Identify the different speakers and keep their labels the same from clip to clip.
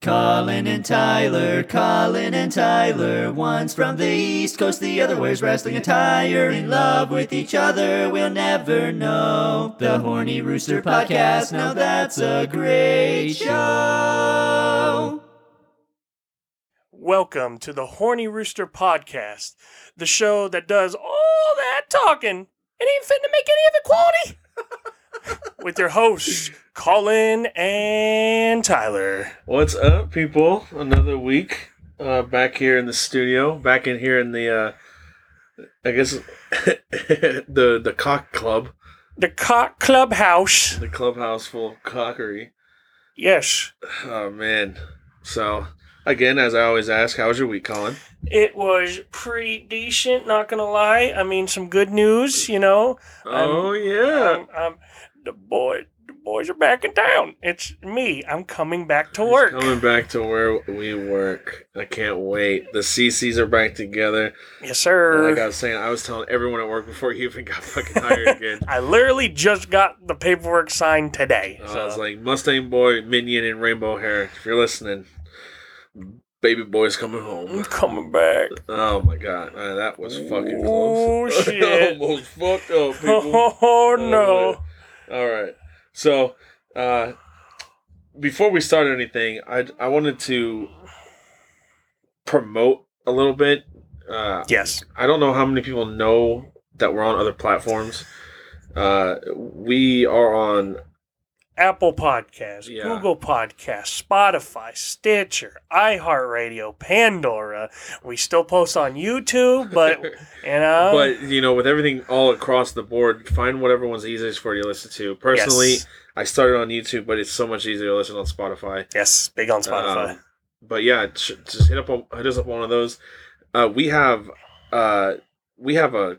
Speaker 1: Colin and Tyler, Colin and Tyler. One's from the East Coast, the other wears wrestling attire. In love with each other, we'll never know. The Horny Rooster Podcast, now that's a great show.
Speaker 2: Welcome to the Horny Rooster Podcast, the show that does all that talking and ain't fit to make any of it quality. With your hosts, Colin and Tyler.
Speaker 3: What's up, people? Another week uh, back here in the studio, back in here in the, uh, I guess, the the cock club,
Speaker 2: The Cock Clubhouse.
Speaker 3: the clubhouse full of cockery.
Speaker 2: Yes,
Speaker 3: Oh man! So again, as I always ask, how was your week, Colin?
Speaker 2: it was pretty decent, not gonna lie. I mean, some good news, you know.
Speaker 3: oh yeah,
Speaker 2: Um, um, the boy, the boys are back in town. It's me. I'm coming back to work.
Speaker 3: coming back to where we work. I can't wait. The CCs are back together.
Speaker 2: Yes,
Speaker 3: And
Speaker 2: sir.
Speaker 3: Like I was saying, I was telling everyone at work before you even got fucking hired again.
Speaker 2: I literally just got the paperwork signed today.
Speaker 3: Uh,
Speaker 2: so-
Speaker 3: I was like Mustang Boy, Minion, and Rainbow Hair. If you're listening, baby boy's coming
Speaker 2: I'm
Speaker 3: home.
Speaker 2: coming back.
Speaker 3: Oh my god, Uh, that was fucking
Speaker 2: Oh,
Speaker 3: close.
Speaker 2: shit.
Speaker 3: Almost fucked up, people.
Speaker 2: Oh
Speaker 3: Oh,
Speaker 2: no.
Speaker 3: All right, so uh, before we start anything, I I wanted to promote a little bit. Uh,
Speaker 2: Yes.
Speaker 3: I don't know how many people know that we're on other platforms. Uh, we are on
Speaker 2: Apple Podcasts,
Speaker 3: Yeah.
Speaker 2: Google Podcasts, Spotify, Stitcher, iHeartRadio, Pandora. We still post on YouTube, but you know
Speaker 3: but you know, with everything all across the board, find whatever one's easiest for you to listen to. Personally,
Speaker 2: Yes.
Speaker 3: I started on YouTube, but it's so much easier to listen on Spotify.
Speaker 2: Yes, big on Spotify.
Speaker 3: Um, but yeah, ch- just hit up on- hit us up on one of those. Uh, we have uh, we have a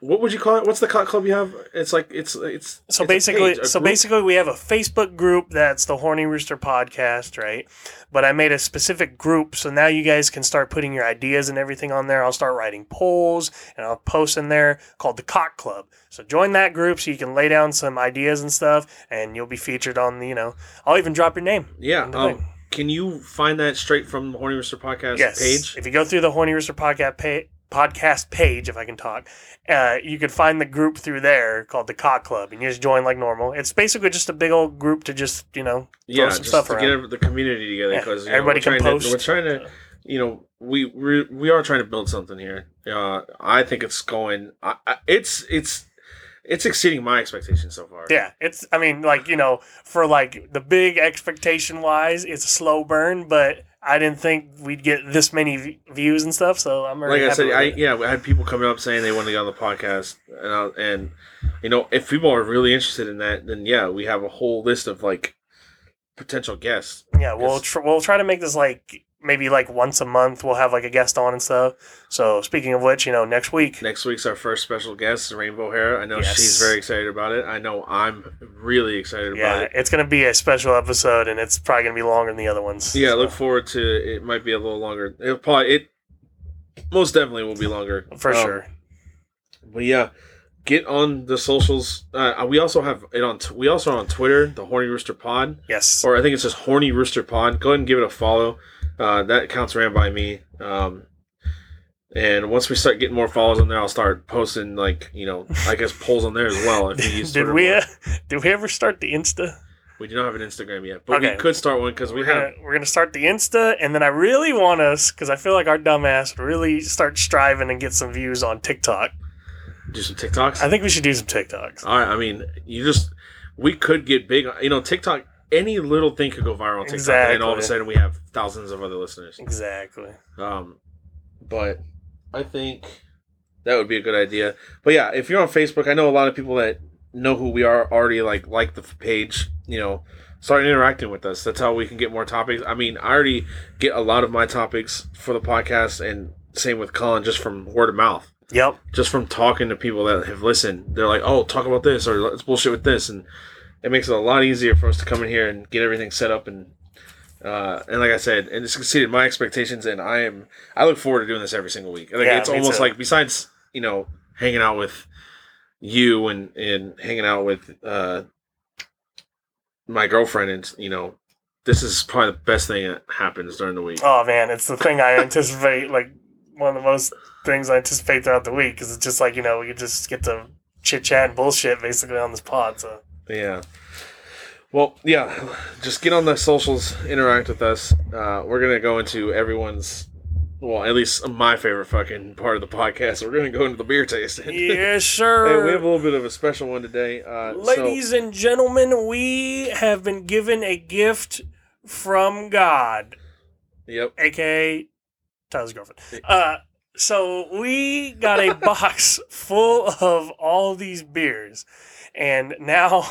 Speaker 3: what would you call it? What's the cock club you have? It's like it's it's it's
Speaker 2: so
Speaker 3: a
Speaker 2: basically
Speaker 3: page, a
Speaker 2: so
Speaker 3: group.
Speaker 2: basically we have a facebook group that's the horny rooster podcast right but i made a specific group so now you guys can start putting your ideas and everything on there i'll start writing polls and i'll post in there called the cock club so join that group so you can lay down some ideas and stuff and you'll be featured on the you know i'll even drop your name
Speaker 3: yeah.
Speaker 2: in the
Speaker 3: Um,
Speaker 2: thing.
Speaker 3: can you find that straight from the Horny Rooster Podcast
Speaker 2: yes
Speaker 3: page?
Speaker 2: if you go through the horny rooster podcast page podcast page if i can talk uh, you could find the group through there called the cock club and you just join like normal it's basically just a big old group to just you know
Speaker 3: yeah,
Speaker 2: some
Speaker 3: just
Speaker 2: stuff
Speaker 3: to get the community together
Speaker 2: Yeah,
Speaker 3: because
Speaker 2: everybody
Speaker 3: we're
Speaker 2: can
Speaker 3: trying
Speaker 2: post.
Speaker 3: To, we're trying to, you know, we we're, we are trying to build something here. Uh, I think it's going. I, I, it's it's it's exceeding my expectations so far.
Speaker 2: Yeah, it's. I mean, like you know, for like the big expectation wise, it's a slow burn, but I didn't think we'd get this many v- views and stuff. So I'm
Speaker 3: Like
Speaker 2: already
Speaker 3: I
Speaker 2: happy
Speaker 3: said,
Speaker 2: with
Speaker 3: I
Speaker 2: it.
Speaker 3: yeah, I had people coming up saying they wanted to get on the podcast, and I, and you know, if people are really interested in that, then yeah, we have a whole list of like potential guests.
Speaker 2: yeah, we'll
Speaker 3: it's-
Speaker 2: tr- we'll try to make this like maybe like once a month. We'll have like a guest on and stuff. So speaking of which, you know, next week.
Speaker 3: Next week's our first special guest, Rainbow Hair. I know
Speaker 2: Yes.
Speaker 3: she's very excited about it. I know I'm really excited about it.
Speaker 2: Yeah, it's gonna be a special episode, and it's probably gonna be longer than the other ones.
Speaker 3: Yeah,
Speaker 2: so.
Speaker 3: look forward to it. Might be a little longer. It probably it most definitely will be longer
Speaker 2: for
Speaker 3: Um,
Speaker 2: sure.
Speaker 3: But yeah, get on the socials. Uh, we also have it on. T- we also are on Twitter, the Horny Rooster Pod,
Speaker 2: Yes.
Speaker 3: or I think it's just Horny Rooster Pod. Go ahead and give it a follow. Uh, that accounts ran by me. Um, and once we start getting more follows on there, I'll start posting like you know, I guess polls on there as well. If you use
Speaker 2: did
Speaker 3: Twitter
Speaker 2: we
Speaker 3: more.
Speaker 2: uh, did we ever start the Insta?
Speaker 3: we do not have an Instagram yet, but
Speaker 2: Okay.
Speaker 3: we could start one because we
Speaker 2: We're
Speaker 3: have
Speaker 2: gonna, we're gonna start the Insta, and then I really want us because I feel like our dumbass would really start striving and get some views on TikTok.
Speaker 3: do some TikToks.
Speaker 2: I think we should do some TikToks.
Speaker 3: All right. I mean, you just we could get big. You know, TikTok. Any little thing could go viral on TikTok, and then all of a
Speaker 2: Exactly.
Speaker 3: sudden we have thousands of other listeners.
Speaker 2: Exactly.
Speaker 3: Um, but I think that would be a good idea. But yeah, if you're on Facebook, I know a lot of people that know who we are already like like the f- page. You know, start interacting with us. That's how we can get more topics. I mean, I already get a lot of my topics for the podcast, and same with Colin, just from word of mouth
Speaker 2: Yep.
Speaker 3: just from talking to people that have listened, they're like, "Oh, talk about this," or "Let's bullshit with this," and it makes it a lot easier for us to come in here and get everything set up and uh, and like I said, and it's exceeded my expectations, and I am I look forward to doing this every single week. Like,
Speaker 2: Yeah,
Speaker 3: it's
Speaker 2: me
Speaker 3: almost
Speaker 2: too.
Speaker 3: like besides you know hanging out with you and and hanging out with uh, my girlfriend and you know This is probably the best thing that happens during the week.
Speaker 2: Oh man, it's the thing I anticipate. Like one of the most things I anticipate throughout the week because it's just like you know we just get to chit chat and bullshit basically on this pod. So
Speaker 3: Yeah. Well, yeah. Just get on the socials, interact with us. Uh, we're gonna go into everyone's, well, at least my favorite fucking part of the podcast. We're gonna go into the beer tasting.
Speaker 2: yeah,
Speaker 3: Hey,
Speaker 2: sure.
Speaker 3: we have a little bit of a special one today. Uh, so-
Speaker 2: Ladies and gentlemen, we have been given a gift from God,
Speaker 3: yep.
Speaker 2: aka Tyler's girlfriend. Uh, so we got a box full of all these beers, and now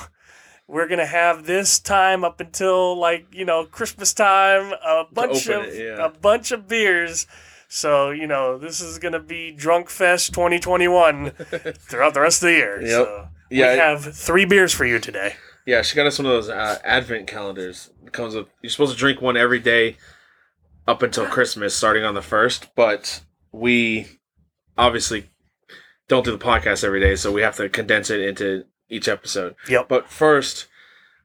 Speaker 2: we're gonna have this time up until like you know Christmas time a bunch
Speaker 3: open
Speaker 2: of
Speaker 3: it, yeah.
Speaker 2: a bunch of beers. So you know this is gonna be Drunk Fest 2021 throughout the rest of the year.
Speaker 3: Yep.
Speaker 2: So
Speaker 3: Yeah.
Speaker 2: we have three beers for you today.
Speaker 3: Yeah, she got us one of those uh, advent calendars. It comes with you're supposed to drink one every day up until Christmas, starting on the first. But we obviously don't do the podcast every day, so we have to condense it into each episode.
Speaker 2: Yep.
Speaker 3: But first,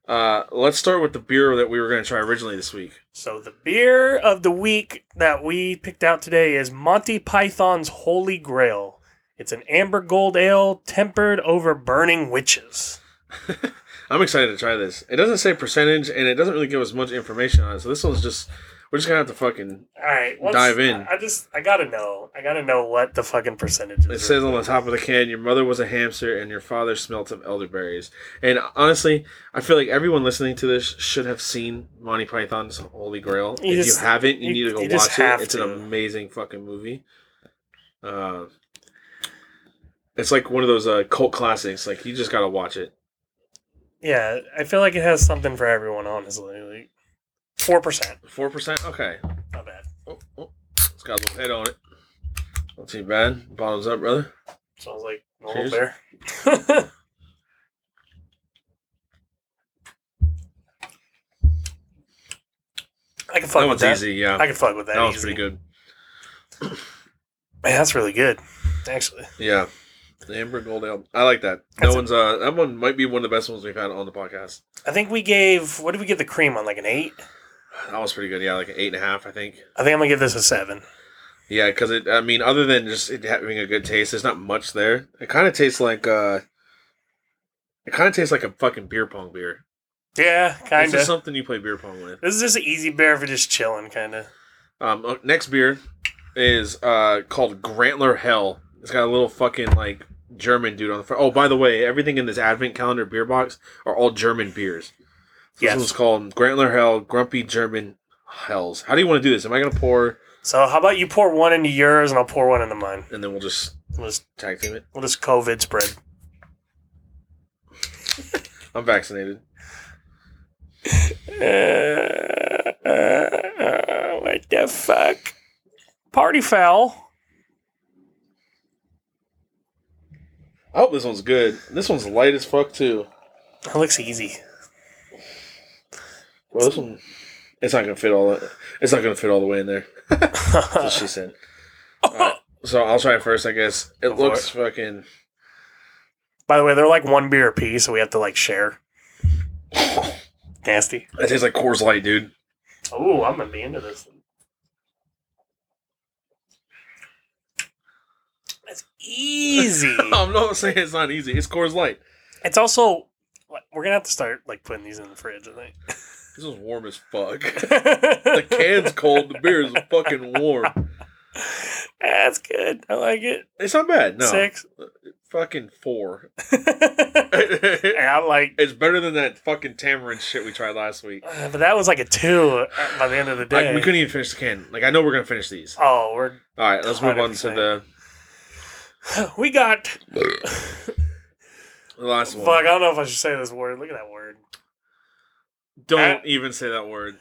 Speaker 3: uh, let's start with the beer that we were going to try originally this week.
Speaker 2: So the beer of the week that we picked out today is Monty Python's Holy Grail. It's an amber gold ale tempered over burning witches.
Speaker 3: I'm excited to try this. It doesn't say percentage, and it doesn't really give us much information on it. So this one's just we're just gonna have to fucking.
Speaker 2: All right, let's-
Speaker 3: Dive in.
Speaker 2: I, I just I gotta know. I gotta know what the fucking percentage is.
Speaker 3: It says on the top of the can, "Your mother was a hamster, and your father smelt of elderberries." And honestly, I feel like everyone listening to this should have seen Monty Python's Holy Grail.
Speaker 2: You
Speaker 3: if
Speaker 2: just-
Speaker 3: you haven't,
Speaker 2: you-
Speaker 3: you, need to go
Speaker 2: you just
Speaker 3: watch
Speaker 2: have
Speaker 3: it. It's
Speaker 2: to.
Speaker 3: an amazing fucking movie. Uh, it's like one of those uh, cult classics. Like you just gotta watch it.
Speaker 2: yeah, I feel like it has something for everyone. Honestly, like four percent,
Speaker 3: Four percent, okay.
Speaker 2: not bad.
Speaker 3: Oh, oh. It's got a little head on it. Not too bad. Bottoms up, brother.
Speaker 2: Sounds like a
Speaker 3: Cheers.
Speaker 2: little bear. I can fuck
Speaker 3: that
Speaker 2: with
Speaker 3: one's
Speaker 2: that.
Speaker 3: easy. Yeah,
Speaker 2: I can fuck with that.
Speaker 3: that one's
Speaker 2: easy.
Speaker 3: pretty good.
Speaker 2: Man, that's really good, actually.
Speaker 3: Yeah. The Amber Gold Ale. I like that. That
Speaker 2: That's a-
Speaker 3: one's uh that one might be one of the best ones we've had on the podcast.
Speaker 2: I think we gave what did we give the cream on like an eight?
Speaker 3: That was pretty good. Yeah, like an eight and a half, I think.
Speaker 2: I think I'm gonna give this a seven.
Speaker 3: Yeah, because it. I mean, other than just it having a good taste, there's not much there. It kind of tastes like uh, it kind of tastes like a fucking beer pong beer.
Speaker 2: Yeah,
Speaker 3: It's
Speaker 2: kinda.
Speaker 3: just something you play beer pong with.
Speaker 2: this is just an easy bear for just chilling, kinda.
Speaker 3: Um, uh, next beer is uh called Grantler Hell. It's got a little fucking like German dude on the front. Oh, by the way, everything in this advent calendar beer box are all German beers. So
Speaker 2: Yes.
Speaker 3: This one's called Grantler Hell, Grumpy German Hells. How do you want to do this? Am I gonna pour
Speaker 2: So how about you pour one into yours and I'll pour one into mine.
Speaker 3: and then we'll just
Speaker 2: We'll just
Speaker 3: tag team it?
Speaker 2: we'll just COVID spread.
Speaker 3: I'm vaccinated.
Speaker 2: Uh, what the fuck? Party foul.
Speaker 3: I hope this one's good. This one's light as fuck too.
Speaker 2: That looks easy.
Speaker 3: Well, this one, it's not gonna fit all. The, it's not gonna fit all the way in there. That's what she said. Alright, so I'll try it first, I guess. It
Speaker 2: Go for
Speaker 3: looks fucking.
Speaker 2: By the way, they're like one beer apiece, so we have to like share. Nasty.
Speaker 3: It tastes like Coors Light, dude.
Speaker 2: Oh, I'm gonna be into this. one. That's easy.
Speaker 3: I'm not saying it's not easy. It's Coors Light.
Speaker 2: it's also we're gonna have to start like putting these in the fridge. I think
Speaker 3: This is warm as fuck. the
Speaker 2: the
Speaker 3: can's cold. The beer is fucking warm.
Speaker 2: That's good. I like it.
Speaker 3: It's not bad. No,
Speaker 2: Six.
Speaker 3: fucking four.
Speaker 2: and
Speaker 3: it's
Speaker 2: I like,
Speaker 3: better than that fucking tamarind shit we tried last week.
Speaker 2: Uh, but that was like a two uh, by the end of the day.
Speaker 3: Like we couldn't even finish the can. Like I know we're gonna finish these.
Speaker 2: Oh, we're
Speaker 3: All right, let's move on to the,
Speaker 2: we got.
Speaker 3: the last
Speaker 2: Fuck,
Speaker 3: one.
Speaker 2: I don't know if I should say this word. Look at that word.
Speaker 3: Don't even say that word.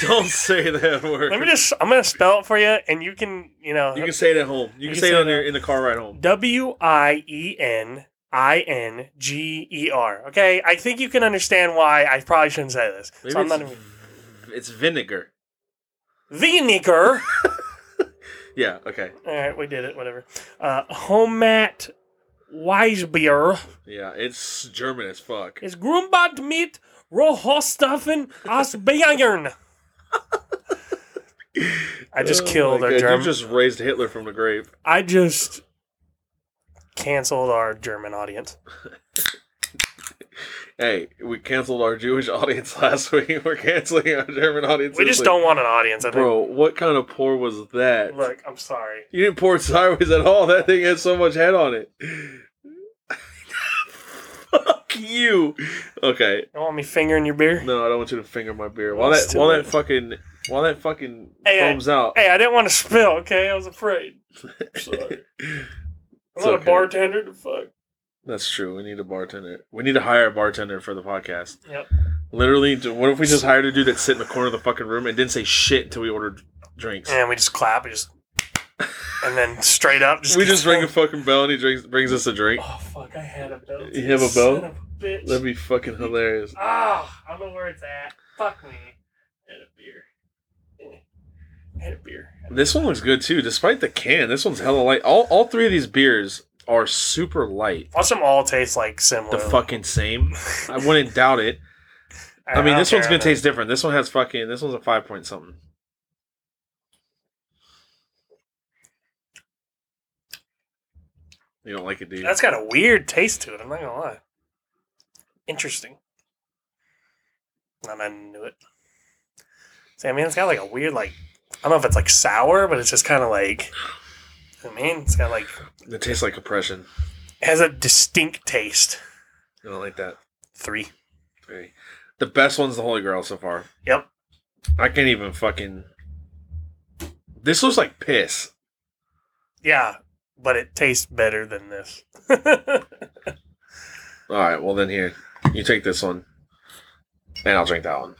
Speaker 3: Don't say that word.
Speaker 2: Let me just. I'm gonna spell it for you, and you can, you know,
Speaker 3: you can say it at home. You, can, say it on your in the car ride home.
Speaker 2: W I E N I N G E R. Okay, I think you can understand why I probably shouldn't say this.
Speaker 3: Maybe
Speaker 2: so I'm
Speaker 3: it's,
Speaker 2: not even.
Speaker 3: it's vinegar.
Speaker 2: Vinegar.
Speaker 3: Yeah. Okay.
Speaker 2: All right, we did it. Whatever. Uh, Homat Weisbier
Speaker 3: Yeah. It's German as fuck.
Speaker 2: is Grumbad mit Rohstoffen aus Bayern. I just
Speaker 3: Oh
Speaker 2: killed
Speaker 3: my
Speaker 2: our
Speaker 3: God,
Speaker 2: German.
Speaker 3: You just raised Hitler from the grave.
Speaker 2: I just canceled our German audience.
Speaker 3: Hey, we canceled our Jewish audience last week. We're canceling our German audience.
Speaker 2: We
Speaker 3: this
Speaker 2: just
Speaker 3: week.
Speaker 2: don't want an audience. I think.
Speaker 3: Bro, what kind of pour was that?
Speaker 2: Look, I'm sorry.
Speaker 3: You didn't pour sideways at all. That thing had so much head on it. Fuck you. Okay.
Speaker 2: You want me fingering your beer?
Speaker 3: No, I don't want you to finger my beer. While
Speaker 2: Let's
Speaker 3: that
Speaker 2: do
Speaker 3: while
Speaker 2: it.
Speaker 3: that fucking while that fucking
Speaker 2: Hey, hey.
Speaker 3: foams out.
Speaker 2: Hey, I didn't want to spill. Okay, I was afraid. I'm sorry. I'm
Speaker 3: It's
Speaker 2: not a
Speaker 3: okay.
Speaker 2: bartender. The fuck.
Speaker 3: That's true. We need a bartender. We need to hire a bartender for the podcast.
Speaker 2: Yep.
Speaker 3: Literally, dude, what if we just hired a dude that sit in the corner of the fucking room and didn't say shit until we ordered drinks?
Speaker 2: And we just clap. We just and then straight up. Just
Speaker 3: We just ring a fucking bell and he drinks, brings us a drink.
Speaker 2: Oh fuck! I had a belt.
Speaker 3: You have a
Speaker 2: Son
Speaker 3: belt?
Speaker 2: of a bitch.
Speaker 3: That'd be fucking hilarious.
Speaker 2: Ah, I don't know where it's at. Fuck me. I had a beer. I had a beer.
Speaker 3: This one looks good too, despite the can. This one's hella light. All, all three of these beers are super light.
Speaker 2: Watch them all taste like similar.
Speaker 3: The fucking same. I wouldn't doubt it. I mean,
Speaker 2: don't
Speaker 3: this one's
Speaker 2: care,
Speaker 3: gonna
Speaker 2: man.
Speaker 3: taste different. This one has fucking. This one's a five point something. You don't like it, dude.
Speaker 2: That's got a weird taste to it. I'm not gonna lie. Interesting. And I knew it. See, I mean, it's got like a weird, like I don't know if it's like sour, but it's just kind of like. I mean, it's got like
Speaker 3: It tastes like oppression.
Speaker 2: it has a distinct taste.
Speaker 3: You don't like that.
Speaker 2: Three.
Speaker 3: Very- The best one's the Holy Grail so far.
Speaker 2: Yep.
Speaker 3: I can't even fucking. This looks like piss.
Speaker 2: Yeah, but it tastes better than this.
Speaker 3: All right. Well, then here, you take this one, and I'll drink that one.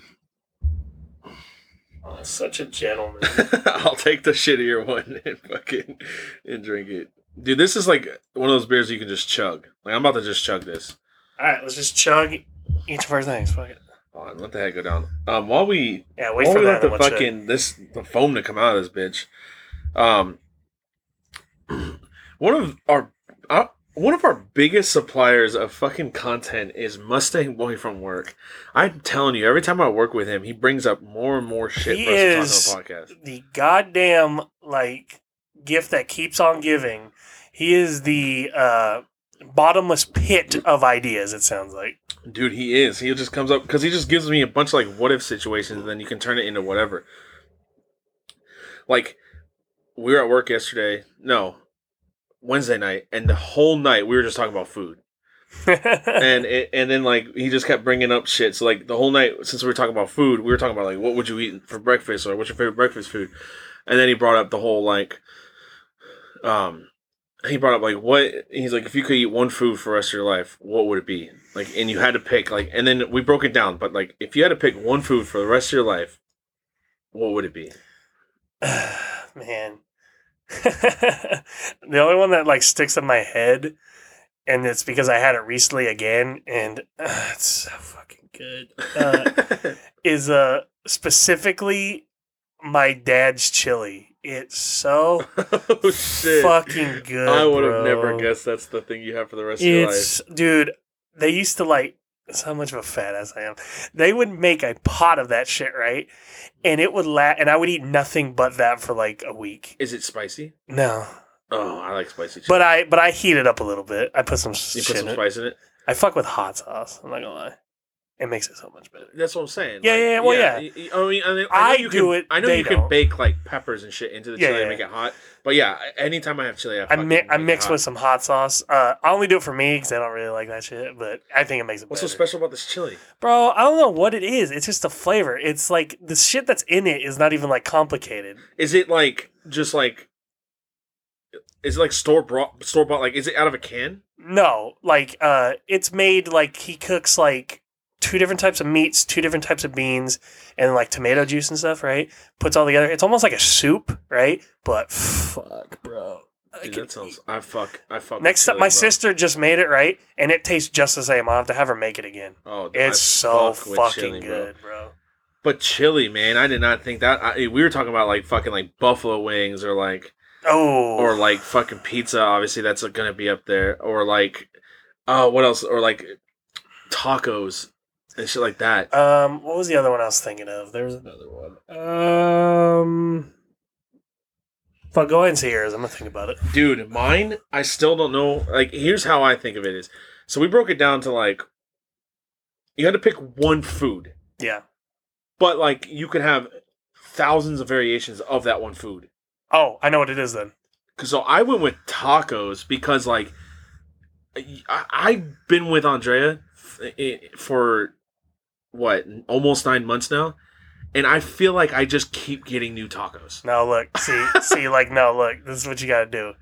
Speaker 2: Oh, such a gentleman.
Speaker 3: I'll take the shittier one and fucking and drink it. Dude, this is like one of those beers you can just chug. Like I'm about to just chug this.
Speaker 2: All right, let's just chug each of our things. Fuck it.
Speaker 3: Hold on, let the head go down. Um, while we
Speaker 2: Yeah, wait
Speaker 3: while
Speaker 2: for
Speaker 3: we
Speaker 2: that.
Speaker 3: let
Speaker 2: and
Speaker 3: the
Speaker 2: let's, uh,
Speaker 3: fucking this the foam to come out of this bitch. Um, one of our uh, one of our biggest suppliers of fucking content is Mustang Boy from work. I'm telling you, every time I work with him, he brings up more and more shit
Speaker 2: He
Speaker 3: for us
Speaker 2: is-
Speaker 3: to talk on the podcast.
Speaker 2: the goddamn like gift that keeps on giving. He is the uh, bottomless pit of ideas. It sounds like.
Speaker 3: Dude, he is. He just comes up because he just gives me a bunch of like what if situations, and then you can turn it into whatever. Like, we were at work yesterday. No, Wednesday night, and the whole night we were just talking about food, and it, and then like he just kept bringing up shit. So like the whole night since we were talking about food, we were talking about like what would you eat for breakfast or what's your favorite breakfast food, and then he brought up the whole like, um, he brought up like what he's like if you could eat one food for the rest of your life, what would it be? Like, and you had to pick like, and then we broke it down. But like, if you had to pick one food for the rest of your life, what would it be?
Speaker 2: Man, the only one that like sticks in my head, and it's because I had it recently again, and uh, it's so fucking good. Uh, is uh specifically my dad's chili. It's so
Speaker 3: oh shit!
Speaker 2: fucking good.
Speaker 3: I would
Speaker 2: bro.
Speaker 3: have never guessed that's the thing you have for the rest of your life.
Speaker 2: It's dude. They used to like that's how much of a fat ass I am. They would make a pot of that shit, right? And it would last, and I would eat nothing but that for like a week.
Speaker 3: Is it spicy?
Speaker 2: No,
Speaker 3: Oh, I like spicy. Chicken.
Speaker 2: but I but I heat it up a little bit. I put some
Speaker 3: you
Speaker 2: shit
Speaker 3: put some
Speaker 2: in it.
Speaker 3: spice in it.
Speaker 2: I fuck with hot sauce. I'm not gonna lie, it makes it so much better.
Speaker 3: That's what I'm saying.
Speaker 2: Yeah, yeah, yeah, well, yeah.
Speaker 3: y- y- I mean, I, mean, I, know
Speaker 2: I
Speaker 3: you
Speaker 2: do
Speaker 3: can,
Speaker 2: it,
Speaker 3: I know
Speaker 2: they
Speaker 3: you can
Speaker 2: don't.
Speaker 3: bake like peppers and shit into the
Speaker 2: Yeah,
Speaker 3: chili
Speaker 2: yeah.
Speaker 3: and make it hot. But yeah, anytime I have chili, I,
Speaker 2: I,
Speaker 3: fucking
Speaker 2: mi- I
Speaker 3: make it
Speaker 2: mix
Speaker 3: hot.
Speaker 2: with some hot sauce. Uh, I only do it for me because I don't really like that shit, but I think it makes it
Speaker 3: What's so
Speaker 2: better.
Speaker 3: special about this chili?
Speaker 2: Bro, I don't know what it is. It's just the flavor. It's like the shit that's in it is not even like complicated.
Speaker 3: Is it like just like? Is it like store brought store bought? Like, is it out of a can?
Speaker 2: No, like uh it's made like he cooks like two different types of meats, two different types of beans, and like tomato juice and stuff, right? Puts all together. It's almost like a soup, right? But fuck, bro. I
Speaker 3: Dude,
Speaker 2: could
Speaker 3: that sounds. I fuck. I
Speaker 2: eat-
Speaker 3: fuck. with
Speaker 2: Next up,
Speaker 3: chili,
Speaker 2: my
Speaker 3: bro.
Speaker 2: sister just made it, right? And it tastes just the same. I'll have to have her make it again.
Speaker 3: Oh, I
Speaker 2: It's so
Speaker 3: fuck with
Speaker 2: fucking
Speaker 3: chili, bro.
Speaker 2: good, bro.
Speaker 3: But chili, man, I did not think that. I, we were talking about like fucking like buffalo wings or like
Speaker 2: Oh.
Speaker 3: or like fucking pizza. Obviously, that's uh, gonna be up there. Or like, oh, what else? Or like tacos. and shit like that.
Speaker 2: Um, what was the other one I was thinking of? There was
Speaker 3: Another one,
Speaker 2: um. Fuck, go ahead and see yours. I'm gonna think about it.
Speaker 3: dude. Mine, I still don't know. Like, here's how I think of it is. So we broke it down to like, you had to pick one food,
Speaker 2: Yeah.
Speaker 3: but like you could have thousands of variations of that one food.
Speaker 2: Oh, I know what it is then.
Speaker 3: 'Cause so I went with tacos because like I, I've been with Andrea f- i- for what almost nine months now, and I feel like I just keep getting new tacos.
Speaker 2: No, look, see, see, like, no, look, this is what you gotta do.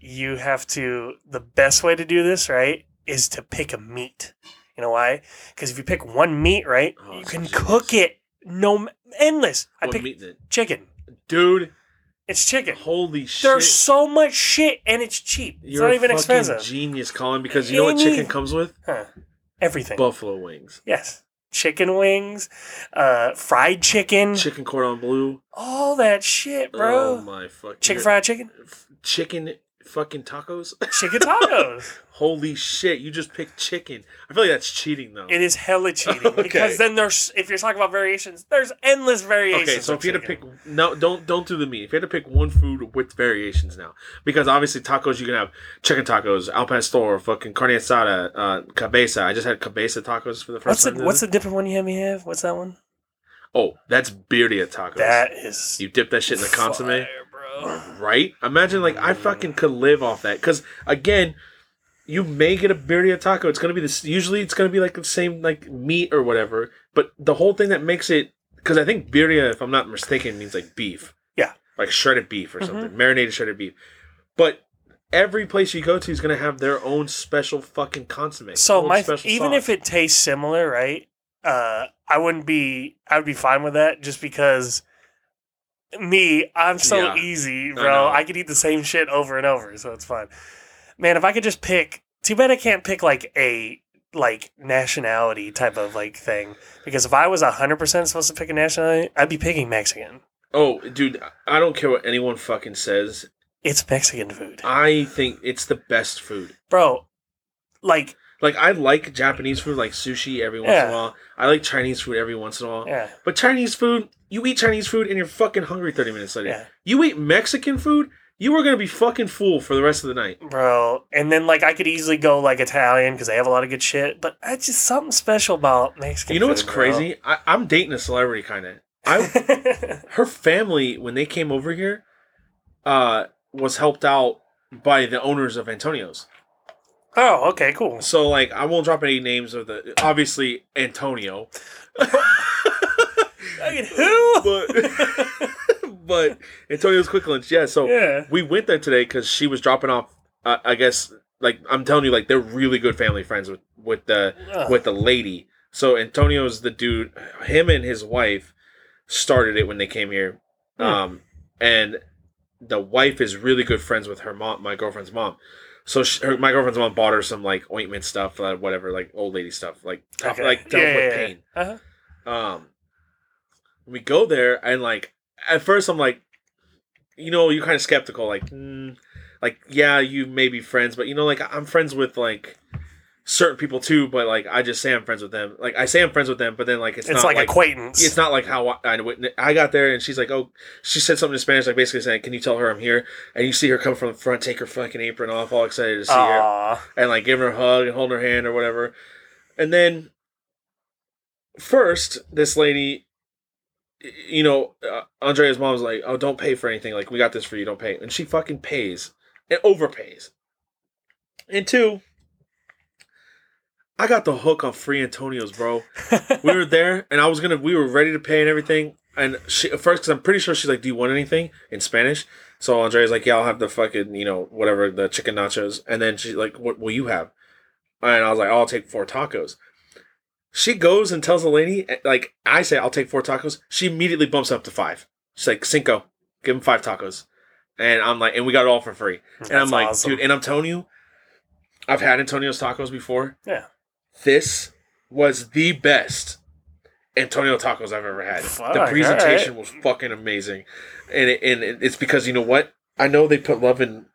Speaker 2: You have to. The best way to do this, right, is to pick a meat. You know why? Because if you pick one meat, right,
Speaker 3: Oh,
Speaker 2: you can
Speaker 3: Jesus.
Speaker 2: cook it no endless. I
Speaker 3: What
Speaker 2: picked
Speaker 3: meat is it?
Speaker 2: chicken.
Speaker 3: dude.
Speaker 2: It's chicken.
Speaker 3: Holy
Speaker 2: There's
Speaker 3: shit!
Speaker 2: so much shit, and it's cheap. It's not
Speaker 3: a
Speaker 2: even
Speaker 3: fucking
Speaker 2: expensive.
Speaker 3: Genius, Colin, because you know what
Speaker 2: Any-
Speaker 3: chicken comes with?
Speaker 2: huh. Everything.
Speaker 3: Buffalo wings,
Speaker 2: Yes. Chicken wings, uh, fried chicken,
Speaker 3: chicken cordon bleu.
Speaker 2: all that shit,
Speaker 3: Oh
Speaker 2: bro.
Speaker 3: my fucking
Speaker 2: chicken fried chicken,
Speaker 3: chicken fucking tacos.
Speaker 2: chicken tacos.
Speaker 3: Holy shit! You just picked chicken. I feel like that's cheating though.
Speaker 2: it is hella cheating
Speaker 3: Okay.
Speaker 2: because then there's if you're talking about variations, there's endless variations.
Speaker 3: Okay, so
Speaker 2: of
Speaker 3: if you had to pick
Speaker 2: chicken.
Speaker 3: no, don't don't do the meat. If you had to pick one food with variations now, because obviously tacos you can have chicken tacos, al pastor, fucking carne asada, uh, cabeza. I just had cabeza tacos for the first
Speaker 2: what's the
Speaker 3: time.
Speaker 2: what's the different one you had me have? What's that one?
Speaker 3: oh, that's birria tacos.
Speaker 2: That is
Speaker 3: you dip that shit in the consomme. Oh
Speaker 2: fire, bro.
Speaker 3: right? Imagine like I fucking could live off that because again, you may get a birria taco. It's gonna be this. Usually, it's gonna be like the same like meat or whatever. But the whole thing that makes it because I think birria, if I'm not mistaken, means like beef.
Speaker 2: Yeah.
Speaker 3: like shredded beef
Speaker 2: Mm-hmm.
Speaker 3: or something, marinated shredded beef. But every place you go to is gonna have their own special fucking consomme.
Speaker 2: So
Speaker 3: own
Speaker 2: my
Speaker 3: special
Speaker 2: even if
Speaker 3: sauce.
Speaker 2: it tastes similar, right? Uh, I wouldn't be. I would be fine with that just because me, I'm so
Speaker 3: Yeah.
Speaker 2: easy,
Speaker 3: know.
Speaker 2: bro. I, could eat the same shit over and over, so it's fine. Man, if I could just pick. Too bad I can't pick like a like nationality type of like thing because if I was hundred percent supposed to pick a nationality, I'd be picking Mexican.
Speaker 3: oh dude, I don't care what anyone fucking says.
Speaker 2: It's Mexican food,
Speaker 3: I think it's the best food.
Speaker 2: bro. Like,
Speaker 3: Like I like Japanese food, like sushi every once in
Speaker 2: Yeah.
Speaker 3: a while. I like Chinese food every once in a while.
Speaker 2: yeah,
Speaker 3: But Chinese food, you eat Chinese food and you're fucking hungry thirty minutes later.
Speaker 2: Yeah.
Speaker 3: You eat Mexican food, you are gonna be fucking full for the rest of the night.
Speaker 2: bro. And then like I could easily go like Italian because they have a lot of good shit. But I just something special about Mexican.
Speaker 3: you know
Speaker 2: food,
Speaker 3: what's
Speaker 2: bro.
Speaker 3: crazy? I, I'm dating a celebrity kind of. I her family when they came over here, uh, was helped out by the owners of Antonio's.
Speaker 2: oh, okay, cool.
Speaker 3: So like, I won't drop any names of the obviously Antonio,
Speaker 2: Fucking who?
Speaker 3: but but Antonio's Quick Lunch. Yeah. So
Speaker 2: Yeah.
Speaker 3: we went there today because she was dropping off. Uh, I guess like I'm telling you, like they're really good family friends with with the
Speaker 2: Ugh.
Speaker 3: with the lady. So Antonio's the dude. Him and his wife started it when they came here,
Speaker 2: Hmm.
Speaker 3: um, and the wife is really good friends with her mom, my girlfriend's mom. So she, her, my girlfriend's mom bought her some like ointment stuff, uh, whatever, like old lady stuff, like top-
Speaker 2: Okay.
Speaker 3: like dealt
Speaker 2: Yeah,
Speaker 3: with
Speaker 2: yeah, yeah.
Speaker 3: pain.
Speaker 2: Uh-huh.
Speaker 3: Um, we go there and like at first I'm like, you know, you're kind of skeptical, like, mm, like yeah, you may be friends, but you know, like I'm friends with like certain people too, but like I just say I'm friends with them, like I say I'm friends with them, but then like it's,
Speaker 2: It's
Speaker 3: not
Speaker 2: like,
Speaker 3: like.
Speaker 2: acquaintance.
Speaker 3: it's not like how I, I witness- I got there and she's like, oh, she said something in Spanish, like basically saying, "Can you tell her I'm here?" And you see her come from the front, take her fucking apron off, all excited to see her
Speaker 2: Aw.
Speaker 3: and like give her a hug and hold her hand or whatever. And then, first, this lady, y- you know, uh, Andrea's mom's like, "Oh, don't pay for anything. Like, we got this for you. Don't pay." And she fucking pays and overpays. And two, I got the hook on free Antonio's, bro. we were there, and I was gonna. We were ready to pay and everything. And she at first, because I'm pretty sure she's like, "Do you want anything in Spanish?" So Andrea's like, "Yeah, I'll have the fucking you know whatever the chicken nachos." And then she's like, "What will you have?" And I was like, "Oh, "I'll take four tacos." She goes and tells the lady, eh, like I say, "I'll take four tacos." She immediately bumps up to five. She's like, "Cinco, give him five tacos," and I'm like, "And we got it all for free." and I'm
Speaker 2: That's
Speaker 3: like,
Speaker 2: awesome.
Speaker 3: "Dude," and I'm telling you, I've had Antonio's tacos before.
Speaker 2: Yeah.
Speaker 3: this was the best Antonio tacos I've ever had.
Speaker 2: Fuck,
Speaker 3: the presentation was fucking amazing, and it, and it, it's because you know what? I know they put love in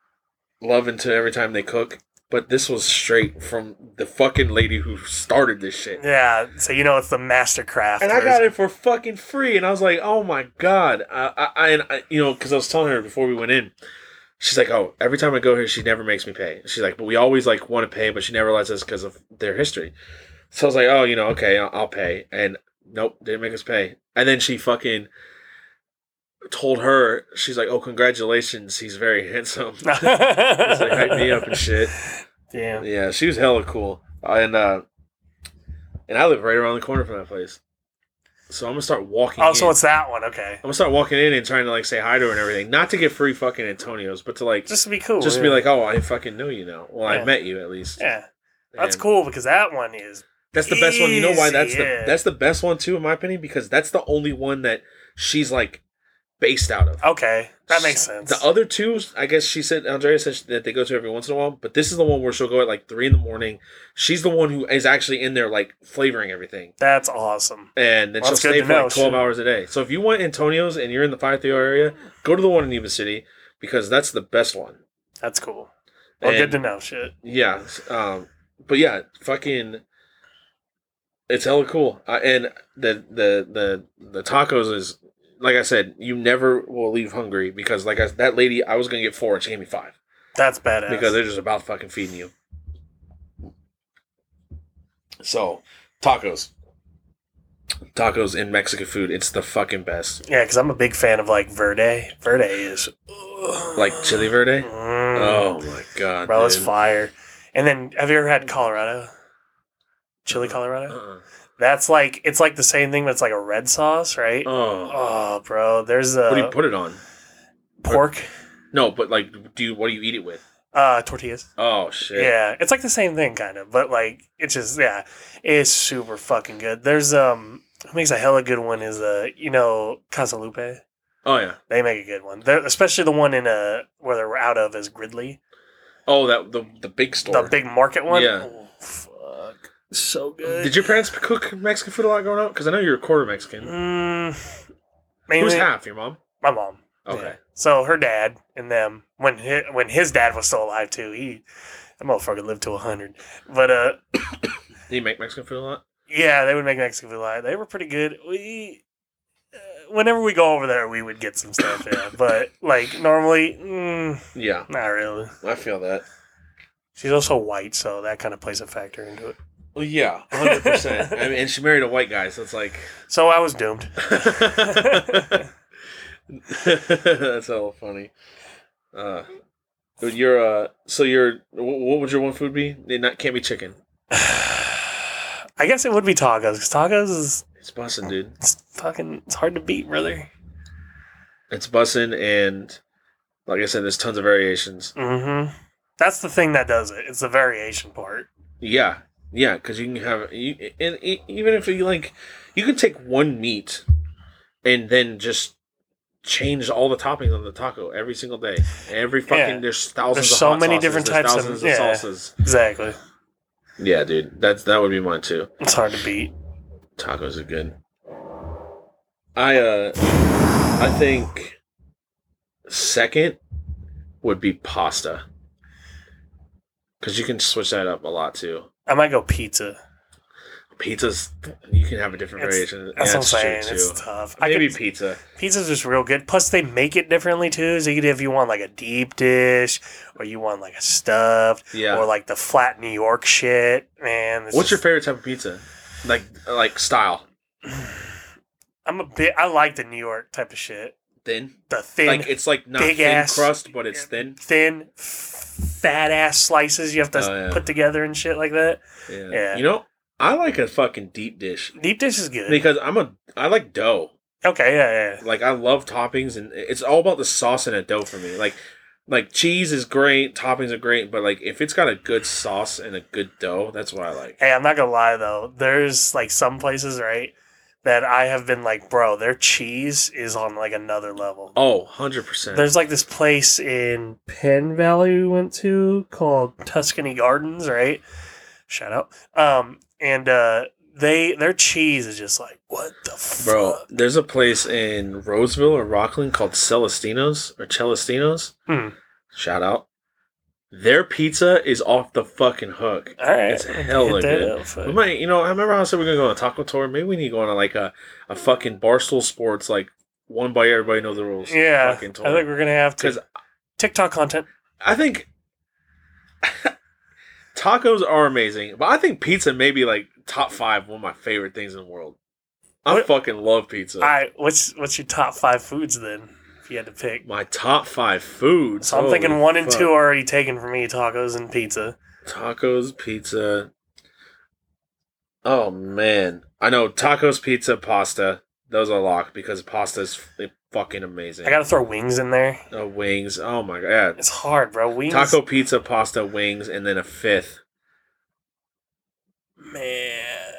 Speaker 3: love into every time they cook, but this was straight from the fucking lady who started this shit.
Speaker 2: Yeah, so you know it's the Mastercraft.
Speaker 3: And I got
Speaker 2: version.
Speaker 3: it for fucking free, and I was like, "Oh my god!" I, I, I, and I you know, because I was telling her before we went in, she's like, "Oh, every time I go here, she never makes me pay." She's like, "But we always like want to pay, but she never lets us because of their history." So I was like, "Oh, you know, okay, I'll, I'll pay." And nope, didn't make us pay. And then she fucking told her, she's like, "Oh, congratulations, he's very handsome." It's like hype me up and shit.
Speaker 2: Damn.
Speaker 3: Yeah, she was hella cool, and uh, and I live right around the corner from that place, so I'm gonna start walking.
Speaker 2: Oh, so
Speaker 3: in.
Speaker 2: it's that one. Okay.
Speaker 3: I'm gonna start walking in and trying to like say hi to her and everything, not to get free fucking Antonio's, but to like just,
Speaker 2: Just to be cool.
Speaker 3: be
Speaker 2: yeah.
Speaker 3: like, oh, I fucking know you now. Well,
Speaker 2: Yeah.
Speaker 3: I met you at least.
Speaker 2: yeah, that's
Speaker 3: And
Speaker 2: cool because that one is.
Speaker 3: That's the best one. You know why?
Speaker 2: Easy,
Speaker 3: That's
Speaker 2: yeah.
Speaker 3: the that's the best one too, in my opinion, because that's the only one that she's like based out of.
Speaker 2: Okay, that makes sense.
Speaker 3: The other two, I guess she said, Andrea said that they go to every once in a while, but this is the one where she'll go at like three in the morning. She's the one who is actually in there like flavoring everything,
Speaker 2: That's awesome.
Speaker 3: and then
Speaker 2: Well,
Speaker 3: she'll
Speaker 2: that's good
Speaker 3: stay
Speaker 2: to
Speaker 3: for
Speaker 2: know.
Speaker 3: like twelve hours a day. So if you want Antonio's and you're in the Fire Theo area, go to the one in Yuba City because that's the best one.
Speaker 2: That's cool. Well,
Speaker 3: And-
Speaker 2: good to know. Shit.
Speaker 3: Yeah, s- um, but yeah, fucking, it's hella cool. Uh, and the the the the tacos is like I said, you never will leave hungry because like I, that lady, I was gonna get four, and she gave me five.
Speaker 2: That's badass.
Speaker 3: because they're just about fucking feeding you. So, tacos. Tacos in Mexican food, it's the fucking best.
Speaker 2: yeah, because I'm a big fan of like Verde. Verde is
Speaker 3: Like chili verde.
Speaker 2: Mm.
Speaker 3: Oh my god,
Speaker 2: bro, it's
Speaker 3: dude.
Speaker 2: fire. And then, have you ever had Colorado? Chili Colorado?
Speaker 3: Uh-uh.
Speaker 2: That's like it's like the same thing, but it's like a red sauce, right?
Speaker 3: Oh,
Speaker 2: Oh, bro, there's a
Speaker 3: what do you put it on?
Speaker 2: pork
Speaker 3: No, but like, do you, what do you eat it with?
Speaker 2: uh, tortillas.
Speaker 3: Oh shit.
Speaker 2: Yeah, it's like the same thing, kind of, but like it's just yeah, it's super fucking good. There's um, who makes a hella good one is uh, you know, Casalupe.
Speaker 3: Oh yeah.
Speaker 2: They make a good one, They're, especially the one in uh where they're out of is Gridley,
Speaker 3: Oh, that the the big store.
Speaker 2: the big market one.
Speaker 3: Yeah.
Speaker 2: Oh, fuck, so good.
Speaker 3: Did your parents cook Mexican food a lot growing up? Because I know you're a quarter Mexican.
Speaker 2: Mm, mainly
Speaker 3: Who's half? Your mom.
Speaker 2: my mom.
Speaker 3: Okay.
Speaker 2: Yeah. So her dad and them when his, when his dad was still alive too, he that motherfucker lived to hundred. But uh,
Speaker 3: Do you make Mexican food a lot?
Speaker 2: yeah, they would make Mexican food live. They were pretty good. We uh, whenever we go over there, we would get some stuff. Yeah, but like normally, mm,
Speaker 3: Yeah,
Speaker 2: not really.
Speaker 3: I feel that.
Speaker 2: She's also white, so that kind of plays a factor into it.
Speaker 3: Well, yeah, hundred percent. I mean, and she married a white guy, so it's like
Speaker 2: So I was doomed.
Speaker 3: that's hella funny. Uh, but you're uh, so you're wh- what would your one food be? It not can't be chicken.
Speaker 2: I guess it would be tacos because tacos is
Speaker 3: It's bussin', dude.
Speaker 2: it's fucking it's hard to beat, brother.
Speaker 3: It's bussin', and like I said, there's tons of variations.
Speaker 2: hmm
Speaker 3: Mm-hmm.
Speaker 2: That's the thing that does it. It's the variation part.
Speaker 3: Yeah, yeah, because you can have you, and e- even if you like, you can take one meat, and then just change all the toppings on the taco every single day. Every fucking
Speaker 2: Yeah.
Speaker 3: there's thousands.
Speaker 2: There's
Speaker 3: of
Speaker 2: so
Speaker 3: hot
Speaker 2: many
Speaker 3: sauces,
Speaker 2: different
Speaker 3: there's
Speaker 2: types of-
Speaker 3: thousands
Speaker 2: yeah.
Speaker 3: salsas.
Speaker 2: Exactly.
Speaker 3: Yeah, dude, that's that would be mine too.
Speaker 2: It's hard to beat.
Speaker 3: Tacos are good. I uh, I think second would be pasta, because you can switch that up a lot too.
Speaker 2: I might go pizza.
Speaker 3: Pizzas, you can have a different
Speaker 2: It's-
Speaker 3: variation.
Speaker 2: That's what
Speaker 3: Yeah,
Speaker 2: I'm saying.
Speaker 3: true,
Speaker 2: It's tough. I
Speaker 3: Maybe
Speaker 2: could,
Speaker 3: pizza.
Speaker 2: pizza's just real good. Plus, they make it differently too. So you could, if you want like a deep dish, or you want like a stuffed,
Speaker 3: Yeah.
Speaker 2: or like the flat New York shit, man. it's
Speaker 3: What's your
Speaker 2: just-
Speaker 3: favorite type of pizza? Like like style
Speaker 2: I'm a bit. I like the New York type of shit.
Speaker 3: thin.
Speaker 2: The thin,
Speaker 3: like it's like not
Speaker 2: big
Speaker 3: thin
Speaker 2: ass-
Speaker 3: crust, but it's thin.
Speaker 2: thin, fat ass slices you have to
Speaker 3: Oh, yeah.
Speaker 2: put together and shit like that.
Speaker 3: Yeah.
Speaker 2: Yeah.
Speaker 3: You know, I like a fucking deep dish
Speaker 2: Deep dish is good.
Speaker 3: because I'm a I like dough.
Speaker 2: okay, yeah, yeah.
Speaker 3: like I love toppings and it's all about the sauce and a dough for me. Like like cheese is great, toppings are great, but like if it's got a good sauce and a good dough, that's what I like.
Speaker 2: Hey, I'm not gonna lie though. There's like some places, right, that I have been like, bro, their cheese is on like another level.
Speaker 3: Oh, 100%.
Speaker 2: There's like this place in Penn Valley we went to called Tuscany Gardens, right? Shout out. Um, and uh, they their cheese is just like what the fuck?
Speaker 3: Bro, there's a place in Roseville or Rockland called Celestino's or Celestino's.
Speaker 2: Hmm.
Speaker 3: Shout out. Their pizza is off the fucking hook.
Speaker 2: All right.
Speaker 3: It's hella
Speaker 2: Hit that
Speaker 3: good.
Speaker 2: up, fuck.
Speaker 3: We might, you know, I remember how I said we are gonna go on a taco tour. Maybe we need to go on like a, a fucking barstool sports, like one by everybody know the rules.
Speaker 2: yeah. I
Speaker 3: fucking
Speaker 2: think
Speaker 3: tour.
Speaker 2: we're gonna have
Speaker 3: Because
Speaker 2: to TikTok content.
Speaker 3: I think tacos are amazing, but I think pizza may be like top five one of my favorite things in the world. I
Speaker 2: What-
Speaker 3: fucking love pizza.
Speaker 2: All right. What's what's your top five foods then? If you had to pick.
Speaker 3: my top five foods.
Speaker 2: So I'm
Speaker 3: Holy
Speaker 2: thinking one and
Speaker 3: fuck.
Speaker 2: two are already taken for me: tacos and pizza.
Speaker 3: tacos, pizza. Oh man, I know tacos, pizza, pasta. Those are locked because pasta is f- fucking amazing.
Speaker 2: I gotta throw wings in there.
Speaker 3: Uh, wings. Oh my god.
Speaker 2: It's hard, bro. Wings.
Speaker 3: Taco, pizza, pasta, wings, and then a fifth.
Speaker 2: Man,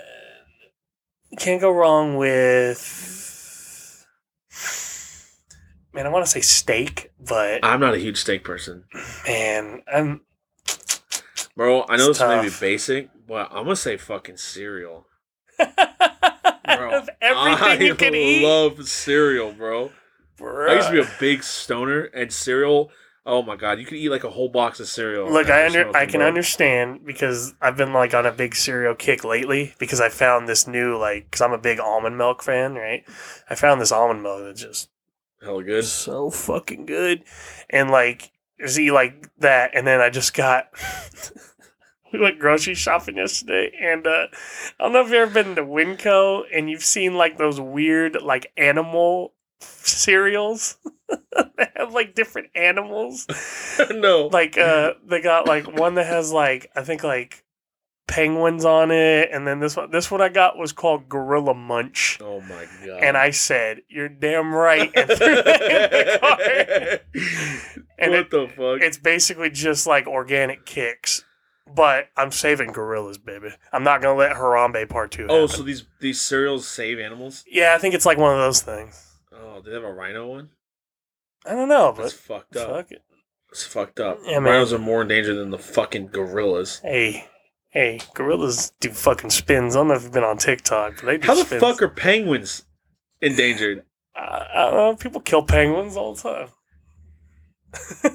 Speaker 2: you can't go wrong with. Man, I want to say steak, but
Speaker 3: I'm not a huge steak person,
Speaker 2: man, I'm
Speaker 3: bro. I know
Speaker 2: It's
Speaker 3: this may be
Speaker 2: tough.
Speaker 3: basic, but I'm gonna say fucking cereal.
Speaker 2: out of everything
Speaker 3: I
Speaker 2: you can eat.
Speaker 3: love cereal, bro.
Speaker 2: Bruh.
Speaker 3: I used to be a big stoner, and cereal. Oh my god, you could eat like a whole box of cereal.
Speaker 2: Look,
Speaker 3: after
Speaker 2: I under
Speaker 3: smoking,
Speaker 2: I can
Speaker 3: bro.
Speaker 2: understand because I've been like on a big cereal kick lately because I found this new like because I'm a big almond milk fan, right? I found this almond milk that just
Speaker 3: Hella good.
Speaker 2: so fucking good. And like, is he like that? And then I just got. we went grocery shopping yesterday, and uh, I don't know if you've ever been to Winco and you've seen like those weird like animal cereals that have like different animals.
Speaker 3: no,
Speaker 2: Like, uh, they got like one that has like I think like penguins on it, and then this one this one I got was called Gorilla Munch.
Speaker 3: oh my god.
Speaker 2: And I said, "You're damn right," and threw it in the cart. And
Speaker 3: what
Speaker 2: it,
Speaker 3: the fuck?
Speaker 2: it's basically just like organic kicks, but I'm saving gorillas, baby. I'm not gonna let Harambe Part Two.
Speaker 3: oh,
Speaker 2: happen.
Speaker 3: so these these cereals save animals?
Speaker 2: yeah, I think it's like one of those things.
Speaker 3: Oh, do they have a rhino one?
Speaker 2: I don't know, but
Speaker 3: That's fucked up.
Speaker 2: fuck it.
Speaker 3: It's fucked up.
Speaker 2: Yeah, man.
Speaker 3: Rhinos are more in danger than the fucking gorillas.
Speaker 2: Hey, hey, gorillas do fucking spins. I don't know if you've been on TikTok, but they do
Speaker 3: How the
Speaker 2: spins.
Speaker 3: fuck are penguins endangered?
Speaker 2: I, I don't know. People kill penguins all the time. people,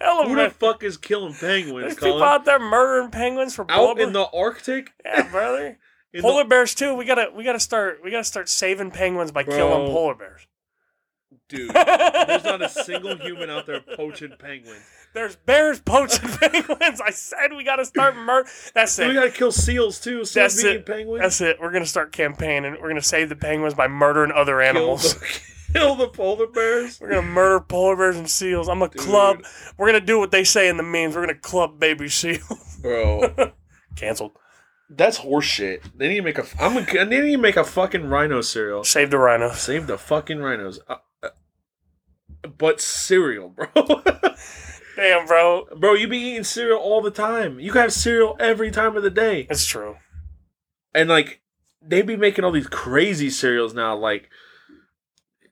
Speaker 2: hell,
Speaker 3: Who the fuck is killing penguins,
Speaker 2: Oh, there's people
Speaker 3: Colin?
Speaker 2: out there murdering penguins for
Speaker 3: Out
Speaker 2: blubber.
Speaker 3: in the Arctic?
Speaker 2: yeah, brother.
Speaker 3: In the-
Speaker 2: polar bears too. We gotta we gotta start we gotta start saving penguins by
Speaker 3: Bro.
Speaker 2: killing polar bears.
Speaker 3: Dude, there's not a single human out there poaching penguins.
Speaker 2: There's bears poaching penguins. I said we gotta start murder. That's
Speaker 3: So we
Speaker 2: it.
Speaker 3: gotta kill seals too. Seals
Speaker 2: That's
Speaker 3: beating
Speaker 2: it.
Speaker 3: penguins.
Speaker 2: That's it. We're gonna start campaigning. We're gonna save the penguins by murdering other animals.
Speaker 3: Kill the, kill the polar bears.
Speaker 2: We're gonna murder polar bears and seals. I'm a
Speaker 3: Dude.
Speaker 2: club. We're gonna do what they say in the memes. We're gonna club baby seal.
Speaker 3: Bro,
Speaker 2: Cancelled.
Speaker 3: That's horseshit. They need to make a. I'm. A, they need to make a fucking rhino cereal.
Speaker 2: Save the rhinos.
Speaker 3: Save the fucking rhinos. Uh, uh, but cereal, bro.
Speaker 2: Damn, bro.
Speaker 3: bro, you be eating cereal all the time. You can have cereal every time of the day.
Speaker 2: It's true.
Speaker 3: And like, they be making all these crazy cereals now. Like,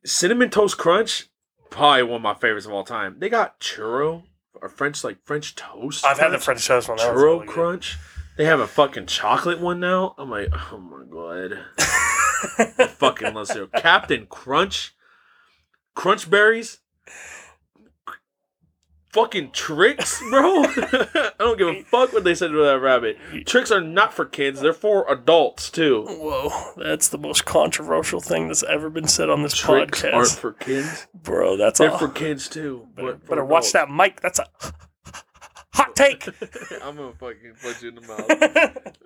Speaker 3: cinnamon toast crunch, probably one of my favorites of all time. They got churro or French like French toast.
Speaker 2: I've had the
Speaker 3: crunch,
Speaker 2: French toast one. That was
Speaker 3: churro
Speaker 2: really good.
Speaker 3: crunch. They have a fucking chocolate one now. I'm like, oh my god. I fucking love cereal. Captain Crunch, Crunch Berries, fucking tricks, bro. I don't give a fuck what they said to that rabbit. Tricks are not for kids; they're for adults too.
Speaker 2: Whoa, that's the most controversial thing that's ever been said on this
Speaker 3: Tricks
Speaker 2: podcast.
Speaker 3: aren't for kids;
Speaker 2: Bro, that's
Speaker 3: they're
Speaker 2: all.
Speaker 3: for kids too.
Speaker 2: better
Speaker 3: but for
Speaker 2: better watch that
Speaker 3: adults.
Speaker 2: mic. That's a hot take.
Speaker 3: I'm gonna fucking punch you in the mouth,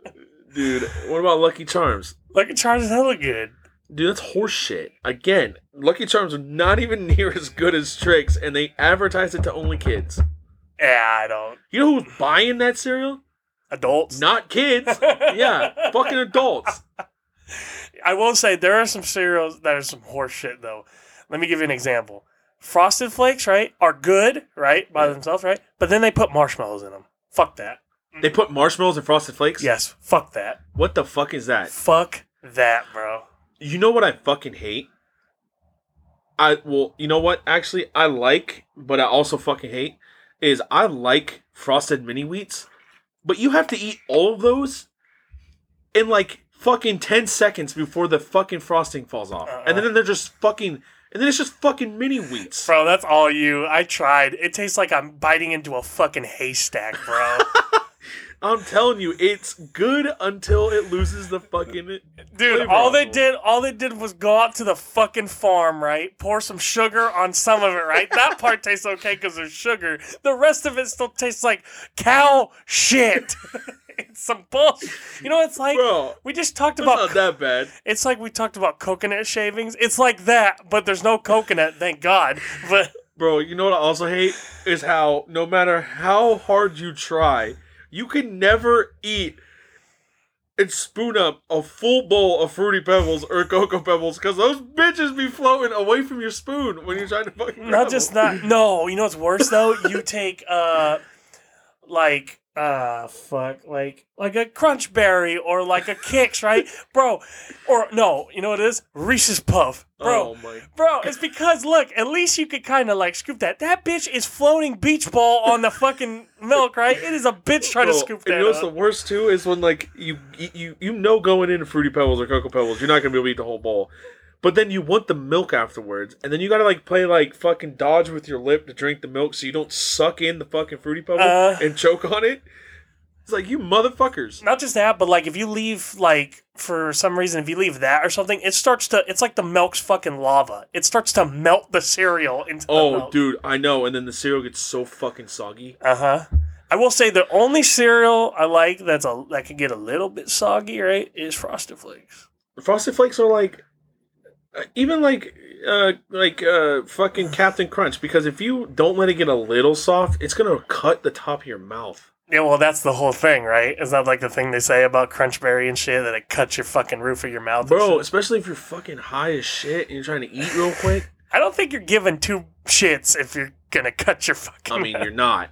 Speaker 3: dude. What about Lucky Charms?
Speaker 2: Lucky Charms is hella good.
Speaker 3: Dude, that's horseshit. Again, Lucky Charms are not even near as good as Tricks, and they advertise it to only kids.
Speaker 2: Yeah, I don't.
Speaker 3: You know who's buying that cereal?
Speaker 2: Adults.
Speaker 3: Not kids. yeah, fucking adults.
Speaker 2: I will say there are some cereals that are some horse shit though. Let me give you an example. Frosted Flakes, right, are good, right, by
Speaker 3: Yeah.
Speaker 2: themselves, right? But then they put marshmallows in them. Fuck that.
Speaker 3: They put marshmallows and frosted flakes.
Speaker 2: Yes, fuck that.
Speaker 3: What the fuck is that?
Speaker 2: Fuck that, bro.
Speaker 3: You know what I fucking hate? I well, you know what? Actually, I like, but I also fucking hate is I like frosted mini wheats, but you have to eat all of those in like fucking ten seconds before the fucking frosting falls off, and then they're just fucking and then it's just fucking mini wheats.
Speaker 2: Bro, that's all you. I tried. It tastes like I'm biting into a fucking haystack, bro.
Speaker 3: I'm telling you, it's good until it loses the fucking.
Speaker 2: Dude,
Speaker 3: Flavor
Speaker 2: all they
Speaker 3: Optimal.
Speaker 2: did, all they did was go out to the fucking farm, right? Pour some sugar on some of it, right? That part tastes okay because there's sugar. The rest of it still tastes like cow shit. it's some bullshit. You know, it's like
Speaker 3: Bro,
Speaker 2: we just talked
Speaker 3: it's
Speaker 2: about.
Speaker 3: not that bad.
Speaker 2: It's like we talked about coconut shavings. It's like that, but there's no coconut, thank God. But
Speaker 3: Bro, you know what I also hate is how no matter how hard you try, you can never eat and spoon up a full bowl of fruity pebbles or cocoa pebbles because those bitches be floating away from your spoon when you're trying to fucking. grab
Speaker 2: not just
Speaker 3: them.
Speaker 2: not. No, you know what's worse though? You take uh, like uh, fuck, like like a crunch berry or like a Kix, right, bro? Or no, you know what it is? Reese's Puff, bro.
Speaker 3: Oh my!
Speaker 2: Bro, it's because look, at least you could kind of like scoop that. That bitch is floating beach ball on the fucking milk, right? It is a bitch trying
Speaker 3: Bro,
Speaker 2: to scoop
Speaker 3: and
Speaker 2: that.
Speaker 3: you know what's
Speaker 2: up.
Speaker 3: the worst too is when like you you you know going into fruity pebbles or cocoa pebbles, you're not gonna be able to eat the whole bowl. But then you want the milk afterwards, and then you gotta like play like fucking dodge with your lip to drink the milk so you don't suck in the fucking fruity pebble
Speaker 2: Uh.
Speaker 3: and choke on it. It's like you motherfuckers.
Speaker 2: not just that, but like if you leave like for some reason if you leave that or something, it starts to it's like the milk's fucking lava. It starts to melt the cereal into the
Speaker 3: Oh,
Speaker 2: milk.
Speaker 3: dude, I know. And then the cereal gets so fucking soggy.
Speaker 2: Uh-huh. I will say the only cereal I like that's a that can get a little bit soggy, right, is Frosted Flakes.
Speaker 3: Frosted Flakes are like, uh, even like, uh, like uh, fucking Captain Crunch. Because if you don't let it get a little soft, it's gonna cut the top of your mouth.
Speaker 2: Yeah, well that's the whole thing, right? Is that like the thing they say about Crunchberry and shit that it cuts your fucking roof of your mouth? and
Speaker 3: Bro,
Speaker 2: shit?
Speaker 3: especially if you're fucking high as shit and you're trying to eat real quick.
Speaker 2: I don't think you're giving two shits if you're gonna cut your fucking
Speaker 3: I mean, you're not.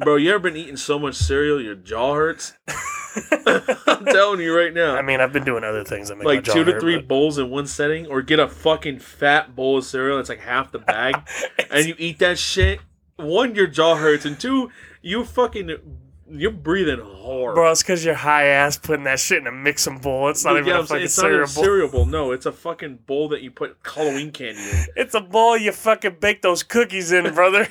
Speaker 3: Bro, you ever been eating so much cereal your jaw hurts? I'm telling you right now.
Speaker 2: I mean, I've been doing other things that make my
Speaker 3: like
Speaker 2: jaw
Speaker 3: two to
Speaker 2: hurt,
Speaker 3: three
Speaker 2: but-
Speaker 3: bowls in one setting, or get a fucking fat bowl of cereal that's like half the bag, and you eat that shit. One, your jaw hurts, and two, you fucking you're breathing hard.
Speaker 2: Bro, it's because you're high ass putting that shit in a mixing bowl. It's not
Speaker 3: Yeah,
Speaker 2: even
Speaker 3: I'm
Speaker 2: a
Speaker 3: saying
Speaker 2: fucking
Speaker 3: it's not even
Speaker 2: cereal
Speaker 3: a
Speaker 2: bowl.
Speaker 3: cereal bowl. No, it's a fucking bowl that you put Halloween candy in.
Speaker 2: It's a bowl you fucking bake those cookies in, brother.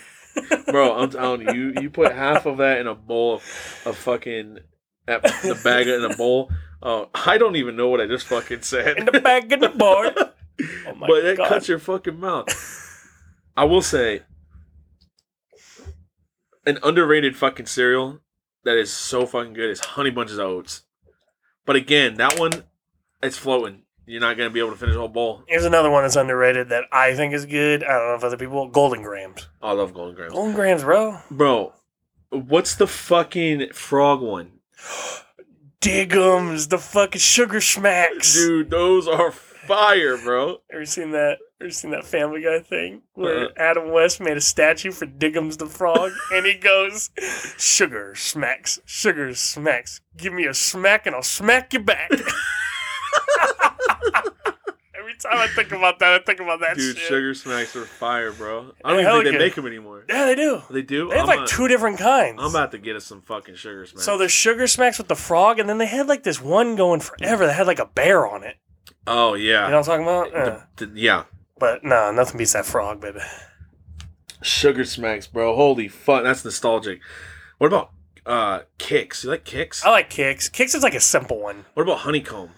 Speaker 3: Bro, I'm telling you, you, you put half of that in a bowl of, of fucking at the bag in a bowl. Oh, I don't even know what I just fucking said.
Speaker 2: in the back of the bar. Oh my
Speaker 3: but it
Speaker 2: god.
Speaker 3: cuts your fucking mouth. I will say, an underrated fucking cereal that is so fucking good is Honey Bunches of Oats. But again, that one, it's floating. You're not gonna be able to finish the whole bowl.
Speaker 2: Here's another one that's underrated that I think is good. I don't know if other people. Golden Grams.
Speaker 3: I love Golden Grams,
Speaker 2: Golden Grams, bro.
Speaker 3: bro. What's the fucking frog one?
Speaker 2: Diggums, the fucking sugar smacks.
Speaker 3: Dude, those are fire, bro.
Speaker 2: Ever seen that? Ever seen that Family Guy thing where
Speaker 3: Uh-uh.
Speaker 2: Adam West made a statue for Diggums the frog, and he goes, "Sugar smacks, sugar smacks. Give me a smack, and I'll smack you back." Every time I think about that, I think about that
Speaker 3: Dude,
Speaker 2: shit.
Speaker 3: sugar smacks are fire, bro. I don't even
Speaker 2: Hell
Speaker 3: think they
Speaker 2: yeah.
Speaker 3: make them anymore.
Speaker 2: Yeah, they do.
Speaker 3: They do.
Speaker 2: They have
Speaker 3: I'm,
Speaker 2: like
Speaker 3: a-
Speaker 2: two different kinds.
Speaker 3: I'm about to get us some fucking sugar smacks.
Speaker 2: so there's sugar smacks with the frog, and then they had like this one going forever that had like a bear on it.
Speaker 3: oh yeah,
Speaker 2: You know what I'm talking about? Uh,
Speaker 3: The- the- yeah.
Speaker 2: but no, nothing beats that frog, baby.
Speaker 3: Sugar smacks, bro. Holy fuck, that's nostalgic. What about uh kicks? You like kicks?
Speaker 2: I like kicks. Kicks is like a simple one.
Speaker 3: What about honeycomb?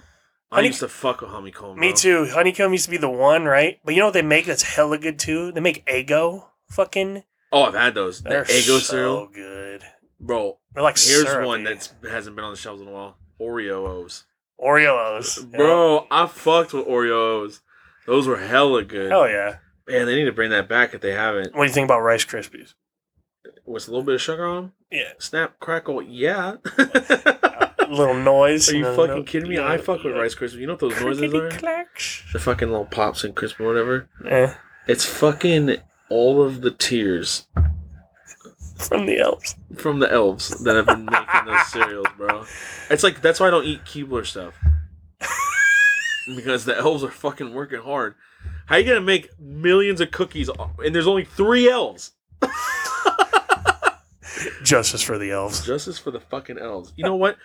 Speaker 3: I
Speaker 2: Honey-
Speaker 3: used to fuck with honeycomb.
Speaker 2: Me
Speaker 3: bro.
Speaker 2: too. Honeycomb used to be the one, right? But you know what they make that's hella good too? They make Eggo fucking.
Speaker 3: Oh, I've had those. The
Speaker 2: They're
Speaker 3: Eggo
Speaker 2: so
Speaker 3: cereal,
Speaker 2: good.
Speaker 3: bro.
Speaker 2: They're like
Speaker 3: Here's
Speaker 2: syrupy.
Speaker 3: one that hasn't been on the shelves in a while. Oreo O's.
Speaker 2: Oreos,
Speaker 3: Bro, I fucked with Oreos. Those were hella good.
Speaker 2: Hell yeah!
Speaker 3: Man, they need to bring that back if they haven't.
Speaker 2: What do you think about Rice Krispies?
Speaker 3: With a little bit of sugar on them?
Speaker 2: Yeah,
Speaker 3: Snap, crackle, yeah.
Speaker 2: little noise.
Speaker 3: Are you
Speaker 2: No,
Speaker 3: fucking
Speaker 2: no,
Speaker 3: kidding me?
Speaker 2: no,
Speaker 3: I fuck with
Speaker 2: no.
Speaker 3: Rice Krispies. You know what those noises
Speaker 2: Crickety
Speaker 3: are?
Speaker 2: clacks.
Speaker 3: The fucking little pops and crisp or whatever.
Speaker 2: Eh,
Speaker 3: It's fucking all of the tears
Speaker 2: from the Alps.
Speaker 3: from the elves that have been making those cereals, bro. It's like that's why I don't eat Keebler stuff because the elves are fucking working hard. How you gonna make millions of cookies and there's only three elves?
Speaker 2: Justice for the elves.
Speaker 3: Justice for the fucking elves. You know what?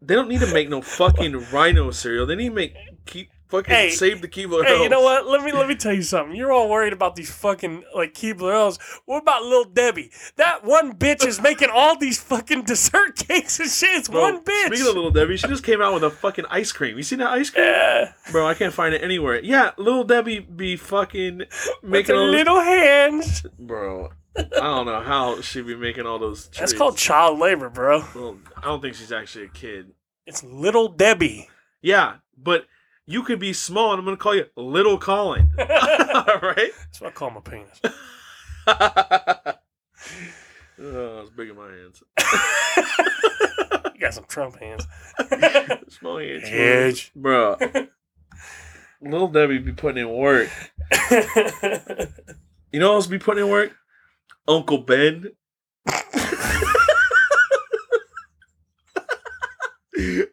Speaker 3: They don't need to make no fucking rhino cereal. They need to make keep Fucking
Speaker 2: Hey,
Speaker 3: save the Keebler
Speaker 2: Hey, you know
Speaker 3: Elves.
Speaker 2: what? Let me let me tell you something. You're all worried about these fucking like Keebler elves. What about little Debbie? That one bitch is making all these fucking dessert cakes and shit. It's
Speaker 3: Bro,
Speaker 2: one bitch.
Speaker 3: Speaking of Little Debbie, she just came out with a fucking ice cream. You seen that ice cream?
Speaker 2: Yeah,
Speaker 3: Bro, I can't find it anywhere. Yeah, Little Debbie be fucking
Speaker 2: with
Speaker 3: making
Speaker 2: her
Speaker 3: all those-
Speaker 2: little hands.
Speaker 3: Bro, I don't know how she be making all those treats.
Speaker 2: That's called child labor, bro.
Speaker 3: Well, I don't think she's actually a kid.
Speaker 2: It's little Debbie.
Speaker 3: Yeah, but you could be small and I'm going to call you Little Colin.
Speaker 2: That's
Speaker 3: all right?
Speaker 2: what I call my penis.
Speaker 3: oh, it's big in my hands.
Speaker 2: You got some Trump hands.
Speaker 3: Small hands. small hands.
Speaker 2: Huge.
Speaker 3: Bro. Little Debbie be putting in work. You know who else be putting in work? Uncle Ben.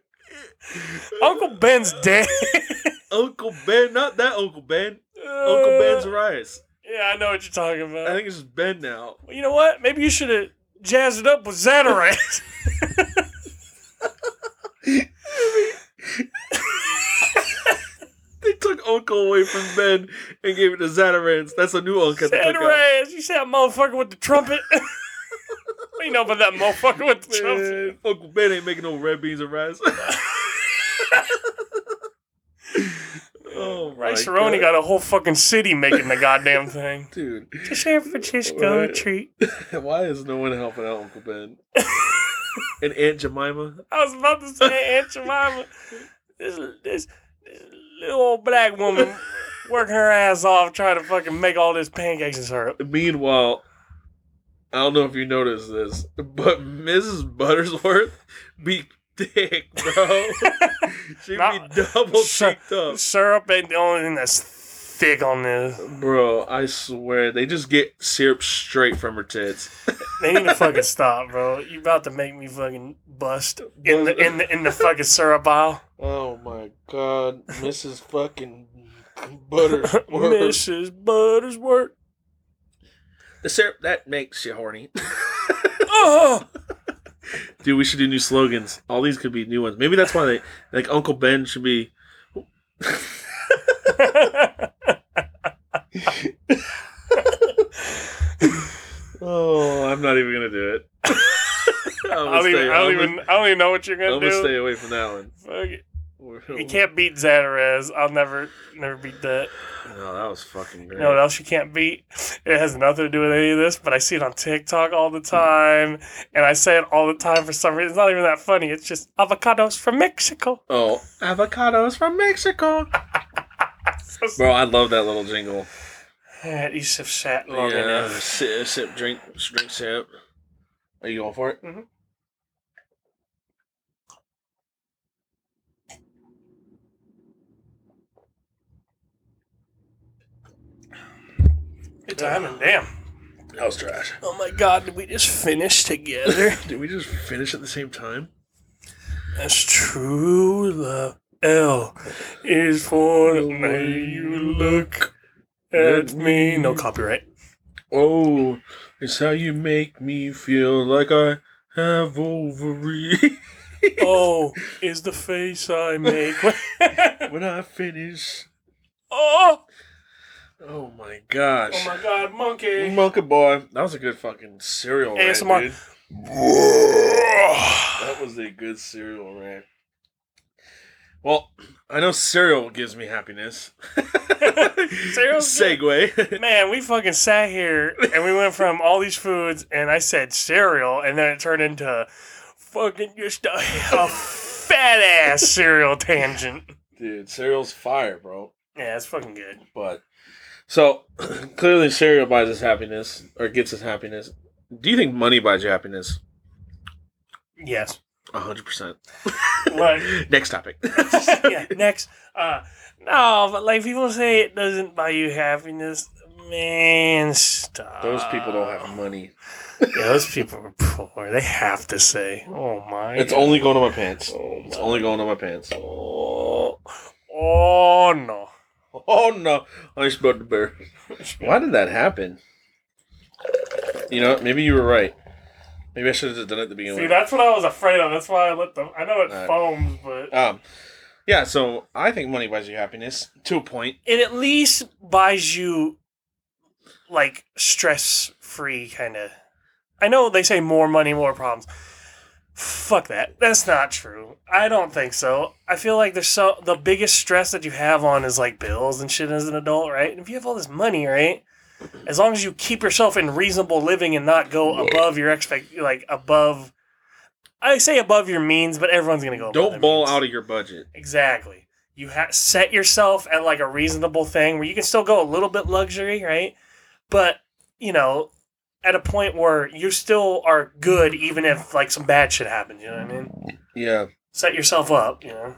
Speaker 2: Uncle Ben's dead.
Speaker 3: Uncle Ben, not that Uncle Ben. Uncle Ben's rise.
Speaker 2: Yeah, I know what you're talking about.
Speaker 3: I think it's just Ben now.
Speaker 2: Well, you know what? Maybe you should have jazzed it up with Xanax.
Speaker 3: They took Uncle away from Ben and gave it to Zatarans. That's a new Uncle. that took out.
Speaker 2: Xanax. You see that motherfucker with the trumpet? what do you know about that motherfucker with the trumpet?
Speaker 3: Man, Uncle Ben ain't making no red beans and rice. oh,
Speaker 2: Rice
Speaker 3: my
Speaker 2: Aroni
Speaker 3: God.
Speaker 2: got a whole fucking city making the goddamn thing.
Speaker 3: Dude,
Speaker 2: To San Francisco
Speaker 3: Right.
Speaker 2: treat.
Speaker 3: why is no one helping out Uncle Ben? and Aunt Jemima?
Speaker 2: I was about to say Aunt Jemima. This, this, this little old black woman working her ass off trying to fucking make all this pancakes and syrup.
Speaker 3: Meanwhile, I don't know if you noticed this, but Mrs. Buttersworth be thick, bro. she
Speaker 2: Not-
Speaker 3: be double
Speaker 2: Sir-
Speaker 3: cheeked up.
Speaker 2: Syrup ain't the only thing that's thick on this.
Speaker 3: Bro, I swear they just get syrup straight from her tits.
Speaker 2: They need to fucking stop, bro. You about to make me fucking bust in the in the in the fucking syrup aisle.
Speaker 3: Oh my god, Mrs. fucking Buttersworth.
Speaker 2: Mrs. Buttersworth.
Speaker 3: The syrup that makes you horny.
Speaker 2: Oh,
Speaker 3: Dude, we should do new slogans. All these could be new ones. Maybe that's why they like Uncle Ben should be Oh, I'm not even gonna do it.
Speaker 2: I
Speaker 3: I'm gonna
Speaker 2: don't even
Speaker 3: stay-
Speaker 2: I don't
Speaker 3: I'm
Speaker 2: even
Speaker 3: gonna-
Speaker 2: I don't even know what you're gonna
Speaker 3: I'm
Speaker 2: do.
Speaker 3: gonna stay away from that one.
Speaker 2: Fuck it.
Speaker 3: We're-
Speaker 2: You can't beat Xanarez. I'll never never beat that.
Speaker 3: No, that was fucking great.
Speaker 2: You know what else you can't beat? It has nothing to do with any of this, but I see it on TikTok all the time, and I say it all the time for some reason. It's not even that funny. It's just avocados from Mexico.
Speaker 3: oh, avocados from Mexico.
Speaker 2: So
Speaker 3: Bro, I love that little jingle.
Speaker 2: sad. You have sat long
Speaker 3: yeah,
Speaker 2: enough.
Speaker 3: sip, sip, drink, drink, sip. Are you going for it?
Speaker 2: Mhm. Good timing, damn.
Speaker 3: That was trash.
Speaker 2: Oh my god, did we just finish together?
Speaker 3: Did we just finish at the same time?
Speaker 2: That's true love. L is for the way you look at me. No copyright.
Speaker 3: Oh, it's how you make me feel like I have ovary.
Speaker 2: Oh is the face I make.
Speaker 3: when I finish.
Speaker 2: oh,
Speaker 3: Oh my gosh.
Speaker 2: oh my god, monkey.
Speaker 3: Monkey boy, that was a good fucking cereal rant,
Speaker 2: ASMR.
Speaker 3: dude. That was a good cereal rant. Well, I know cereal gives me happiness.
Speaker 2: Cereal's good.
Speaker 3: Segue.
Speaker 2: Man, we fucking sat here and we went from all these foods, and I said cereal, and then it turned into fucking just a, a fat ass cereal tangent.
Speaker 3: Dude, cereal's fire, bro.
Speaker 2: Yeah, it's fucking good.
Speaker 3: But so clearly, cereal buys us happiness or gets us happiness. Do you think money buys you happiness?
Speaker 2: Yes.
Speaker 3: A hundred percent.
Speaker 2: Look,
Speaker 3: Next topic.
Speaker 2: yeah, next. Uh, no, but like people say it doesn't buy you happiness. Man, stop.
Speaker 3: Those people don't have money.
Speaker 2: Yeah, those people are poor. They have to say, "Oh my."
Speaker 3: It's
Speaker 2: God.
Speaker 3: only going to my pants. It's only going to my pants.
Speaker 2: Oh, oh no.
Speaker 3: Oh no! I spilled the beer. Why did that happen? You know, maybe you were right. Maybe I should have just done it at the beginning.
Speaker 2: See, that's what I was afraid of. That's why I let them. I know it
Speaker 3: Alright.
Speaker 2: foams, but
Speaker 3: Um, Yeah, so I think money buys you happiness to a point.
Speaker 2: It at least buys you like stress free kind of. I know they say more money, more problems. Fuck that. That's not true. I don't think so. I feel like there's so the biggest stress that you have on is like bills and shit as an adult, right? And if you have all this money, right? As long as you keep yourself in reasonable living and not go above your expect like above I say above your means, but everyone's gonna go above
Speaker 3: Don't
Speaker 2: their
Speaker 3: ball
Speaker 2: means.
Speaker 3: out of your budget.
Speaker 2: Exactly. You ha- set yourself at like a reasonable thing where you can still go a little bit luxury, right? But you know, at a point where you still are good, even if like some bad shit happens. You know what I mean?
Speaker 3: Yeah.
Speaker 2: Set yourself up. You know.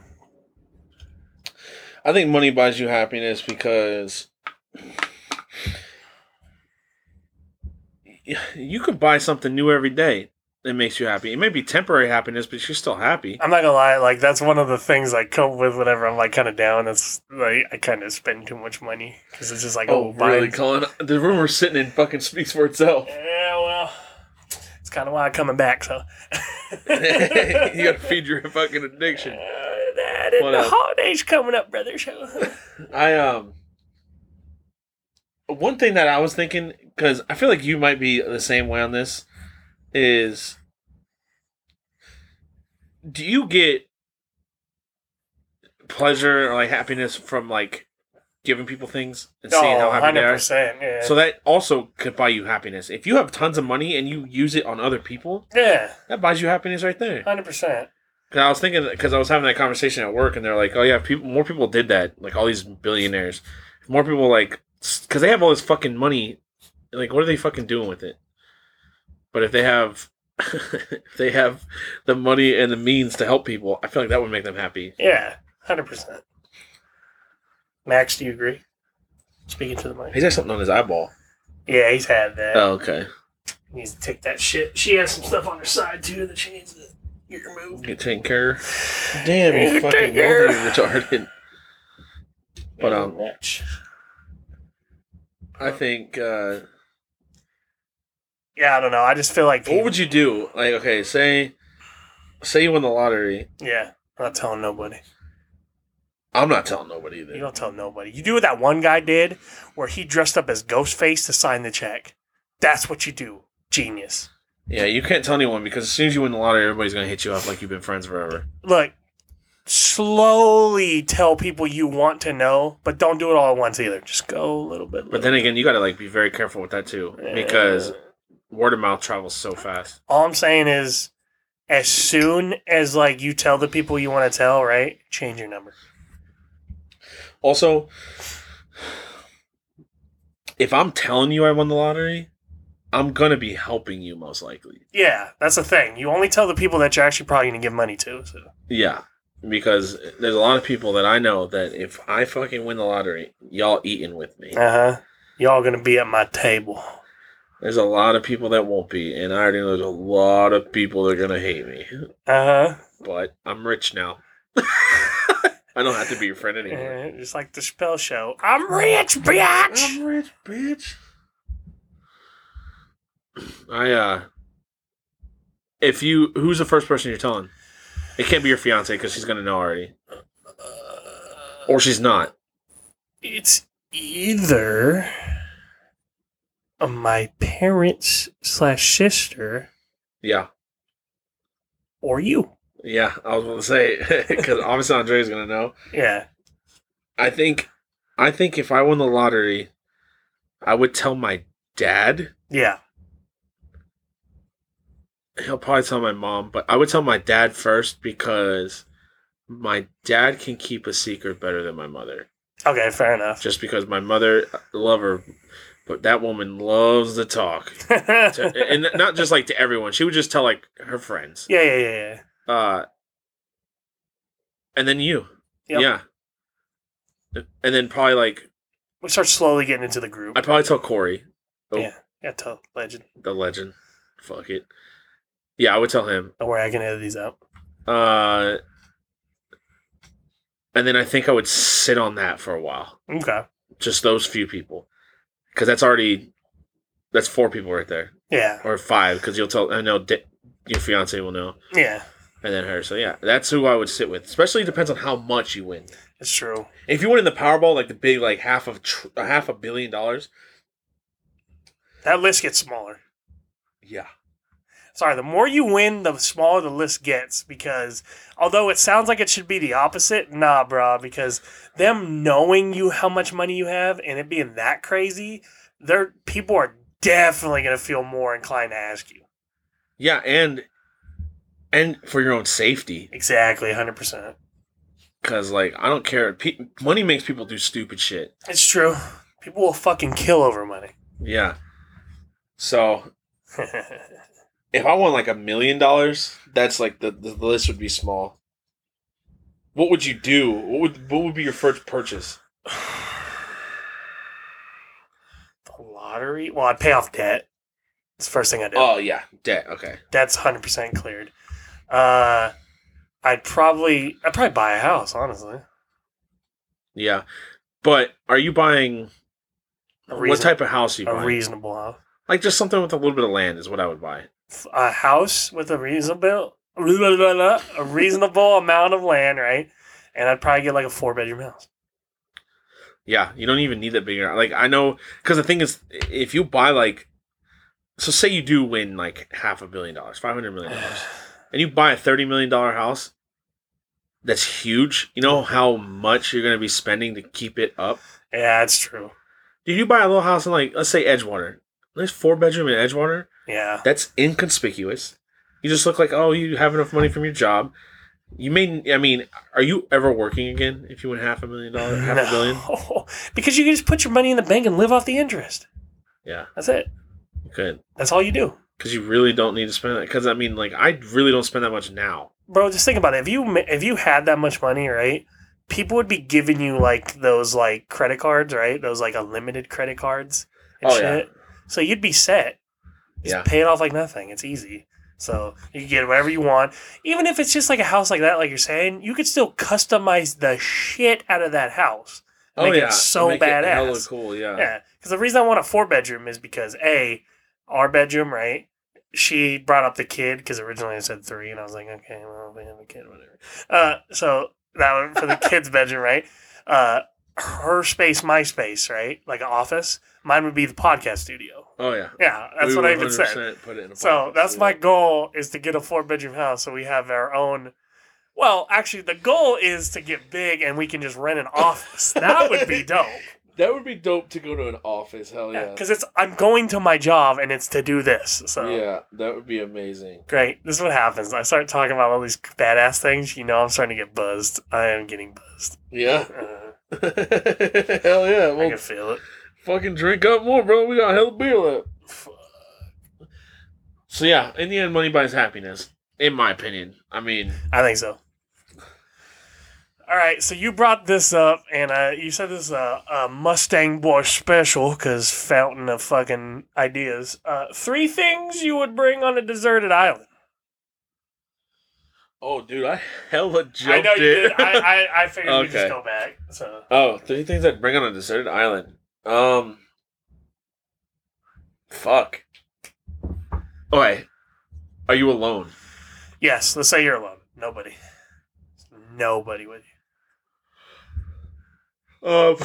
Speaker 3: I think money buys you happiness because you could buy something new every day that makes you happy. It may be temporary happiness, but you're still happy.
Speaker 2: I'm not gonna lie. Like that's one of the things I cope with whenever I'm like kind of down. It's like I kind of spend too much money because it's just like oh, buying-
Speaker 3: Colin? The room we're sitting in fucking speaks for itself.
Speaker 2: Yeah, well, it's kind of why I'm coming back. So.
Speaker 3: you gotta feed your fucking addiction.
Speaker 2: Uh, that and
Speaker 3: What
Speaker 2: the
Speaker 3: else?
Speaker 2: holidays coming up, brother. So.
Speaker 3: I um one thing that I was thinking cuz I feel like you might be the same way on this is do you get pleasure or like happiness from like giving people things and seeing how happy they are?
Speaker 2: 100%, Oh, Yeah.
Speaker 3: So that also could buy you happiness. If you have tons of money and you use it on other people,
Speaker 2: yeah,
Speaker 3: that buys you happiness right there.
Speaker 2: hundred percent.
Speaker 3: Cause I was thinking because I was having that conversation at work, and they're like, "Oh yeah, people, more people did that. Like all these billionaires, more people like because they have all this fucking money. Like, what are they fucking doing with it? But if they have, if they have the money and the means to help people, I feel like that would make them happy.
Speaker 2: Yeah, hundred percent. Max, do you agree? Speaking to the mic.
Speaker 3: He's got something on his eyeball.
Speaker 2: Yeah, he's had that.
Speaker 3: Oh okay,
Speaker 2: He needs to take that shit. She has some stuff on her side too that she needs to get removed.
Speaker 3: get taken care. of. Damn, you
Speaker 2: Get
Speaker 3: fucking
Speaker 2: taken care of.
Speaker 3: monkey retarded. But um,
Speaker 2: Match.
Speaker 3: I think. uh
Speaker 2: Yeah, I don't know. I just feel like.
Speaker 3: What would you do? Like, okay, say, say you win the lottery.
Speaker 2: Yeah, I'm not telling nobody.
Speaker 3: I'm not telling nobody
Speaker 2: You
Speaker 3: either.
Speaker 2: don't tell nobody. You do what that one guy did, where he dressed up as Ghostface to sign the check. That's what you do. Genius.
Speaker 3: Yeah, you can't tell anyone because as soon as you win the lottery, everybody's gonna hit you up like you've been friends forever.
Speaker 2: look, slowly tell people you want to know, but don't do it all at once either. Just go a little bit.
Speaker 3: But then again, you gotta like be very careful with that too because
Speaker 2: Uh,
Speaker 3: word of mouth travels so fast.
Speaker 2: all I'm saying is, as soon as like you tell the people you want to tell, right? Change your number.
Speaker 3: Also, if I'm telling you I won the lottery, I'm gonna be helping you most likely.
Speaker 2: Yeah, that's the thing. You only tell the people that you're actually probably going to give money to. So
Speaker 3: Yeah, because there's a lot of people that I know that if I fucking win the lottery, y'all eating with me.
Speaker 2: uh huh. Y'all going to be at my table.
Speaker 3: There's a lot of people that won't be, and I already know there's a lot of people that are gonna hate me. Uh-huh.
Speaker 2: Uh
Speaker 3: But I'm rich now. I don't have to be your friend
Speaker 2: huh.
Speaker 3: anymore.
Speaker 2: Just like the spell show. I'm rich, bitch.
Speaker 3: rich, bitch. I uh, if you, who's the first person you're telling? It can't be your fiance because she's gonna know already, or she's not.
Speaker 2: It's either my parents slash sister
Speaker 3: Yeah,
Speaker 2: or you.
Speaker 3: yeah. I was gonna say because obviously Andre's gonna know.
Speaker 2: Yeah.
Speaker 3: I think I think if I won the lottery, I would tell my dad.
Speaker 2: Yeah.
Speaker 3: He'll probably tell my mom, but I would tell my dad first because my dad can keep a secret better than my mother.
Speaker 2: Okay, fair enough.
Speaker 3: Just because my mother I love her, but that woman loves to talk. To,
Speaker 2: yeah,
Speaker 3: and not just like to everyone. She would just tell like her friends.
Speaker 2: yeah, yeah, yeah.
Speaker 3: Uh and then you.
Speaker 2: Yep.
Speaker 3: Yeah. And then probably like
Speaker 2: We start slowly getting into the group.
Speaker 3: I'd probably tell Corey.
Speaker 2: Yeah, tell legend.
Speaker 3: the legend. Fuck it. Yeah, I would tell him.
Speaker 2: Don't worry, I can edit these out.
Speaker 3: Uh, and then I think I would sit on that for a while,
Speaker 2: Okay.
Speaker 3: just those few people, because that's already that's four people right there
Speaker 2: Yeah.
Speaker 3: or five. Because you'll tell I know da- your fiance will know,
Speaker 2: Yeah.
Speaker 3: and then her. So yeah, that's who I would sit with. Especially depends on how much you win.
Speaker 2: It's true.
Speaker 3: If you win in the Powerball, like the big like half of tr- a half a billion dollars,
Speaker 2: That list gets smaller.
Speaker 3: yeah,
Speaker 2: Sorry, the more you win, the smaller the list gets because although it sounds like it should be the opposite, nah, brah, because them knowing you how much money you have and it being that crazy, they're people are definitely going to feel more inclined to ask you.
Speaker 3: yeah, and and for your own safety,
Speaker 2: Exactly, 100%.
Speaker 3: because like I don't care. Pe- money makes people do stupid shit.
Speaker 2: It's true. People will fucking kill over money.
Speaker 3: Yeah. So if I won like a million dollars, that's like the, the list would be small. What would you do? What would what would be your first purchase?
Speaker 2: the lottery? Well, I'd pay off debt. It's the first thing I do.
Speaker 3: Oh yeah, debt. Okay.
Speaker 2: That's 100% cleared. Uh, I'd probably I'd probably buy a house, honestly.
Speaker 3: Yeah, but are you buying
Speaker 2: A
Speaker 3: what
Speaker 2: reason-
Speaker 3: type of house are you
Speaker 2: a
Speaker 3: buying?
Speaker 2: reasonable house.
Speaker 3: like just something with a little bit of land is what I would buy.
Speaker 2: F- A house with a reasonable blah, blah, blah, blah, a reasonable amount of land, right? And I'd probably get like a four bedroom house.
Speaker 3: Yeah, you don't even need that bigger. Like I know, because the thing is, if you buy like, so say you do win like half a billion dollars, five hundred million dollars, and you buy a thirty million dollar house, that's huge. You know how much you're gonna be spending to keep it up.
Speaker 2: yeah, that's true.
Speaker 3: Did you buy a little house in like let's say Edgewater? There's four bedroom in Edgewater.
Speaker 2: Yeah.
Speaker 3: That's inconspicuous. You just look like oh you have enough money from your job. You may I mean, are you ever working again? If you win half a million dollars, half a
Speaker 2: No.
Speaker 3: billion,
Speaker 2: because you can just put your money in the bank and live off the interest.
Speaker 3: yeah,
Speaker 2: That's it.
Speaker 3: you could.
Speaker 2: That's all you do.
Speaker 3: because you really don't need to spend it. Because I mean, like, I really don't spend that much now.
Speaker 2: bro just think about it if you ma- if you had that much money right people would be giving you like those like credit cards right those like unlimited credit cards and
Speaker 3: Oh, yeah.
Speaker 2: shit so you'd be set just
Speaker 3: Yeah.
Speaker 2: pay it off like nothing it's easy so you can get whatever you want even if it's just like a house like that like you're saying you could still customize the shit out of that house
Speaker 3: Oh,
Speaker 2: Make it so badass.
Speaker 3: hella cool, yeah.
Speaker 2: yeah because the reason i want a four bedroom is because a our bedroom right she brought up the kid because originally I said three, and I was like, okay, well, we have a kid, whatever. Uh, so that one for the kids' bedroom, right? Uh, her space, my space, right? Like an office. Mine would be the podcast studio.
Speaker 3: Oh yeah,
Speaker 2: Yeah, that's
Speaker 3: We
Speaker 2: what I even said.
Speaker 3: 100% Put it in a
Speaker 2: So
Speaker 3: podcast,
Speaker 2: that's
Speaker 3: yeah.
Speaker 2: my goal is to get a four bedroom house, so we have our own. Well, actually, the goal is to get big, and we can just rent an office. that would be dope.
Speaker 3: That would be dope to go to an office. Hell yeah,
Speaker 2: Because it's I'm going to my job, and it's to do this. So
Speaker 3: yeah, that would be amazing.
Speaker 2: Great. This is what happens. I start talking about all these badass things. You know, I'm starting to get buzzed. I am getting buzzed.
Speaker 3: Yeah,
Speaker 2: Uh,
Speaker 3: hell yeah.
Speaker 2: I
Speaker 3: Well,
Speaker 2: can feel it.
Speaker 3: fucking drink up more, bro. We got hell of beer left. So yeah, in the end, money buys happiness, in my opinion. I mean,
Speaker 2: I think so. All right. So you brought this up, and uh, you said this is a, a Mustang Boy special because fountain of fucking ideas. Uh, three things you would bring on a deserted island.
Speaker 3: oh dude, I hella jumped
Speaker 2: I know you
Speaker 3: it.
Speaker 2: did. I, I, I figured we'd just
Speaker 3: Okay.
Speaker 2: go back. So
Speaker 3: Oh, three things I'd bring on a deserted island. Um, fuck. Okay, are you alone?
Speaker 2: yes, let's say you're alone. Nobody. Nobody with you. Um,
Speaker 3: Uh,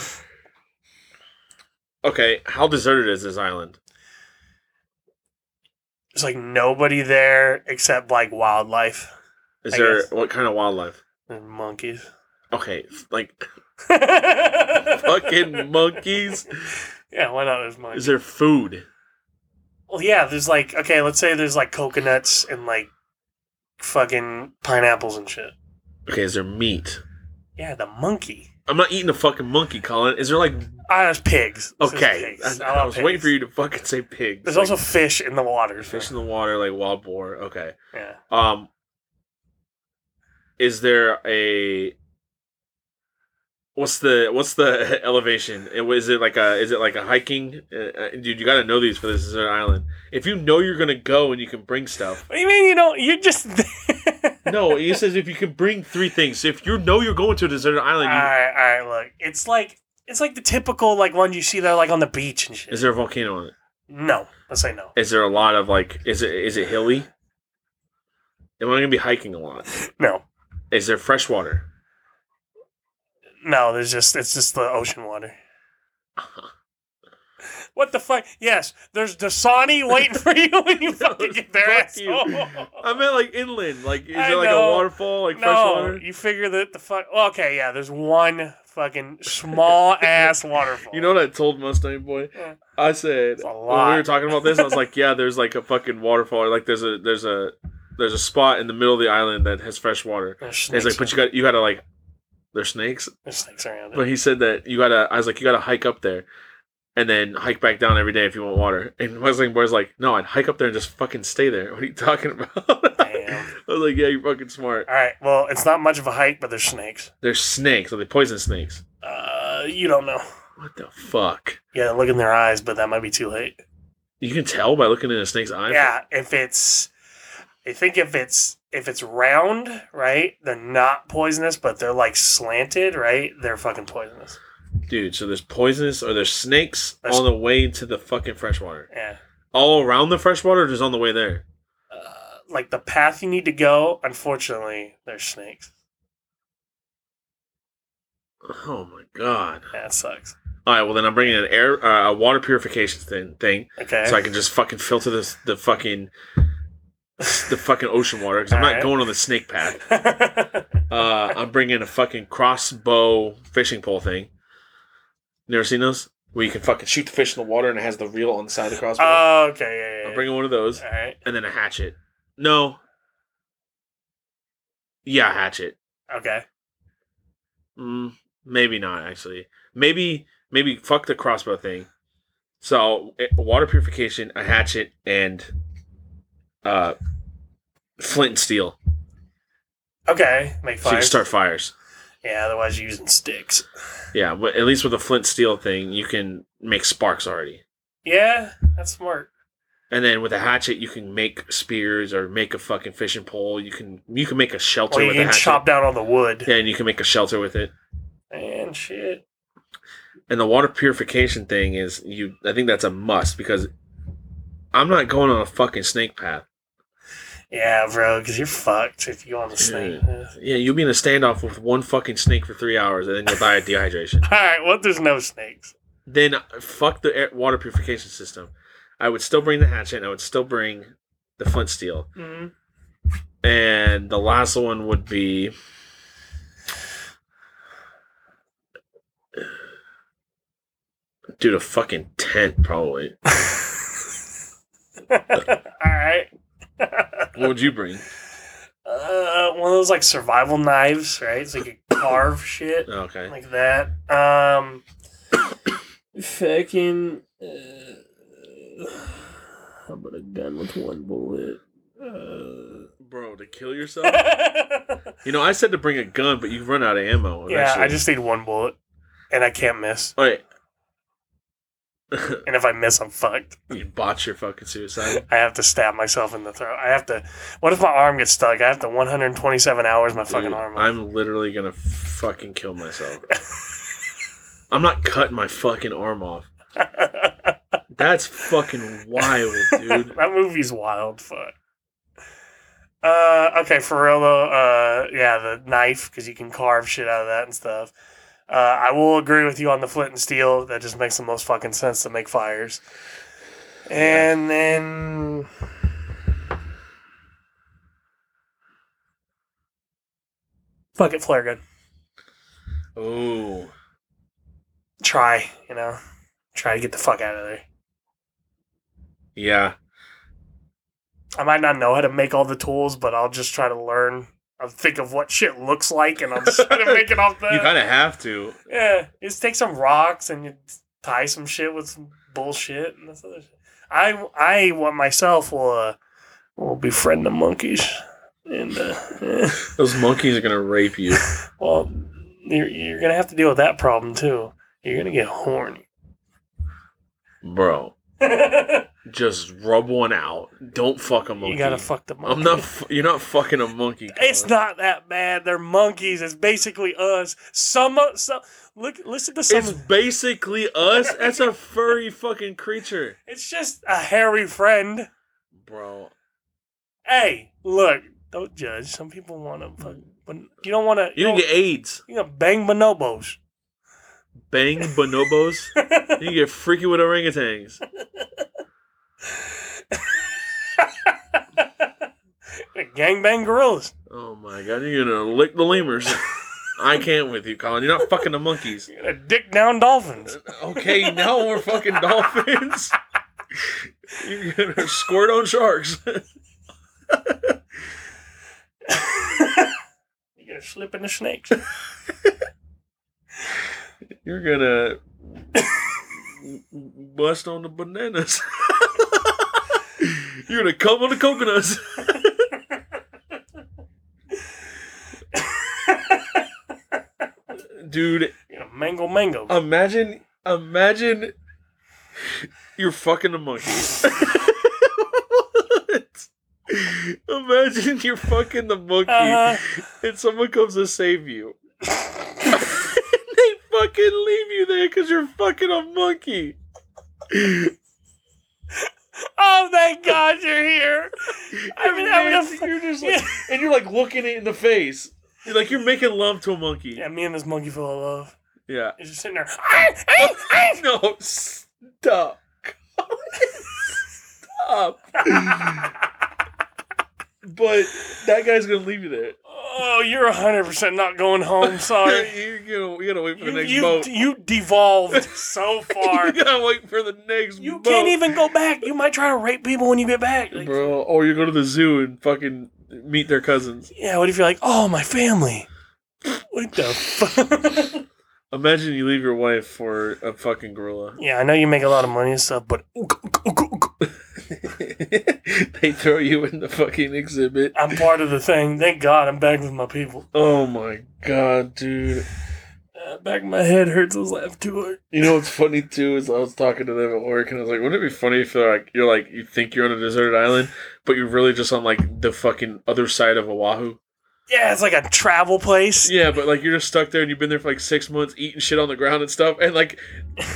Speaker 3: okay. How deserted is this island?
Speaker 2: There's like nobody there except like wildlife.
Speaker 3: Is
Speaker 2: I
Speaker 3: there
Speaker 2: guess.
Speaker 3: what kind of wildlife?
Speaker 2: And monkeys.
Speaker 3: Okay, like
Speaker 2: Fucking
Speaker 3: fucking monkeys.
Speaker 2: Yeah, why not? There's
Speaker 3: Is
Speaker 2: monkeys.
Speaker 3: there food?
Speaker 2: Well, yeah, there's like okay, let's say there's like coconuts and like fucking pineapples and shit.
Speaker 3: Okay, is there meat?
Speaker 2: Yeah, the monkey.
Speaker 3: I'm not eating a fucking monkey, Colin. Is there like
Speaker 2: Ah, there's pigs. This is
Speaker 3: okay?
Speaker 2: pigs.
Speaker 3: I,
Speaker 2: I
Speaker 3: I
Speaker 2: love
Speaker 3: was
Speaker 2: pigs.
Speaker 3: waiting for you to fucking say pig.
Speaker 2: There's
Speaker 3: Like,
Speaker 2: also fish in the water.
Speaker 3: fish in the water, like wild boar. Okay.
Speaker 2: Yeah.
Speaker 3: Um, is there a what's the what's the elevation? It- Is it like a is it like a hiking? Uh, uh, dude, you got to know these for this desert island. If you know you're gonna go and you can bring stuff.
Speaker 2: What do you mean you don't? You're just.
Speaker 3: No, he says if you can bring three things. If you know you're going to a deserted
Speaker 2: all
Speaker 3: island, you,
Speaker 2: right, all right. Look, it's like it's like the typical like ones you see there like on the beach and shit.
Speaker 3: is there a volcano on it?
Speaker 2: no, let's say no.
Speaker 3: Is there a lot of like? Is it is it hilly? Am I going to be hiking a lot?
Speaker 2: No,
Speaker 3: Is there fresh water?
Speaker 2: no. There's just it's just the ocean water. What the fuck? Yes, there's Dasani waiting for you when you fucking get there.
Speaker 3: Fuck
Speaker 2: asshole.
Speaker 3: you. I meant like inland. Like is
Speaker 2: I
Speaker 3: there like
Speaker 2: know.
Speaker 3: a waterfall, like fresh
Speaker 2: no,
Speaker 3: water?
Speaker 2: you figure that the fuck. well, okay, yeah. There's one fucking small ass waterfall.
Speaker 3: You know what I told Mustang Boy?
Speaker 2: Yeah.
Speaker 3: I said
Speaker 2: It's a
Speaker 3: when we were
Speaker 2: lot.
Speaker 3: talking about this, I was like, yeah, there's like a fucking waterfall. Like there's a there's a there's a spot in the middle of the island that has fresh water.
Speaker 2: There's
Speaker 3: And
Speaker 2: snakes,
Speaker 3: he's like, but you got you got to like there's snakes.
Speaker 2: there's snakes around it.
Speaker 3: But he said that you gotta. I was like, you gotta hike up there, and then hike back down every day if you want water. And Mustang Boy's like, no, I'd hike up there and just fucking stay there. What are you talking about? I
Speaker 2: Damn.
Speaker 3: was like, yeah, you're fucking smart.
Speaker 2: All right. Well, it's not much of a hike, but there's snakes.
Speaker 3: There's snakes. Are they poison snakes?
Speaker 2: Uh, you don't know.
Speaker 3: What the fuck?
Speaker 2: Yeah, look in their eyes, but that might be too late.
Speaker 3: You can tell by looking in a snake's eye.
Speaker 2: yeah, if it's, I think if it's if it's round, right, they're not poisonous, but they're like slanted, right? They're fucking poisonous.
Speaker 3: dude. So there's poisonous or there's snakes
Speaker 2: There's-
Speaker 3: on the way to the fucking freshwater.
Speaker 2: Yeah.
Speaker 3: All around the freshwater, or just on the way there.
Speaker 2: Uh, like the path you need to go, unfortunately, there's snakes.
Speaker 3: Oh my god.
Speaker 2: That sucks.
Speaker 3: All right, well then I'm bringing an air, uh, a water purification thing, thing
Speaker 2: Okay.
Speaker 3: so I can just fucking filter this the fucking the fucking ocean water because I'm not
Speaker 2: Alright.
Speaker 3: going on the snake path. Uh, I'm bringing a fucking crossbow fishing pole thing. You never seen those where you can fucking shoot the fish in the water and it has the reel on the side of the crossbow.
Speaker 2: oh, okay. Yeah. yeah,
Speaker 3: I'm bringing one of those
Speaker 2: yeah. All right.
Speaker 3: and then a hatchet. No. Yeah, hatchet.
Speaker 2: Okay.
Speaker 3: Mm, maybe not actually. Maybe maybe fuck the crossbow thing. So eh, water purification, a hatchet, and uh, flint and steel.
Speaker 2: Okay. Make
Speaker 3: So you
Speaker 2: fire.
Speaker 3: can start fires.
Speaker 2: yeah. Otherwise, you're using sticks.
Speaker 3: Yeah, but at least with the flint and steel thing, you can make sparks already.
Speaker 2: Yeah, that's smart.
Speaker 3: And then with a hatchet, you can make spears or make a fucking fishing pole. You can you can make a shelter
Speaker 2: Or Oh, you
Speaker 3: with a
Speaker 2: can
Speaker 3: hatchet.
Speaker 2: chop down all the wood
Speaker 3: Yeah, and you can make a shelter with it.
Speaker 2: and shit.
Speaker 3: and the water purification thing is you i think that's a must because i'm not going on a fucking snake path
Speaker 2: Yeah, bro, because you're fucked if you go on the snake.
Speaker 3: yeah you'll be in a standoff with one fucking snake for three hours and then you'll die of dehydration
Speaker 2: All right, well, there's no snakes.
Speaker 3: then uh, fuck the air, water purification system i would still bring the hatchet and i would still bring the flint steel
Speaker 2: Mm.
Speaker 3: and the last one would be dude a fucking tent probably
Speaker 2: All right.
Speaker 3: what would you bring
Speaker 2: Uh, one of those like survival knives, right? So you could carve shit
Speaker 3: okay
Speaker 2: like that. Um, fucking. Uh, how about a gun with one bullet? Uh...
Speaker 3: Bro, to kill yourself? you know, I said to bring a gun, but you run out of ammo. Oh,
Speaker 2: yeah,
Speaker 3: eventually.
Speaker 2: I just need one bullet, and I can't miss.
Speaker 3: All right.
Speaker 2: And if I miss, I'm fucked.
Speaker 3: you botch your fucking suicide.
Speaker 2: I have to stab myself in the throat. I have to. What if my arm gets stuck? I have to 127 hours my fucking
Speaker 3: Dude,
Speaker 2: arm. off.
Speaker 3: I'm literally gonna fucking kill myself. I'm not cutting my fucking arm off. That's fucking wild, dude.
Speaker 2: that movie's wild. Fuck. Uh, okay, for real though. Uh, yeah, the knife because you can carve shit out of that and stuff. Uh, I will agree with you on the flint and steel. That just makes the most fucking sense to make fires. And then fuck it, flare gun.
Speaker 3: Oh,
Speaker 2: try, you know, try to get the fuck out of there.
Speaker 3: yeah.
Speaker 2: I might not know how to make all the tools, but I'll just try to learn. I'll think of what shit looks like, and I'll just try to make it off that.
Speaker 3: You kind of have to.
Speaker 2: yeah, you just take some rocks and you tie some shit with some bullshit and this other shit. I I want myself will uh, will befriend the monkeys, and uh, eh,
Speaker 3: Those monkeys are gonna rape you.
Speaker 2: well, you're you're gonna have to deal with that problem too. You're gonna get horny.
Speaker 3: Bro,
Speaker 2: you
Speaker 3: just rub one out. Don't fuck a monkey.
Speaker 2: gotta fuck the monkey.
Speaker 3: I'm not. F- you're not fucking a monkey.
Speaker 2: It's
Speaker 3: Colin.
Speaker 2: not that bad. They're monkeys. It's basically us. Some, some look, listen to some.
Speaker 3: It's
Speaker 2: It's,
Speaker 3: basically us. That's a furry fucking creature,
Speaker 2: just a hairy friend.
Speaker 3: bro.
Speaker 2: Hey, look, Don't judge. Some people want to, but, but you don't want to.
Speaker 3: Mm. You didn't get AIDS.
Speaker 2: you know, bang bonobos.
Speaker 3: Bang bonobos. you can get freaky with orangutans.
Speaker 2: Gang bang gorillas.
Speaker 3: Oh my god, you're gonna lick the lemurs. I can't with you, Colin. You're not fucking the monkeys.
Speaker 2: You're gonna dick down dolphins.
Speaker 3: Okay, now we're fucking dolphins. You're gonna squirt on sharks.
Speaker 2: You're gonna slip into snakes.
Speaker 3: You're gonna bust on the bananas. You're gonna come on the coconuts. Dude,
Speaker 2: You're gonna mangle mango.
Speaker 3: imagine imagine you're fucking a monkey. What? Imagine you're fucking the monkey
Speaker 2: Uh-huh.
Speaker 3: and someone comes to save you. they fucking leave you there because you're fucking a monkey.
Speaker 2: Oh, thank God you're here. I mean, I mean,
Speaker 3: Imagine
Speaker 2: I'm-
Speaker 3: you're just like, and you're like looking it in the face. You're like you're making love to a monkey.
Speaker 2: Yeah, me and this monkey full of love.
Speaker 3: Yeah.
Speaker 2: He's just sitting there. "Ah, ah, ah."
Speaker 3: No, stop. stop. but that guy's gonna leave you there.
Speaker 2: oh, you're 100% not going home. Sorry.
Speaker 3: you, you, know, you gotta wait for the
Speaker 2: You,
Speaker 3: next
Speaker 2: you,
Speaker 3: boat.
Speaker 2: you devolved so far.
Speaker 3: You gotta wait for the next
Speaker 2: You
Speaker 3: boat.
Speaker 2: can't even go back. You might try to rape people when you get back. Like,
Speaker 3: Bro, or you go to the zoo and fucking meet their cousins.
Speaker 2: yeah, what if you're like, oh, my family? What the fuck?
Speaker 3: Imagine you leave your wife for a fucking gorilla.
Speaker 2: yeah, I know you make a lot of money and stuff, but
Speaker 3: they throw you in the fucking exhibit.
Speaker 2: I'm part of the thing. Thank God I'm back with my people.
Speaker 3: Oh my god, dude.
Speaker 2: Uh, back of my head hurts. I was laughing too hard.
Speaker 3: You know what's funny too is I was talking to them at work and I was like, wouldn't it be funny if they're like you're like you think you're on a deserted island, but you're really just on like the fucking other side of Oahu.
Speaker 2: Yeah, it's like a travel place.
Speaker 3: Yeah, but like you're just stuck there and you've been there for like six months eating shit on the ground and stuff, and like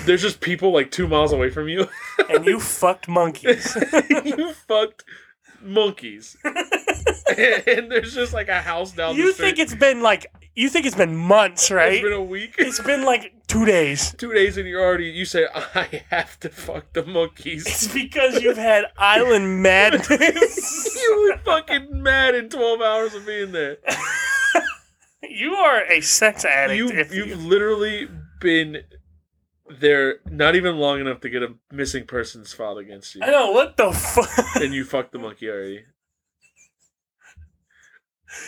Speaker 3: there's just people like two miles away from you.
Speaker 2: and you fucked monkeys.
Speaker 3: you fucked monkeys. and there's just like a house down
Speaker 2: you
Speaker 3: the street.
Speaker 2: think it's been like you think it's been months, right?
Speaker 3: it's been a week.
Speaker 2: It's been like two days.
Speaker 3: two days and you're already you say I have to fuck the monkeys.
Speaker 2: It's because you've had island madness.
Speaker 3: you were fucking mad in twelve hours of being there.
Speaker 2: you are a sex addict.
Speaker 3: You
Speaker 2: if
Speaker 3: you've literally been there not even long enough to get a missing person's filed against you.
Speaker 2: I know what the fuck.
Speaker 3: And you fucked the monkey already.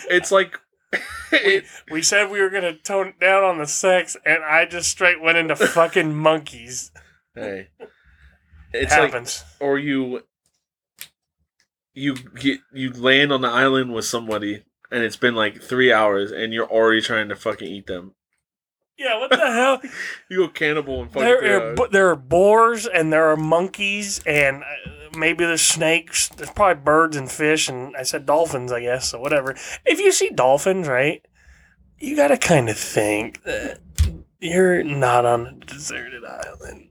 Speaker 3: It's like it,
Speaker 2: We said we were gonna tone it down on the sex, and I just straight went into fucking monkeys.
Speaker 3: hey.
Speaker 2: It
Speaker 3: It's like
Speaker 2: happens.
Speaker 3: or you you get you land on the island with somebody and it's been like three hours and you're already trying to fucking eat them.
Speaker 2: yeah, what the hell?
Speaker 3: You go cannibal and fucking three
Speaker 2: There are
Speaker 3: hours.
Speaker 2: bo- there are boars and there are monkeys and uh, maybe there's snakes. There's probably birds and fish and I said dolphins, I guess. So whatever. If you see dolphins, right, you gotta kind of think that you're not on a deserted island.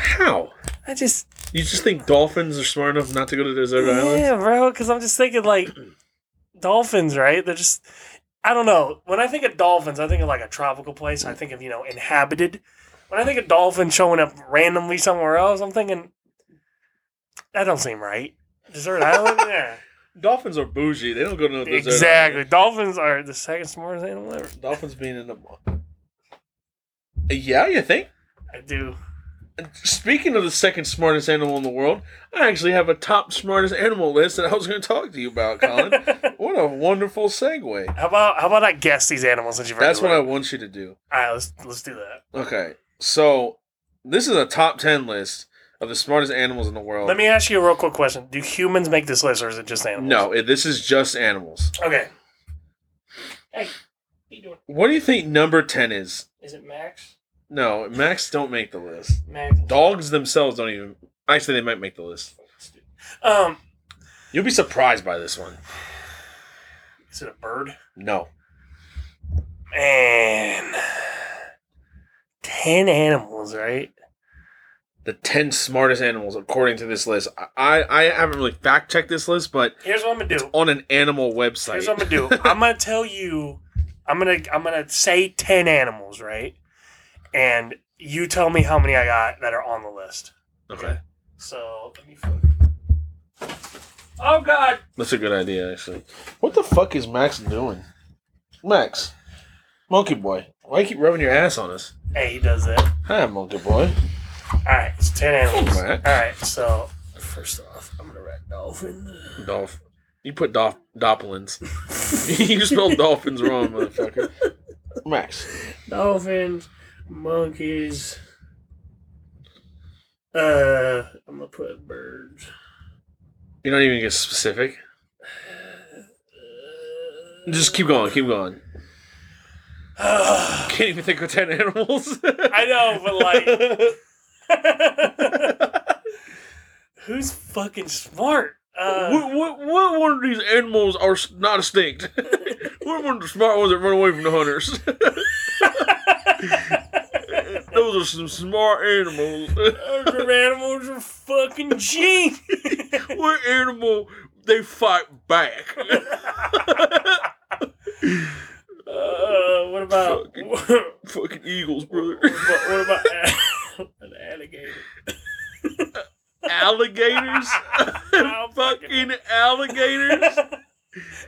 Speaker 3: How?
Speaker 2: I just
Speaker 3: You just think dolphins are smart enough not to go to deserted islands?
Speaker 2: yeah, bro. Because I'm just thinking like dolphins, right? They're just I don't know. When I think of dolphins, I think of like a tropical place. I think of you know inhabited. When I think of dolphins showing up randomly somewhere else, I'm thinking that don't seem right. Desert island, yeah,
Speaker 3: Dolphins are bougie. They don't go to no deserted
Speaker 2: exactly.
Speaker 3: island.
Speaker 2: Dolphins are the second smartest animal ever.
Speaker 3: Dolphins being in the. Yeah, you think?
Speaker 2: I do.
Speaker 3: Speaking of the second smartest animal in the world, I actually have a top smartest animal list that I was going to talk to you about, Colin. what a wonderful segue.
Speaker 2: How about how about I guess these animals that you've already
Speaker 3: That's what I
Speaker 2: learned?
Speaker 3: want you to do.
Speaker 2: All right, let's let's do that.
Speaker 3: Okay, so this is a top ten list of the smartest animals in the world.
Speaker 2: Let me ask you a real quick question: Do humans make this list, or is it just animals?
Speaker 3: No, it, this is just animals.
Speaker 2: Okay. Hey, you doing?
Speaker 3: What do you think number ten is?
Speaker 2: Is it Max?
Speaker 3: No, Max don't make the list.
Speaker 2: Max.
Speaker 3: Dogs themselves don't even. Actually, they might make the list.
Speaker 2: Um,
Speaker 3: You'll be surprised by this one.
Speaker 2: is it a bird?
Speaker 3: No,
Speaker 2: Man, ten animals, right?
Speaker 3: the 10 smartest animals according to this list. I, I haven't really fact checked this list, but
Speaker 2: Here's what I'm gonna do.
Speaker 3: on an animal website.
Speaker 2: Here's what I'm gonna do. I'm gonna tell you. I'm gonna I'm gonna say ten animals, right? And you tell me how many I got that are on the list.
Speaker 3: okay.
Speaker 2: So let me. flip. Oh God!
Speaker 3: That's a good idea, actually. What the fuck is Max doing? Max, monkey boy, why you keep rubbing your ass on us?
Speaker 2: Hey, he does it.
Speaker 3: Hi, monkey boy.
Speaker 2: All right, it's ten animals. All
Speaker 3: Alright.
Speaker 2: right, so first off, I'm gonna write dolphin.
Speaker 3: Dolph. You put Dolph Doppelins. you spelled dolphins wrong, motherfucker. Max.
Speaker 2: Dolphins, monkeys. Uh, I'm gonna put birds.
Speaker 3: You don't even get specific. Just keep going, keep going.
Speaker 2: I
Speaker 3: Can't even think of ten animals.
Speaker 2: know, but like. Who's fucking smart? Uh,
Speaker 3: what, what, what one of these animals are s- not extinct? what one of the smart ones that run away from the hunters? Those are some smart animals.
Speaker 2: other animals are fucking genius.
Speaker 3: what animal they fight back?
Speaker 2: Uh, what about
Speaker 3: Fucking-
Speaker 2: what,
Speaker 3: Fucking eagles, brother.
Speaker 2: what about a- an alligator?
Speaker 3: Alligators?
Speaker 2: Oh,
Speaker 3: fucking alligators?
Speaker 2: This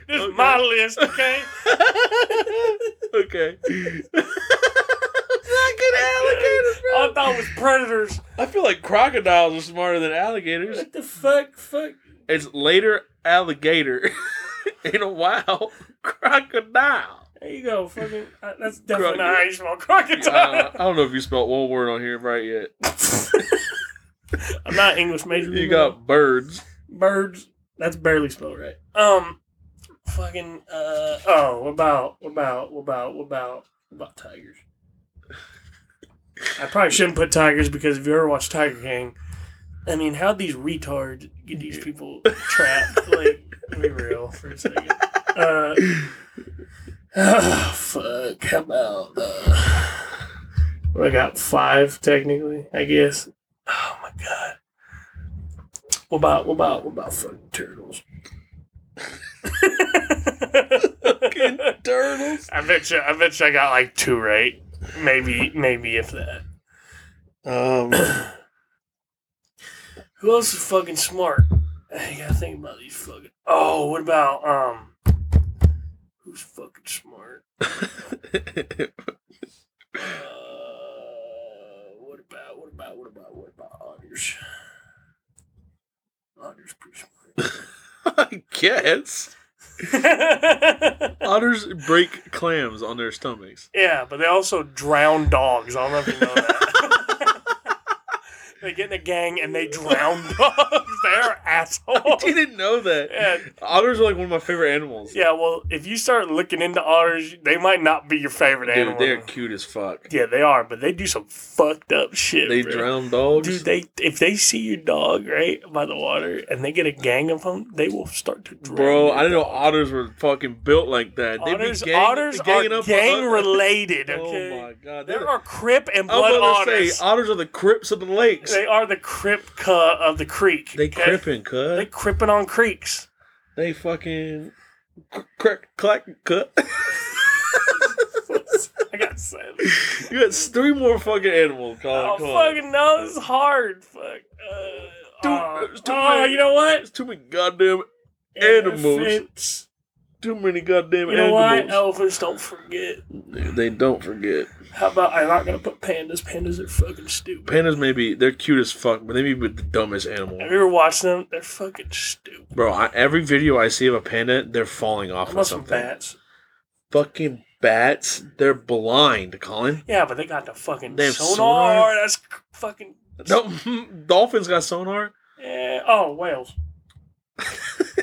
Speaker 2: is
Speaker 3: Okay.
Speaker 2: my list, okay?
Speaker 3: okay. fucking alligators,
Speaker 2: All I thought was predators.
Speaker 3: I feel like crocodiles are smarter than alligators.
Speaker 2: What the fuck? Fuck.
Speaker 3: It's later alligator. In a while, crocodile.
Speaker 2: There you go. Fucking. Uh, that's definitely
Speaker 3: Crocodile.
Speaker 2: not how you spell crocodile.
Speaker 3: Uh, I don't know if you spelled one word on here right yet.
Speaker 2: I'm not English major.
Speaker 3: You got birds.
Speaker 2: birds. That's barely spelled right. Um, fucking. Uh, oh, what about what about what about what about what about tigers? I probably shouldn't put tigers because if you ever watch Tiger King, I mean, how'd these retards get these people trapped? Like, be real for a second. Uh, fuck. How about uh, what I got? Five technically, I guess. Oh my god. What about what about what about fucking turtles?
Speaker 3: Fucking turtles.
Speaker 2: I bet you I bet you I got like two right. Maybe maybe if that.
Speaker 3: Um,
Speaker 2: Who else is fucking smart? I gotta think about these fucking Oh, what about um who's fucking smart? Uh, what about what about what about what about otters? Otters pretty
Speaker 3: I guess.
Speaker 2: smart.
Speaker 3: Otters break clams on their stomachs.
Speaker 2: Yeah, but they also drown dogs. I don't know if you know that. they get in a gang and they drown dogs. They're
Speaker 3: I
Speaker 2: assholes.
Speaker 3: didn't know that.
Speaker 2: Yeah.
Speaker 3: Otters are like one of my favorite animals.
Speaker 2: yeah, well, if you start looking into otters, they might not be your favorite
Speaker 3: Dude,
Speaker 2: animal.
Speaker 3: they're cute as fuck.
Speaker 2: yeah, they are, but they do some fucked up shit.
Speaker 3: They
Speaker 2: bro.
Speaker 3: drown dogs.
Speaker 2: Dude, they if they see your dog right by the water and they get a gang of them, they will start to drown.
Speaker 3: Bro,
Speaker 2: your
Speaker 3: I didn't know
Speaker 2: dog.
Speaker 3: otters were fucking built like that. They'd
Speaker 2: Otters,
Speaker 3: be gang,
Speaker 2: otters
Speaker 3: ganging
Speaker 2: are
Speaker 3: up
Speaker 2: gang
Speaker 3: on,
Speaker 2: related.
Speaker 3: Oh
Speaker 2: Okay,
Speaker 3: my god, they're.
Speaker 2: there are crip and
Speaker 3: I was
Speaker 2: blood
Speaker 3: about to
Speaker 2: otters.
Speaker 3: say otters are the crips of the lakes.
Speaker 2: They are the crip cu- of the creek.
Speaker 3: They,
Speaker 2: okay?
Speaker 3: crippin',
Speaker 2: They
Speaker 3: cuz.
Speaker 2: cripping on creeks.
Speaker 3: They, fucking crack clack cut.
Speaker 2: I got say
Speaker 3: you got three more fucking animals. Colin.
Speaker 2: Oh
Speaker 3: come on.
Speaker 2: fucking no, this is hard. Fuck. Uh,
Speaker 3: Dude,
Speaker 2: aw.
Speaker 3: it's too
Speaker 2: Aw,
Speaker 3: many.
Speaker 2: you know what?
Speaker 3: It's too many goddamn Animals.
Speaker 2: Elephants.
Speaker 3: too many goddamn
Speaker 2: You know what? Oh.
Speaker 3: animals.
Speaker 2: Elephants don't forget.
Speaker 3: They don't forget.
Speaker 2: How about I'm not gonna put pandas. Pandas are fucking stupid.
Speaker 3: Pandas may be they're cute as fuck, but they may be the dumbest animal.
Speaker 2: Have you ever watched them? They're fucking stupid.
Speaker 3: Bro, I, every video I see of a panda, they're falling off of
Speaker 2: Unless some
Speaker 3: something.
Speaker 2: bats.
Speaker 3: Fucking bats, they're blind, Colin.
Speaker 2: Yeah, but they got the fucking
Speaker 3: They have
Speaker 2: sonar.
Speaker 3: sonar?
Speaker 2: That's c- fucking.
Speaker 3: No, dolphins got sonar.
Speaker 2: Yeah. Oh, whales.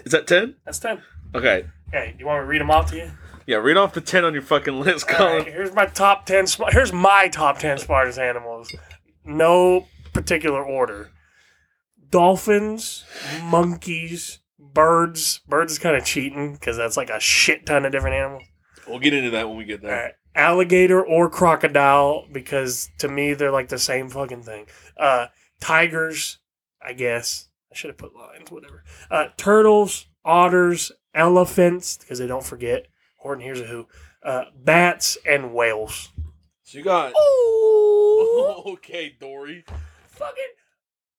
Speaker 3: Is that ten?
Speaker 2: That's ten.
Speaker 3: Okay,
Speaker 2: Hey, do you want me to read them off to you?
Speaker 3: yeah, read off the ten on your fucking list,
Speaker 2: All right,
Speaker 3: Colin.
Speaker 2: here's my top ten. sm- Here's my top ten smartest animals. No particular order. Dolphins, monkeys, birds. Birds is kind of cheating because that's like a shit ton of different animals.
Speaker 3: We'll get into that when we get
Speaker 2: All
Speaker 3: there.
Speaker 2: right. Alligator or crocodile because to me they're like the same fucking thing. Uh, tigers, I guess. I should have put lions, whatever. Uh, turtles, otters, elephants, because they don't forget. Horton, here's a who. Uh, bats and whales.
Speaker 3: So you got
Speaker 2: Oh,
Speaker 3: okay, Dory.
Speaker 2: fucking.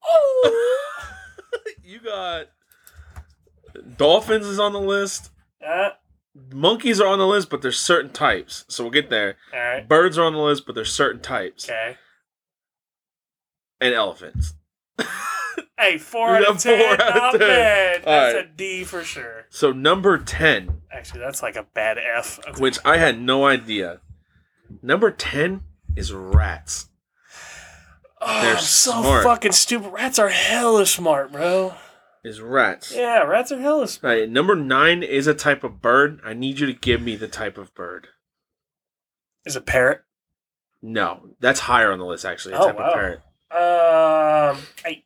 Speaker 2: Oh.
Speaker 3: You got dolphins is on the list.
Speaker 2: Uh,
Speaker 3: Monkeys are on the list, but there's certain types. So we'll get there.
Speaker 2: all right.
Speaker 3: Birds are on the list, but there's certain types.
Speaker 2: Okay.
Speaker 3: And elephants.
Speaker 2: Hey, four
Speaker 3: You
Speaker 2: out
Speaker 3: got
Speaker 2: of
Speaker 3: four
Speaker 2: ten.
Speaker 3: out of
Speaker 2: not
Speaker 3: 10.
Speaker 2: bad.
Speaker 3: All
Speaker 2: That's
Speaker 3: right.
Speaker 2: a D for sure.
Speaker 3: So number ten,
Speaker 2: Actually, that's like a bad F. Okay.
Speaker 3: which I had no idea. Number ten is rats.
Speaker 2: Oh,
Speaker 3: They're
Speaker 2: I'm so
Speaker 3: smart.
Speaker 2: fucking stupid. Rats are hella smart, bro.
Speaker 3: Is rats.
Speaker 2: Yeah, rats are hella smart.
Speaker 3: All right, number nine is a type of bird. I need you to give me the type of bird.
Speaker 2: Is a parrot?
Speaker 3: No, that's higher on the list actually. A
Speaker 2: Oh,
Speaker 3: type
Speaker 2: wow.
Speaker 3: of parrot.
Speaker 2: Um, hey,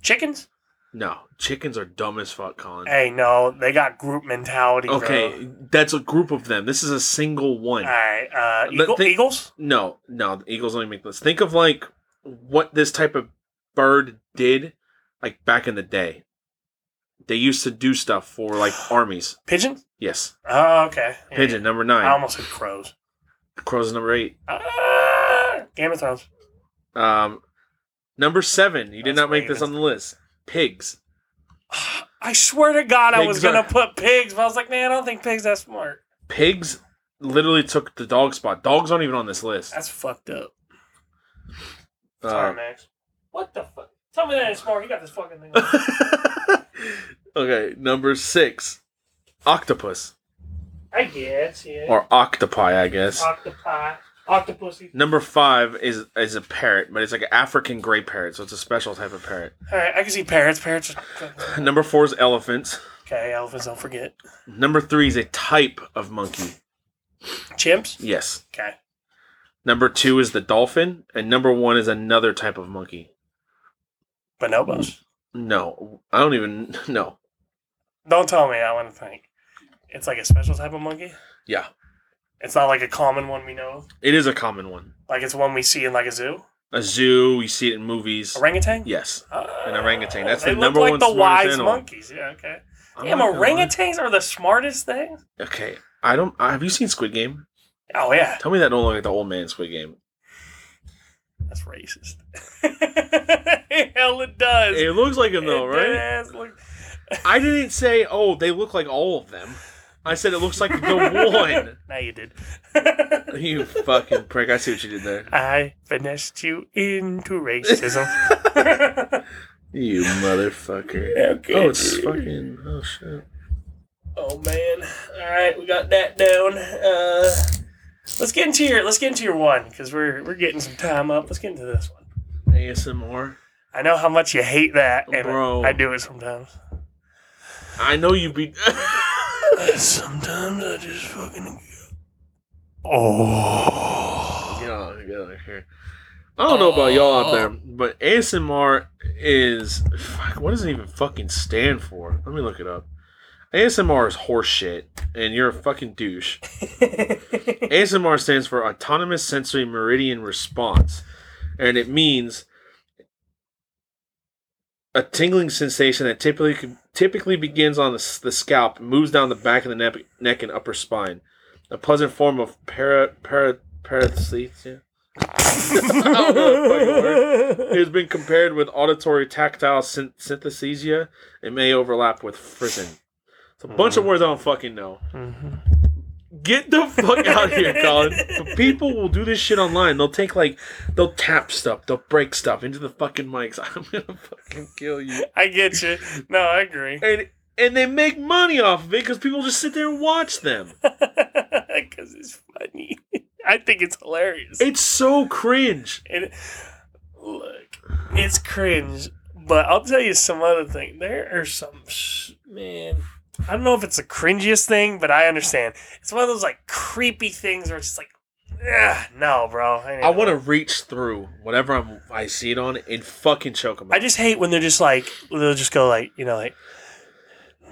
Speaker 2: chickens?
Speaker 3: No, chickens are dumb as fuck, Colin.
Speaker 2: Hey, no, they got group mentality.
Speaker 3: okay, that's a group of them. This is a single one.
Speaker 2: All right. Uh,
Speaker 3: Let-
Speaker 2: eagle,
Speaker 3: think-
Speaker 2: eagles?
Speaker 3: No, no, the eagles only make this. Think of like what this type of bird did, like back in the day. They used to do stuff for like armies.
Speaker 2: Pigeon?
Speaker 3: Yes,
Speaker 2: Oh, okay. Yeah.
Speaker 3: pigeon number nine.
Speaker 2: I almost said crows.
Speaker 3: Crows number eight.
Speaker 2: Ah, Game of Thrones.
Speaker 3: Um, number seven. You did
Speaker 2: That's
Speaker 3: not make this
Speaker 2: Ravens.
Speaker 3: on the list. Pigs.
Speaker 2: I swear to God, I was
Speaker 3: Pigs are-
Speaker 2: going to put pigs, but I was like, man, I don't think pigs that smart.
Speaker 3: Pigs literally took the dog spot. Dogs aren't even on this list.
Speaker 2: That's fucked up. Sorry,
Speaker 3: Uh,
Speaker 2: Max. What the fuck? Tell me that it's smart. You got this fucking thing. on.
Speaker 3: okay, number six. Octopus
Speaker 2: I guess, yeah.
Speaker 3: or octopi, I guess.
Speaker 2: Octopi. Octopussy.
Speaker 3: Number five is is a parrot, but it's like an African gray parrot, so it's a special type of parrot.
Speaker 2: All right, I can see parrots. Parrots. Are...
Speaker 3: Number four is elephants.
Speaker 2: Okay, elephants. Don't forget.
Speaker 3: Number three is a type of monkey.
Speaker 2: Chimps.
Speaker 3: Yes.
Speaker 2: Okay.
Speaker 3: Number two is the dolphin, and number one is another type of monkey.
Speaker 2: Bonobos.
Speaker 3: No, I don't even know.
Speaker 2: Don't tell me. I want to think. It's like a special type of monkey.
Speaker 3: Yeah,
Speaker 2: It's not like a common one we know. of.
Speaker 3: it is a common one.
Speaker 2: Like it's one we see in like a zoo.
Speaker 3: A zoo, you see it in movies.
Speaker 2: Orangutan.
Speaker 3: Yes,
Speaker 2: Ah,
Speaker 3: An orangutan. That's
Speaker 2: they
Speaker 3: the
Speaker 2: look
Speaker 3: number
Speaker 2: like
Speaker 3: one
Speaker 2: the
Speaker 3: smartest
Speaker 2: wise
Speaker 3: animal.
Speaker 2: monkeys. Yeah. Okay.
Speaker 3: I'm
Speaker 2: Damn,
Speaker 3: not gonna lie.
Speaker 2: orangutans are the smartest things.
Speaker 3: Okay, I don't. I- Have you seen Squid Game?
Speaker 2: Oh yeah,
Speaker 3: Tell me that don't look like the old man in Squid Game.
Speaker 2: that's racist. Hell, it does.
Speaker 3: It looks like him though,
Speaker 2: It
Speaker 3: right?
Speaker 2: does look-
Speaker 3: I didn't say, oh, they look like all of them. I said it looks like the
Speaker 2: Now you did.
Speaker 3: one. You fucking prick! I see what you did there.
Speaker 2: I finessed you into racism.
Speaker 3: You motherfucker.
Speaker 2: Okay,
Speaker 3: Oh, it's
Speaker 2: dude.
Speaker 3: fucking. Oh shit.
Speaker 2: oh man! All right, we got that down. Uh, let's get into your let's get into your one because we're we're getting some time up. Let's get into this one.
Speaker 3: ASMR.
Speaker 2: I know how much you hate that, and
Speaker 3: Bro.
Speaker 2: I do it sometimes.
Speaker 3: I know you be.
Speaker 2: Sometimes I just fucking. Oh.
Speaker 3: Get on, get out of here. I don't know about y'all out there, but ASMR is fuck, what does it even fucking stand for? Let me look it up. ASMR is horse shit, and you're a fucking douche. ASMR stands for Autonomous Sensory Meridian Response, and it means a tingling sensation that typically typically begins on the, s- the scalp, moves down the back of the neck, neck and upper spine, a pleasant form of para para paresthesia. don't know the fucking It has been compared with auditory tactile syn- synesthesia and may overlap with frizzing. It's a bunch of words I don't fucking know.
Speaker 2: Mhm.
Speaker 3: Get the fuck out of here, Colin. But people will do this shit online. They'll take like, they'll tap stuff, they'll break stuff into the fucking mics. I'm gonna fucking kill you.
Speaker 2: I get you. No, I agree.
Speaker 3: And and they make money off of it because people just sit there and watch them.
Speaker 2: Because it's funny. I think it's hilarious.
Speaker 3: It's so cringe.
Speaker 2: And look, it's cringe, but I'll tell you some other thing. There are some sh- man. I don't know if it's the cringiest thing, but I understand. It's one of those like creepy things where it's just like, "Ugh, no, bro. ain't
Speaker 3: I
Speaker 2: into
Speaker 3: want
Speaker 2: it."
Speaker 3: to reach through whatever I'm, I see it on and fucking choke them.
Speaker 2: I just hate when they're just like they'll just go like you know like.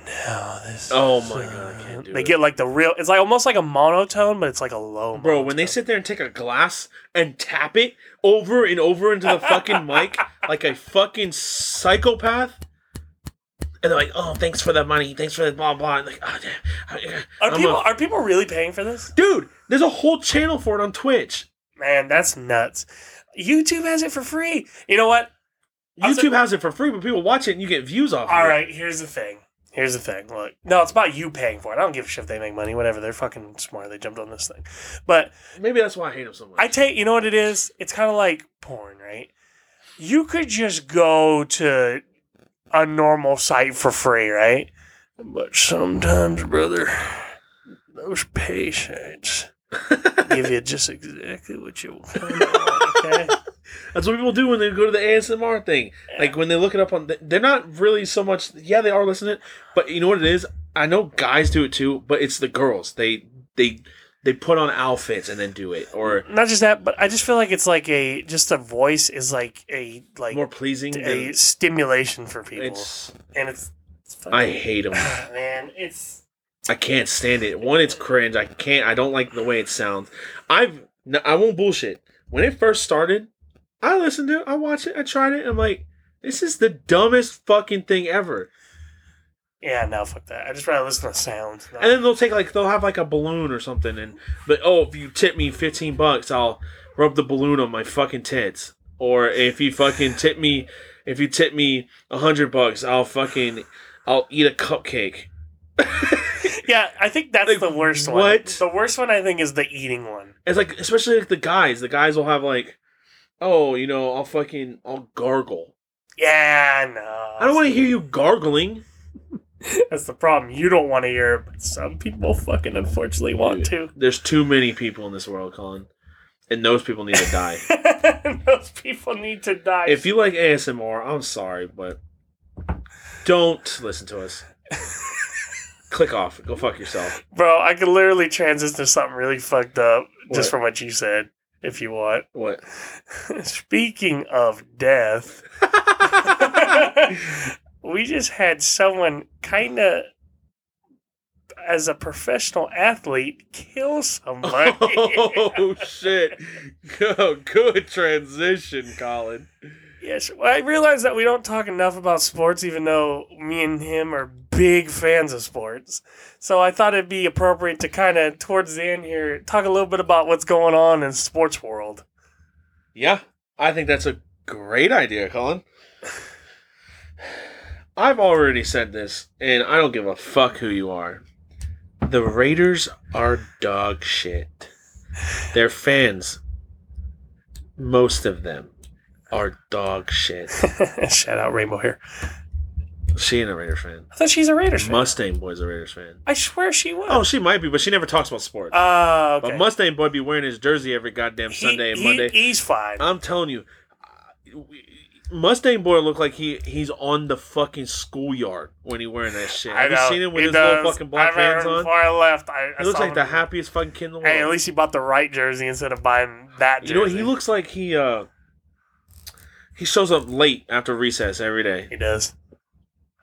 Speaker 2: No, this.
Speaker 3: Oh
Speaker 2: is, uh,
Speaker 3: my God, I can't do
Speaker 2: They
Speaker 3: it.
Speaker 2: get like the real. It's like almost like a monotone, but it's like a low.
Speaker 3: Bro, when they
Speaker 2: monotone.
Speaker 3: sit there and take a glass and tap it over and over into the fucking mic, like a fucking psychopath. And they're like, "Oh, thanks for the money. Thanks for the blah blah." And like, oh, damn. I- I-
Speaker 2: Are
Speaker 3: I'm
Speaker 2: people
Speaker 3: a-
Speaker 2: are people really paying for this?
Speaker 3: dude, there's a whole channel for it on Twitch.
Speaker 2: Man, that's nuts. YouTube has it for free. You know what? I'll say-
Speaker 3: YouTube has it for free, but people watch it and you get views off.
Speaker 2: All
Speaker 3: of
Speaker 2: right, here's the thing. Here's the thing. Look, no, it's about you paying for it. I don't give a shit if they make money. Whatever, they're fucking smart. They jumped on this thing, but
Speaker 3: it. Maybe that's why I hate them so much.
Speaker 2: I take. You know what it is? It's kind of like porn, right? You could just go to a normal site for free, right? But sometimes, brother, those pay sites give you just exactly what you want. Okay.
Speaker 3: That's what people do when they go to the ASMR thing. Like when they look it up on, they're not really so much. Yeah, they are listening, but you know what it is? I know guys do it too, but it's the girls. They they they put on outfits and then do it, or
Speaker 2: Not just that, but I just feel like it's like a just a voice is like a like
Speaker 3: more pleasing.
Speaker 2: a
Speaker 3: Than,
Speaker 2: stimulation for people,
Speaker 3: it's
Speaker 2: and it's, it's
Speaker 3: I
Speaker 2: fucking,
Speaker 3: hate them.
Speaker 2: man, it's
Speaker 3: I can't stand it. One, it's cringe. I can't. I don't like the way it sounds. I've. No, I won't bullshit. When it first started, I listened to it. I watched it. I tried it. I'm like, this is the dumbest fucking thing ever.
Speaker 2: yeah, no, fuck that. I just rather listen to sound.
Speaker 3: And then they'll take like they'll have like a balloon or something, and but oh, if you tip me fifteen bucks, I'll rub the balloon on my fucking tits. Or if you fucking tip me, if you tip me a hundred bucks, I'll fucking I'll eat a cupcake.
Speaker 2: yeah, I think that's
Speaker 3: Like,
Speaker 2: the worst one.
Speaker 3: what?
Speaker 2: The worst one I think is the eating one.
Speaker 3: It's like especially like the guys. The guys will have like, oh, you know, I'll fucking I'll gargle.
Speaker 2: Yeah, no.
Speaker 3: I don't want to hear you gargling.
Speaker 2: That's the problem. You don't want to hear, it, but some people fucking unfortunately want to.
Speaker 3: There's too many people in this world, Colin, and those people need to die.
Speaker 2: Those people need to die.
Speaker 3: if you like ASMR, I'm sorry, but don't listen to us. Click off. Go fuck yourself.
Speaker 2: Bro, I could literally transition to something really fucked up just
Speaker 3: What?
Speaker 2: from what you said, if you want.
Speaker 3: What?
Speaker 2: Speaking of death, we just had someone kind of, as a professional athlete, kill somebody.
Speaker 3: oh shit! Oh, good transition, Colin.
Speaker 2: yes, well, I realize that we don't talk enough about sports, even though me and him are big fans of sports. So I thought it'd be appropriate to kind of, towards the end here, talk a little bit about what's going on in sports world.
Speaker 3: Yeah, I think that's a great idea, Colin. I've already said this, and I don't give a fuck who you are. The Raiders are dog shit. Their fans, most of them, are dog shit.
Speaker 2: Shout out Rainbow here.
Speaker 3: She ain't a Raider fan.
Speaker 2: I thought she's a Raiders fan.
Speaker 3: Mustang Boy's a Raiders fan.
Speaker 2: I swear she was.
Speaker 3: Oh, she might be, but she never talks about sports.
Speaker 2: Ah, okay.
Speaker 3: But Mustang Boy be wearing his jersey every goddamn
Speaker 2: He-
Speaker 3: Sunday and
Speaker 2: he-
Speaker 3: Monday.
Speaker 2: he's fine.
Speaker 3: I'm telling you, uh, Mustang Boy looked like he he's on the fucking schoolyard when he wearing that shit. Have you seen him with
Speaker 2: He
Speaker 3: his
Speaker 2: does.
Speaker 3: little fucking black
Speaker 2: I remember
Speaker 3: hands on?
Speaker 2: Before I left, I, I
Speaker 3: He looks
Speaker 2: saw
Speaker 3: like the
Speaker 2: him.
Speaker 3: happiest fucking kid in the world.
Speaker 2: Hey, at least he bought the right jersey instead of buying that jersey.
Speaker 3: you know what? He looks like he uh he shows up late after recess every day.
Speaker 2: He does.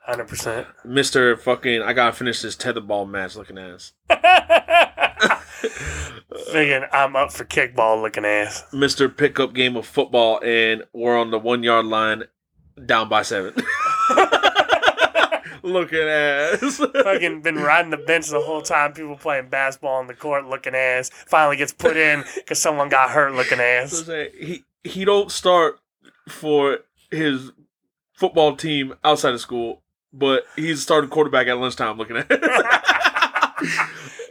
Speaker 2: Hundred percent.
Speaker 3: Mister fucking, I gotta finish this tetherball match looking ass.
Speaker 2: Thinking I'm up for kickball looking ass.
Speaker 3: Mister pickup game of football, and we're on the one yard line, down by seven. looking ass.
Speaker 2: Fucking been riding the bench the whole time. People playing basketball on the court looking ass. Finally gets put in because someone got hurt looking
Speaker 3: So I'm
Speaker 2: ass.
Speaker 3: saying, he he don't start for his football team outside of school, but he's starting quarterback at lunchtime. Looking at,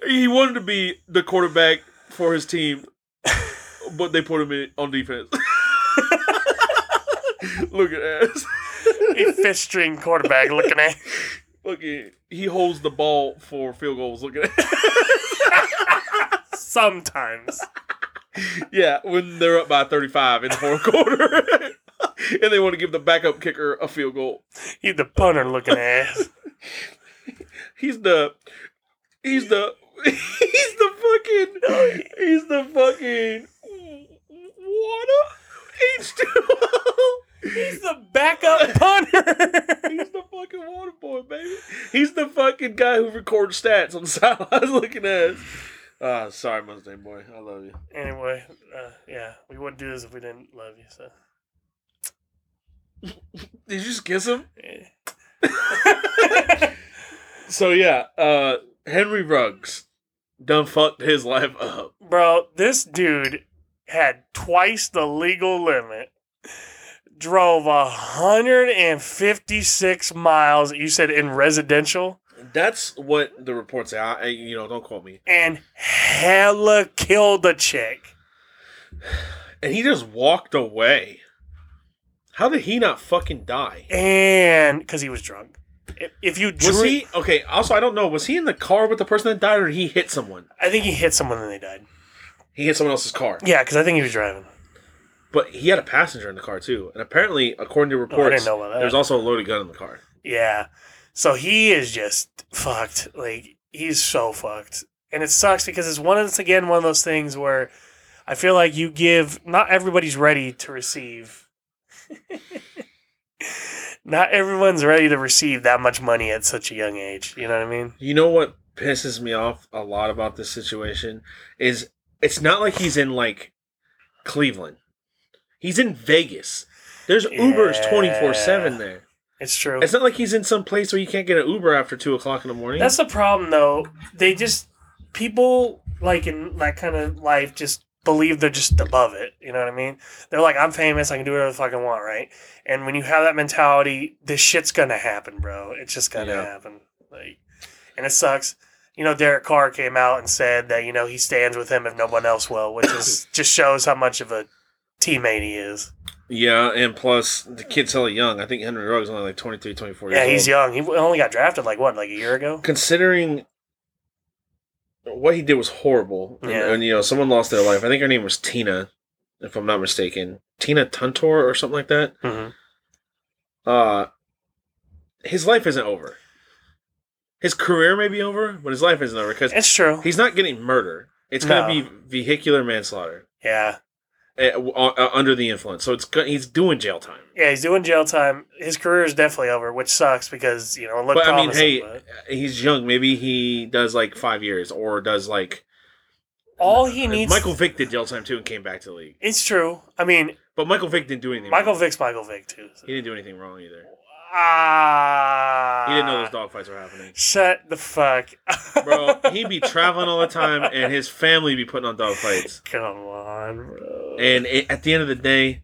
Speaker 3: he wanted to be the quarterback for his team, but they put him in on defense. Look at ass.
Speaker 2: He fifth string quarterback looking ass.
Speaker 3: Look at he holds the ball for field goals. Look at that.
Speaker 2: Sometimes.
Speaker 3: yeah, when they're up by thirty five in the fourth quarter, and they want to give the backup kicker a field goal.
Speaker 2: He's the punter looking ass.
Speaker 3: He's the he's the he's the fucking he's the fucking water H two
Speaker 2: He's the backup punter.
Speaker 3: He's the fucking water boy, baby. He's the fucking guy who records stats on the sidelines looking at us. Ah, sorry, Mustang boy. I love you.
Speaker 2: anyway, uh, yeah, we wouldn't do this if we didn't love you. So
Speaker 3: Did you just kiss him?
Speaker 2: Eh.
Speaker 3: So yeah, uh, Henry Ruggs done fucked his life up.
Speaker 2: Bro, this dude had twice the legal limit. Drove 156 miles, you said in residential,
Speaker 3: That's what the reports say. I, I- you know, don't quote me.
Speaker 2: and hella killed a chick.
Speaker 3: And he just walked away. How did he not fucking die?
Speaker 2: And because he was drunk. If- If you drink,
Speaker 3: Was he okay? Also, I don't know. Was he in the car with the person that died, or did he hit someone?
Speaker 2: I think he hit someone and they died.
Speaker 3: He hit someone else's car,
Speaker 2: Yeah, because I think he was driving.
Speaker 3: but he had a passenger in the car too. And apparently, according to
Speaker 2: Oh, I didn't
Speaker 3: reports,
Speaker 2: know about that.
Speaker 3: there's also a loaded gun in the car.
Speaker 2: Yeah. So he is just fucked. Like he's so fucked. And it sucks because it's one it's again one of those things where I feel like you give not everybody's ready to receive not everyone's ready to receive that much money at such a young age. You know what I mean?
Speaker 3: You know what pisses me off a lot about this situation is it's not like he's in like Cleveland. He's in Vegas. There's Ubers
Speaker 2: Yeah.
Speaker 3: twenty four seven there.
Speaker 2: It's true.
Speaker 3: It's not like he's in some place where you can't get an Uber after two o'clock in the morning.
Speaker 2: That's the problem though. They just people like in that kind of life just believe they're just above it. You know what I mean? They're like, I'm famous, I can do whatever the fuck I want, right? And when you have that mentality, this shit's gonna happen, bro. It's just gonna
Speaker 3: Yeah.
Speaker 2: happen. Like and it sucks. You know, Derek Carr came out and said that, you know, he stands with him if no one else will, which is just shows how much of a teammate he is.
Speaker 3: yeah, and plus the kid's hella young. I think Henry Ruggs is only like 23, 24 years
Speaker 2: Yeah,
Speaker 3: old.
Speaker 2: he's young. He only got drafted like what, like a year ago?
Speaker 3: Considering what he did was horrible. And-
Speaker 2: Yeah.
Speaker 3: And, you know, someone lost their life. I think her name was Tina, if I'm not mistaken. Tina Tuntor or something like that.
Speaker 2: hmm
Speaker 3: uh his life isn't over. His career may be over, but his life isn't over because
Speaker 2: It's true.
Speaker 3: he's not getting murder. It's going to be vehicular manslaughter
Speaker 2: Yeah.
Speaker 3: uh, w- uh, under the influence. So it's go- he's doing jail time.
Speaker 2: Yeah, he's doing jail time. His career is definitely over, which sucks because you know it looked
Speaker 3: But I mean,
Speaker 2: promising.
Speaker 3: hey, uh,
Speaker 2: but
Speaker 3: he's young. Maybe he does like five years or does like
Speaker 2: all he needs,
Speaker 3: Michael Vick did jail time too and came back to the league.
Speaker 2: It's true. I mean,
Speaker 3: But Michael Vick didn't do anything.
Speaker 2: Michael
Speaker 3: wrong.
Speaker 2: Vick's Michael Vick too.
Speaker 3: he didn't do anything wrong either.
Speaker 2: Ah,
Speaker 3: He didn't know those dogfights were happening.
Speaker 2: Shut the fuck,
Speaker 3: Bro, he'd be traveling all the time and his family be putting on dogfights.
Speaker 2: Come on, bro.
Speaker 3: And it, at the end of the day,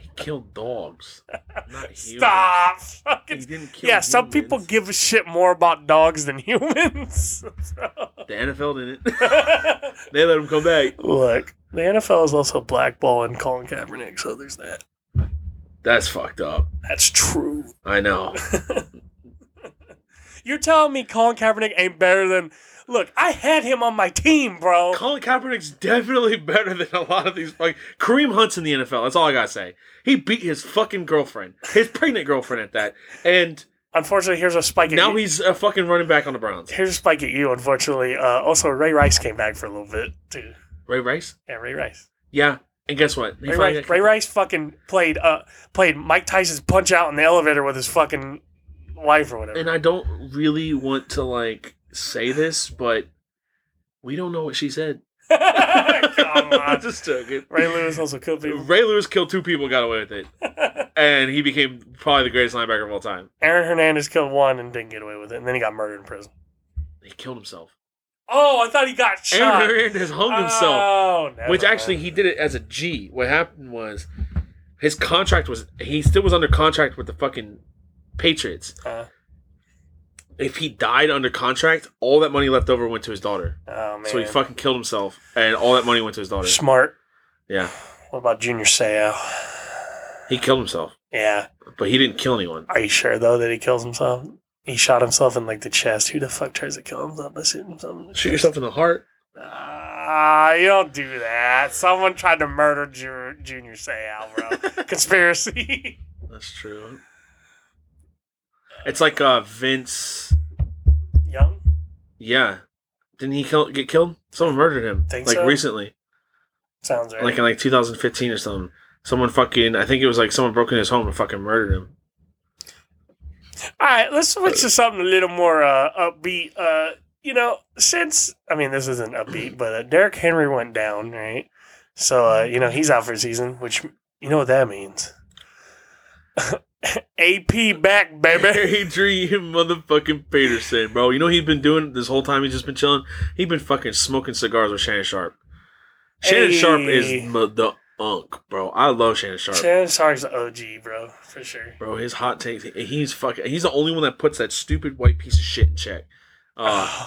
Speaker 3: he killed dogs, not humans.
Speaker 2: Stop.
Speaker 3: He
Speaker 2: Fucking.
Speaker 3: didn't kill.
Speaker 2: Yeah, some
Speaker 3: humans.
Speaker 2: people give a shit more about dogs than humans.
Speaker 3: The NFL didn't. they let him come back.
Speaker 2: Look, the NFL is also blackballing Colin Kaepernick, so there's that.
Speaker 3: That's fucked up.
Speaker 2: That's true.
Speaker 3: I know.
Speaker 2: You're telling me Colin Kaepernick ain't better than? Look, I had him on my team, bro.
Speaker 3: Colin Kaepernick's definitely better than a lot of these. Like Kareem Hunt's in the NFL. That's all I gotta say. He beat his fucking girlfriend, his pregnant girlfriend at that, and
Speaker 2: Unfortunately, here's a spike. At
Speaker 3: now
Speaker 2: you.
Speaker 3: he's a fucking running back on the Browns.
Speaker 2: here's a spike at you. Unfortunately, uh, also Ray Rice came back for a little bit too.
Speaker 3: Ray Rice.
Speaker 2: Yeah, Ray Rice.
Speaker 3: Yeah, and guess what? He
Speaker 2: Ray
Speaker 3: finally
Speaker 2: Rice,
Speaker 3: got-
Speaker 2: Ray Rice fucking played uh played Mike Tyson's punch out in the elevator with his fucking wife or whatever.
Speaker 3: and I don't really want to like say this, but we don't know what she said.
Speaker 2: Come on.
Speaker 3: Just joking.
Speaker 2: Ray Lewis also could be.
Speaker 3: Ray Lewis killed two people, got away with it, and he became probably the greatest linebacker of all time.
Speaker 2: Aaron Hernandez killed one and didn't get away with it, and then he got murdered in prison.
Speaker 3: He killed himself.
Speaker 2: Oh, I thought he got shot.
Speaker 3: Aaron Hernandez hung himself,
Speaker 2: Oh, never
Speaker 3: which
Speaker 2: mind.
Speaker 3: actually he did it as a G. What happened was his contract was he still was under contract with the fucking Patriots.
Speaker 2: Uh.
Speaker 3: If he died under contract, all that money left over went to his daughter.
Speaker 2: Oh man.
Speaker 3: So he fucking killed himself, and all that money went to his daughter.
Speaker 2: Smart.
Speaker 3: Yeah.
Speaker 2: What about Junior Seau?
Speaker 3: He killed himself,
Speaker 2: Yeah.
Speaker 3: but he didn't kill anyone.
Speaker 2: Are you sure though that he kills himself? He shot himself in like the chest. Who the fuck tries to kill himself by shooting himself? in the
Speaker 3: Shoot
Speaker 2: chest?
Speaker 3: yourself in the heart.
Speaker 2: Ah, you don't do that. Someone tried to murder Ju- Junior Seau, bro. Conspiracy.
Speaker 3: That's true. It's like uh Vince.
Speaker 2: Young.
Speaker 3: Yeah, didn't he kill, get killed? Someone murdered him.
Speaker 2: Think
Speaker 3: like
Speaker 2: so?
Speaker 3: recently,
Speaker 2: Sounds right.
Speaker 3: like in like 2015 or something. Someone fucking. I think it was like someone broke into his home and fucking murdered him.
Speaker 2: All right, let's switch to something a little more uh, upbeat. Uh, you know, since I mean, this isn't upbeat, but uh, Derrick Henry went down, right? So uh, you know he's out for the season, which you know what that means. AP back, baby.
Speaker 3: Adrian motherfucking Peterson, bro. You know what he's been doing this whole time. He's just been chilling. He's been fucking smoking cigars with Shannon Sharp. Shannon
Speaker 2: Hey.
Speaker 3: Sharp is mo- the unk, bro. I love Shannon Sharp.
Speaker 2: Shannon Sharp's the OG, bro, for sure.
Speaker 3: Bro, his hot takes. he- He's fucking. He's the only one that puts that stupid white piece of shit in check. Uh,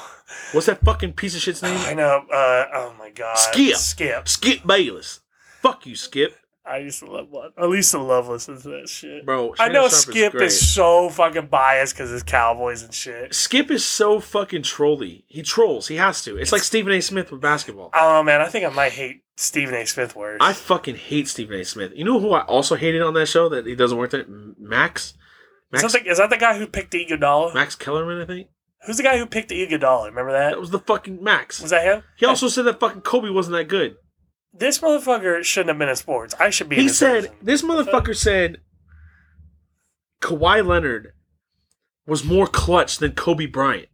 Speaker 3: what's that fucking piece of shit's
Speaker 2: I
Speaker 3: name?
Speaker 2: know. Uh, oh my god,
Speaker 3: Skip.
Speaker 2: Skip.
Speaker 3: Skip Bayless. Fuck you, Skip.
Speaker 2: I used to love what Elisa Love listens to that shit.
Speaker 3: Bro,
Speaker 2: I
Speaker 3: Shannon
Speaker 2: know
Speaker 3: Sharp
Speaker 2: Skip
Speaker 3: great.
Speaker 2: is, so fucking biased because it's Cowboys and shit.
Speaker 3: Skip is so fucking trolly. He trolls. He has to. It's like Stephen A. Smith with basketball.
Speaker 2: Oh man, I think I might hate Stephen A. Smith worse.
Speaker 3: I fucking hate Stephen A. Smith. You know who I also hated on that show that he doesn't work there? Max?
Speaker 2: is,
Speaker 3: Max,
Speaker 2: that the, is that the guy who picked the Iguodala?
Speaker 3: Max Kellerman, I think?
Speaker 2: Who's the guy who picked the Iguodala? Remember that?
Speaker 3: That was the fucking Max.
Speaker 2: Was that him?
Speaker 3: He also said that fucking Kobe wasn't that good.
Speaker 2: This motherfucker shouldn't have been in sports. I should be. in
Speaker 3: He
Speaker 2: this
Speaker 3: said,
Speaker 2: person.
Speaker 3: this motherfucker said Kawhi Leonard was more clutch than Kobe Bryant.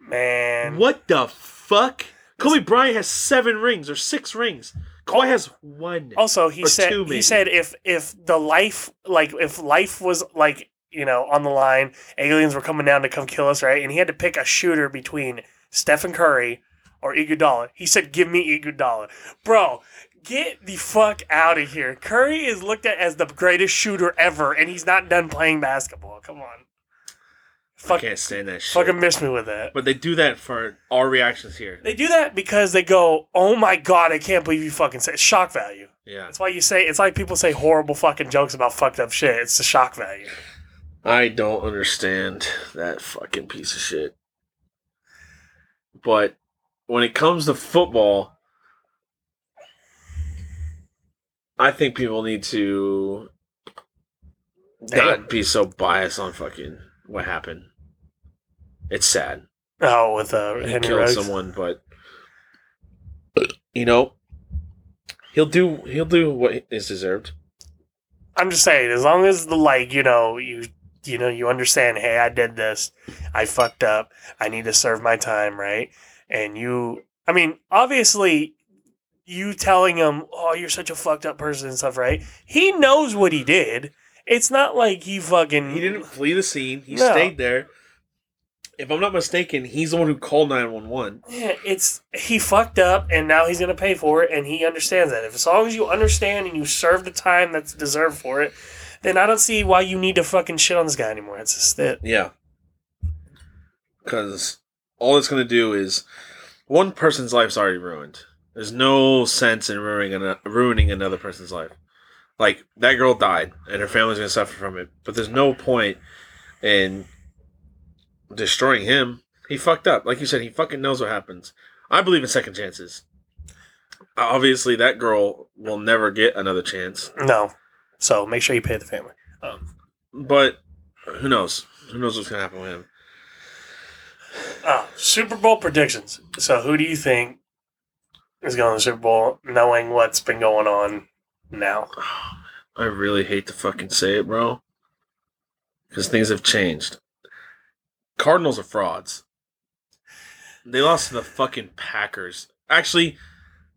Speaker 2: "Man,
Speaker 3: What the fuck? Kobe Bryant has seven rings or six rings. Kawhi has one.
Speaker 2: Also, he
Speaker 3: Or
Speaker 2: said
Speaker 3: two,
Speaker 2: he
Speaker 3: maybe.
Speaker 2: said if if the life like if life was like you know on the line, aliens were coming down to come kill us, right? And he had to pick a shooter between Stephen Curry or Iguodala. He said, "Give me Iguodala, bro." Get the fuck out of here. Curry is looked at as the greatest shooter ever, and he's not done playing basketball. Come on,
Speaker 3: I
Speaker 2: fuck,
Speaker 3: can't stand that shit.
Speaker 2: fucking miss me with that.
Speaker 3: But they do that for our reactions here.
Speaker 2: They do that because they go, "Oh my god, I can't believe you fucking said shock value."
Speaker 3: Yeah.
Speaker 2: That's why you say it's like people say horrible fucking jokes about fucked up shit. It's the shock value.
Speaker 3: I don't understand that fucking piece of shit. But when it comes to football, I think people need to not be so biased on fucking what happened. It's sad.
Speaker 2: Oh, with uh,
Speaker 3: He
Speaker 2: Henry
Speaker 3: killed
Speaker 2: Ruggs.
Speaker 3: someone, but you know, he'll do he'll do what is deserved.
Speaker 2: I'm just saying, as long as the like, you know, you you know, you understand. Hey, I did this. I fucked up. I need to serve my time, right? And you, I mean, obviously, you telling him, "Oh, you're such a fucked up person" and stuff, right? He knows what he did. It's not like he fucking
Speaker 3: He didn't flee the scene. He
Speaker 2: No.
Speaker 3: stayed there. If I'm not mistaken, he's the one who called 911.
Speaker 2: Yeah, it's he fucked up and now he's gonna pay for it and he understands that. If as long as you understand and you serve the time that's deserved for it, then I don't see why you need to fucking shit on this guy anymore. It's just it.
Speaker 3: Yeah. Because all it's going to do is one person's life's already ruined. There's no sense in ruining, an- ruining another person's life. Like, that girl died, and her family's going to suffer from it. But there's no point in destroying him. He fucked up. Like you said, he fucking knows what happens. I believe in second chances. Obviously, that girl will never get another chance.
Speaker 2: No. So make sure you pay the family. Um,
Speaker 3: But who knows? Who knows what's gonna happen with him?
Speaker 2: oh, Super Bowl predictions. So who do you think is going to the Super Bowl knowing what's been going on now?
Speaker 3: I really hate to fucking say it, bro. Because things have changed. Cardinals are frauds. They lost to the fucking Packers. Actually,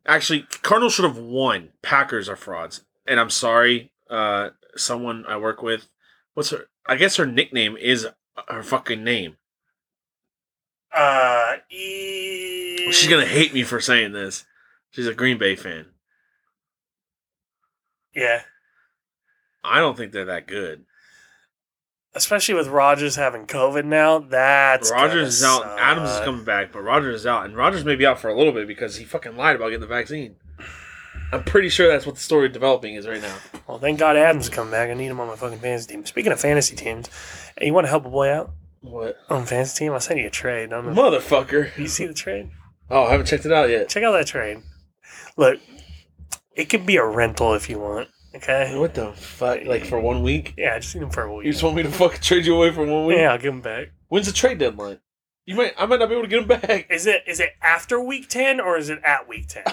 Speaker 3: actually, Cardinals should have won. Packers are frauds. And I'm sorry, uh, someone I work with. What's her? I guess her nickname is uh, her fucking name.
Speaker 2: Uh e-
Speaker 3: She's gonna hate me for saying this. She's a Green Bay fan.
Speaker 2: Yeah.
Speaker 3: I don't think they're that good.
Speaker 2: Especially with Rogers having COVID now, that's gonna
Speaker 3: Rogers is out. and Adams is
Speaker 2: suck.
Speaker 3: coming back, but Rogers is out, and Rogers may be out for a little bit because he fucking lied about getting the vaccine. I'm pretty sure that's what the story developing is right now.
Speaker 2: Well, thank God Adams come back. I need him on my fucking fantasy team. Speaking of fantasy teams, hey, you want to help a boy out
Speaker 3: What
Speaker 2: on fantasy team? I sent you a trade. I don't know.
Speaker 3: motherfucker?
Speaker 2: You see the trade?
Speaker 3: Oh, I haven't checked it out yet.
Speaker 2: Check out that trade. Look, it could be a rental if you want. Okay.
Speaker 3: What the fuck? Like for one week?
Speaker 2: Yeah, I just need him for a
Speaker 3: You
Speaker 2: week.
Speaker 3: just want me to fucking trade you away for one week?
Speaker 2: Yeah, I'll give him back.
Speaker 3: When's the trade deadline? You might. I might not be able to get him back.
Speaker 2: Is it is it after week ten or is it at week ten?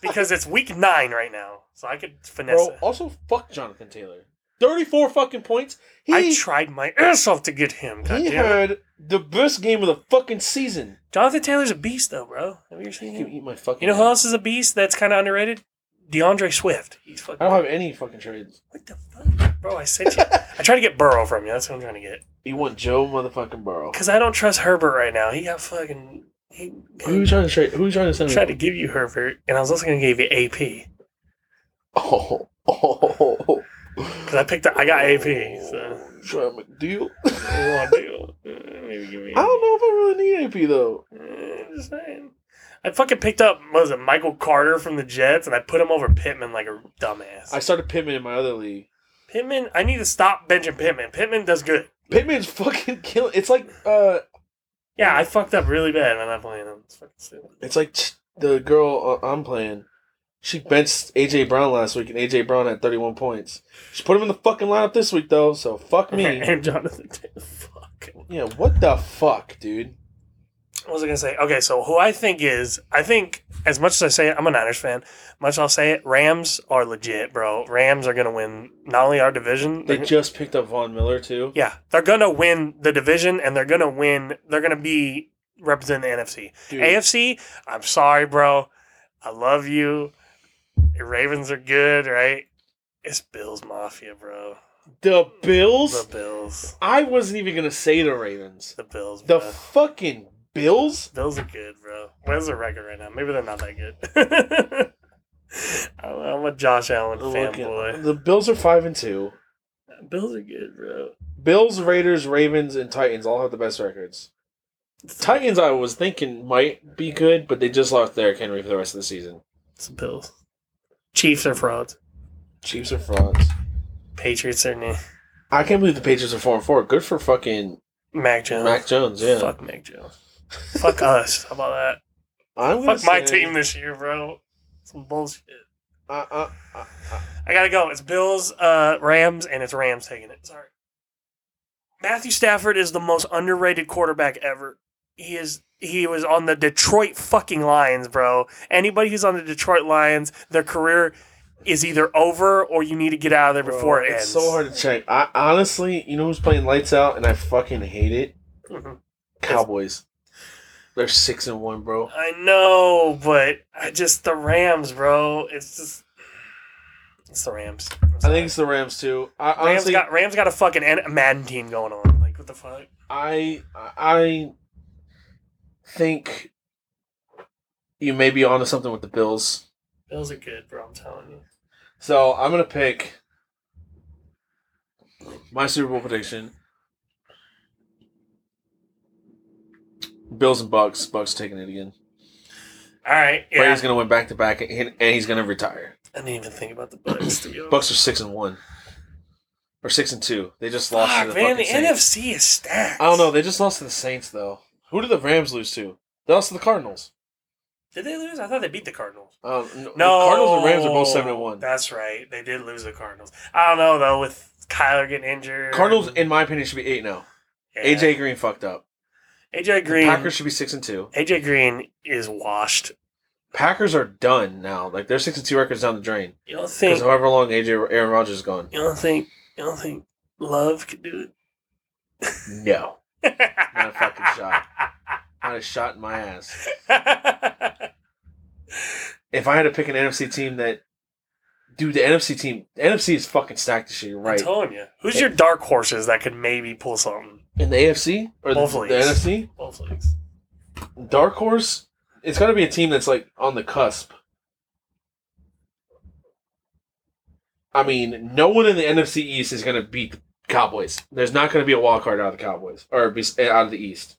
Speaker 2: Because it's week nine right now, so I could finesse
Speaker 3: Bro,
Speaker 2: it.
Speaker 3: also fuck Jonathan Taylor. Thirty-four fucking points. He
Speaker 2: I tried my ass off to get him. God
Speaker 3: he
Speaker 2: damn it.
Speaker 3: had the best game of the fucking season.
Speaker 2: Jonathan Taylor's a beast, though, bro. Have you ever seen
Speaker 3: You
Speaker 2: him?
Speaker 3: eat my fucking.
Speaker 2: You know who
Speaker 3: ass.
Speaker 2: else is a beast that's kind of underrated? DeAndre Swift. He's fucking.
Speaker 3: I don't have any fucking trades.
Speaker 2: What the fuck? Bro, I sent you. I tried to get Burrow from you. That's what I'm trying to get.
Speaker 3: You want Joe motherfucking Burrow?
Speaker 2: Because I don't trust Herbert right now. He got fucking. He,
Speaker 3: Who you trying to trade? Who you trying to
Speaker 2: I
Speaker 3: send?
Speaker 2: tried
Speaker 3: me?
Speaker 2: to give you Herbert, and I was also going to give you AP.
Speaker 3: Oh, oh, oh,
Speaker 2: Because I picked. up- I got AP. So.
Speaker 3: Trying to deal.
Speaker 2: What do you wanna do? Uh, Maybe give me.
Speaker 3: I don't know if I really need AP though.
Speaker 2: Eh, just saying. I fucking picked up what was it Michael Carter from the Jets, and I put him over Pittman like a dumbass.
Speaker 3: I started Pittman in my other league.
Speaker 2: Pittman, I need to stop benching Pittman. Pittman does good.
Speaker 3: Pittman's fucking killing. It's like uh,
Speaker 2: Yeah, I fucked up really bad by not playing him. It's fucking stupid.
Speaker 3: it's like t- the girl uh, I'm playing. She benched AJ Brown last week, and AJ Brown had 31 points. She put him in the fucking lineup this week though, so fuck me.
Speaker 2: and Jonathan Taylor. Fuck.
Speaker 3: yeah, what the fuck, dude?
Speaker 2: What was I gonna say? Okay, so who I think is, I think as much as I say it, I'm a Niners fan. Much I'll say it, Rams are legit, bro. Rams are gonna win not only our division,
Speaker 3: They
Speaker 2: they're-
Speaker 3: just picked up Von Miller too.
Speaker 2: yeah, they're gonna win the division, and they're gonna win. They're gonna be representing the NFC.
Speaker 3: Dude,
Speaker 2: AFC, I'm sorry, bro. I love you. Your Ravens are good, right? It's Bills Mafia, bro.
Speaker 3: the Bills.
Speaker 2: The Bills.
Speaker 3: I wasn't even gonna say the Ravens.
Speaker 2: The Bills.
Speaker 3: The
Speaker 2: bro.
Speaker 3: fucking Bills.
Speaker 2: Bills are good, bro. Where's the record right now? Maybe they're not that good. I'm I'm a Josh Allen fanboy.
Speaker 3: The Bills are five and two.
Speaker 2: Bills are good, bro.
Speaker 3: Bills, Raiders, Ravens, and Titans all have the best records. Titans, I was thinking might be good, but they just lost Derrick Henry for the rest of the season.
Speaker 2: It's the Bills. Chiefs are frauds.
Speaker 3: Chiefs are frauds.
Speaker 2: Patriots are new.
Speaker 3: I can't believe the Patriots are four and four. Good for fucking
Speaker 2: Mac Jones.
Speaker 3: Mac Jones. Yeah,
Speaker 2: Fuck Mac Jones. Fuck us. How about
Speaker 3: I'm
Speaker 2: that?
Speaker 3: gonna
Speaker 2: Fuck my
Speaker 3: say-
Speaker 2: team this year, bro. Some bullshit.
Speaker 3: I, I, I,
Speaker 2: I gotta go. It's Bills, uh, Rams, and it's Rams taking it. Sorry. Matthew Stafford is the most underrated quarterback ever. He is. He was on the Detroit fucking Lions, bro. Anybody who's on the Detroit Lions, their career is either over or you need to get out of there
Speaker 3: Bro,
Speaker 2: before it
Speaker 3: it's
Speaker 2: ends.
Speaker 3: so hard to check. I honestly, you know who's playing lights out, and I fucking hate it.
Speaker 2: Mhm.
Speaker 3: Cowboys. They're six and one, bro.
Speaker 2: I know, but I just the Rams, bro. It's just it's the Rams. I'm
Speaker 3: I
Speaker 2: sorry.
Speaker 3: think it's the Rams too. I
Speaker 2: Rams
Speaker 3: honestly,
Speaker 2: got Rams got a fucking N- Madden team going on. Like what the fuck?
Speaker 3: I I think you may be onto something with the Bills.
Speaker 2: Bills are good, bro. I'm telling you.
Speaker 3: So I'm gonna pick my Super Bowl prediction: Bills and Bucks. Bucks taking it again.
Speaker 2: All right, yeah.
Speaker 3: Brady's gonna win back to back, and and he's gonna retire.
Speaker 2: I didn't even think about the Bucks. To be honest.
Speaker 3: Bucks are six and one, or six and two. They just lost to
Speaker 2: Fuck,
Speaker 3: the
Speaker 2: man, the
Speaker 3: fucking Saints.
Speaker 2: NFC is stacked.
Speaker 3: I don't know. They just lost to the Saints, though. Who did the Rams lose to? They lost to the Cardinals.
Speaker 2: Did they lose? I thought they beat the Cardinals.
Speaker 3: Um, no,
Speaker 2: No,
Speaker 3: the Cardinals and Rams are both seven and one.
Speaker 2: That's right. They did lose the Cardinals. I don't know though. With Kyler getting injured,
Speaker 3: Cardinals, in my opinion, should be eight now.
Speaker 2: Yeah.
Speaker 3: AJ Green fucked up.
Speaker 2: AJ
Speaker 3: The
Speaker 2: Green.
Speaker 3: Packers should be six and two.
Speaker 2: AJ Green is washed.
Speaker 3: Packers are done now. Like their six and two records down the drain
Speaker 2: You don't think?
Speaker 3: because however long AJ Aaron Rodgers is gone.
Speaker 2: You don't think? You don't think Love could do
Speaker 3: No,
Speaker 2: it?
Speaker 3: Not a fucking shot. not a shot in my ass. If I had to pick an NFC team that, dude, the NFC team, the NFC is fucking stacked this year,
Speaker 2: I'm
Speaker 3: right?
Speaker 2: telling you. Who's your dark horses that could maybe pull something?
Speaker 3: In the AFC or the,
Speaker 2: Both
Speaker 3: the
Speaker 2: leagues.
Speaker 3: NFC,
Speaker 2: Both leagues.
Speaker 3: dark horse. It's got to be a team that's like on the cusp. I mean, no one in the NFC East is going to beat the Cowboys. There's not going to be a wild card out of the Cowboys or be, out of the East.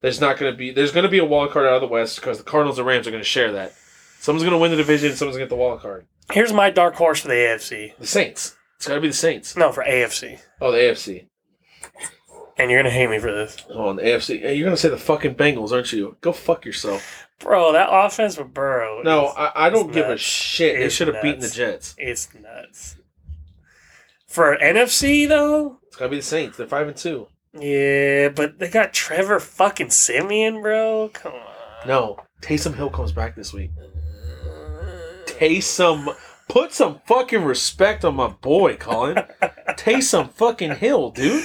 Speaker 3: There's not going to be. There's going to be a wild card out of the West because the Cardinals and Rams are going to share that. Someone's going to win the division. Someone's going to get the wild card.
Speaker 2: Here's my dark horse for the AFC.
Speaker 3: The Saints. It's got to be the Saints.
Speaker 2: No, for AFC.
Speaker 3: Oh, the AFC.
Speaker 2: And you're gonna hate me for this,
Speaker 3: Oh, and the AFC. Hey, you're going to say the fucking Bengals, aren't you? Go fuck yourself.
Speaker 2: bro. That offense with Burrow.
Speaker 3: No,
Speaker 2: is-
Speaker 3: I, I don't
Speaker 2: It's
Speaker 3: give a
Speaker 2: nuts.
Speaker 3: shit. They
Speaker 2: It's
Speaker 3: should have beaten the
Speaker 2: nuts.
Speaker 3: Jets.
Speaker 2: it's nuts. For NFC though,
Speaker 3: It's gotta be the Saints. They're five and two.
Speaker 2: yeah, but they got Trevor fucking Simeon, bro. Come on.
Speaker 3: No, Taysom Hill comes back this week. Taysom, put some fucking respect on my boy, Colin. Taysom fucking Hill, dude.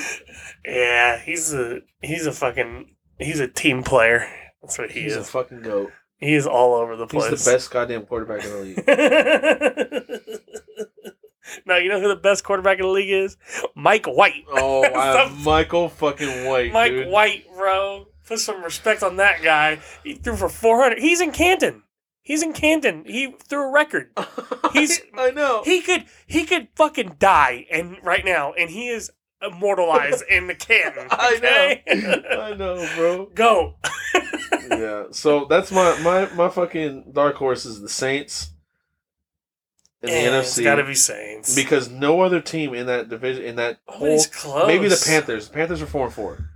Speaker 2: Yeah, he's a he's a fucking he's a team player. That's what he
Speaker 3: He's a
Speaker 2: is.
Speaker 3: fucking goat.
Speaker 2: he is all over the
Speaker 3: He's
Speaker 2: place.
Speaker 3: the best goddamn quarterback in the league.
Speaker 2: best. No, you know who the best quarterback in the league is? Mike White.
Speaker 3: Oh, I,
Speaker 2: Some-
Speaker 3: Michael fucking White.
Speaker 2: Mike
Speaker 3: dude.
Speaker 2: White, bro. Put some respect on that guy. He threw for 400. He's in Canton. He's in Canton. He threw a record.
Speaker 3: Oh.
Speaker 2: He's-
Speaker 3: I know.
Speaker 2: He could he could fucking die and right now and he is immortalized in the Canton.
Speaker 3: I
Speaker 2: okay?
Speaker 3: I know, bro.
Speaker 2: Go.
Speaker 3: Yeah. So that's my my my fucking dark horse is the Saints in the
Speaker 2: Yeah, Eh, It's
Speaker 3: NFC
Speaker 2: got to be Saints.
Speaker 3: because no other team in that division in that whole
Speaker 2: Nobody's close.
Speaker 3: maybe the Panthers. The Panthers are four and four.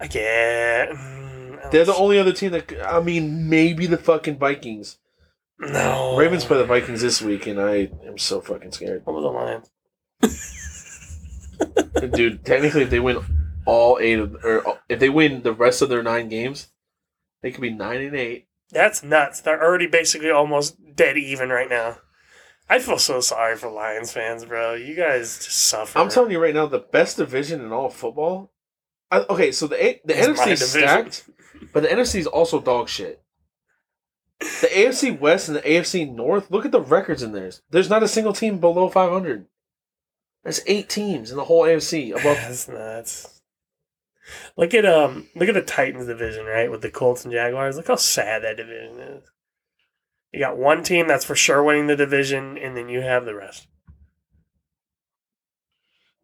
Speaker 2: I can't. mm, I
Speaker 3: They're the
Speaker 2: don't-
Speaker 3: only other team that I mean maybe the fucking Vikings.
Speaker 2: No.
Speaker 3: Ravens play the Vikings this week, and I am so fucking scared,
Speaker 2: What were the Lions?
Speaker 3: dude. Technically, if they win all eight of or if they win the rest of their nine games, they could be nine and eight.
Speaker 2: That's nuts. They're already basically almost dead even right now. I feel so sorry for Lions fans, bro. You guys just suffer.
Speaker 3: I'm telling you right now, the best division in all of football. I, okay, so the A- the
Speaker 2: It's
Speaker 3: NFC
Speaker 2: my
Speaker 3: is
Speaker 2: division.
Speaker 3: stacked, but the NFC is also dog shit. The AFC West and the AFC North. Look at the records in theirs. There's not a single team below 500. There's eight teams in the whole AFC above.
Speaker 2: That's nuts. Look at um, look at the Titans division, right? With the Colts and Jaguars. Look how sad that division is. You got one team that's for sure winning the division, and then you have the rest.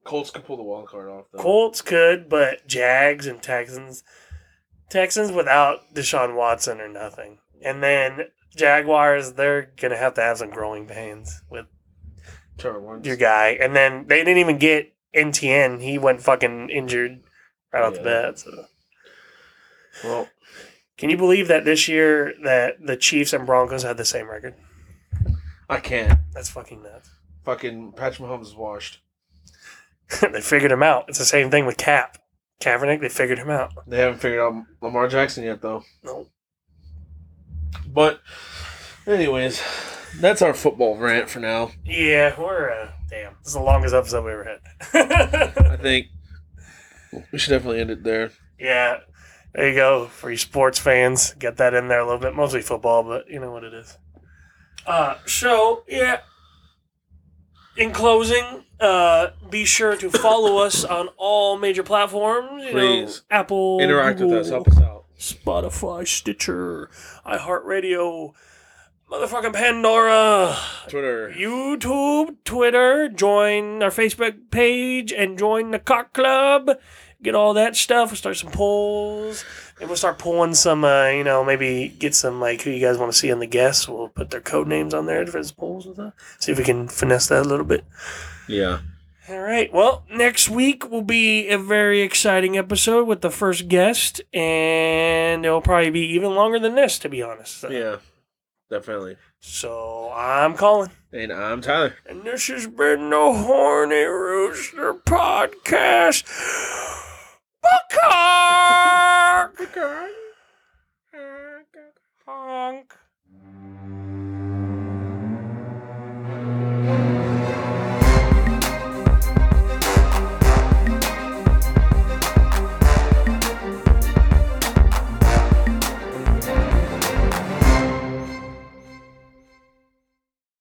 Speaker 3: Colts could pull the wild card off though.
Speaker 2: Colts could, but Jags and Texans, Texans without Deshaun Watson or nothing, and then Jaguars. They're gonna have to have some growing pains with
Speaker 3: Trevor Lawrence.
Speaker 2: your guy, and then they didn't even get NTN. He went fucking injured right off the
Speaker 3: Yeah.
Speaker 2: bat. So.
Speaker 3: Well,
Speaker 2: Can you believe that this year that the Chiefs and Broncos had the same record?
Speaker 3: I can't.
Speaker 2: That's fucking nuts.
Speaker 3: Fucking Patrick Mahomes is washed.
Speaker 2: they figured him out. It's the same thing with Cap. Kaepernick, they figured him out.
Speaker 3: They haven't figured out Lamar Jackson yet though.
Speaker 2: No.
Speaker 3: But, anyways, that's our football rant for now.
Speaker 2: Yeah, we're uh, damn. This is the longest episode we ever had.
Speaker 3: I think we should definitely end it there.
Speaker 2: yeah. There you go. For you sports fans, get that in there a little bit. Mostly football, but you know what it is. Uh so yeah. In closing, uh, be sure to follow us on all major platforms. You
Speaker 3: Please.
Speaker 2: know, Apple,
Speaker 3: Interact with us,
Speaker 2: Google,
Speaker 3: help us out.
Speaker 2: Spotify, Stitcher, iHeartRadio, motherfucking Pandora,
Speaker 3: Twitter,
Speaker 2: YouTube, Twitter. Join our Facebook page and join the Cock Club. Get all that stuff. We'll start some polls. And we'll start pulling some, uh, you know, maybe get some, like, who you guys want to see on the guests. We'll put their code names on there for those polls with us. See if we can finesse that a little bit.
Speaker 3: yeah,
Speaker 2: All right. Well, next week will be a very exciting episode with the first guest, and it'll probably be even longer than this, to be honest. So,
Speaker 3: yeah, definitely.
Speaker 2: so I'm Colin.
Speaker 3: And I'm Tyler.
Speaker 2: And this has been the Horny Rooster Podcast. Buckcock!
Speaker 3: Okay.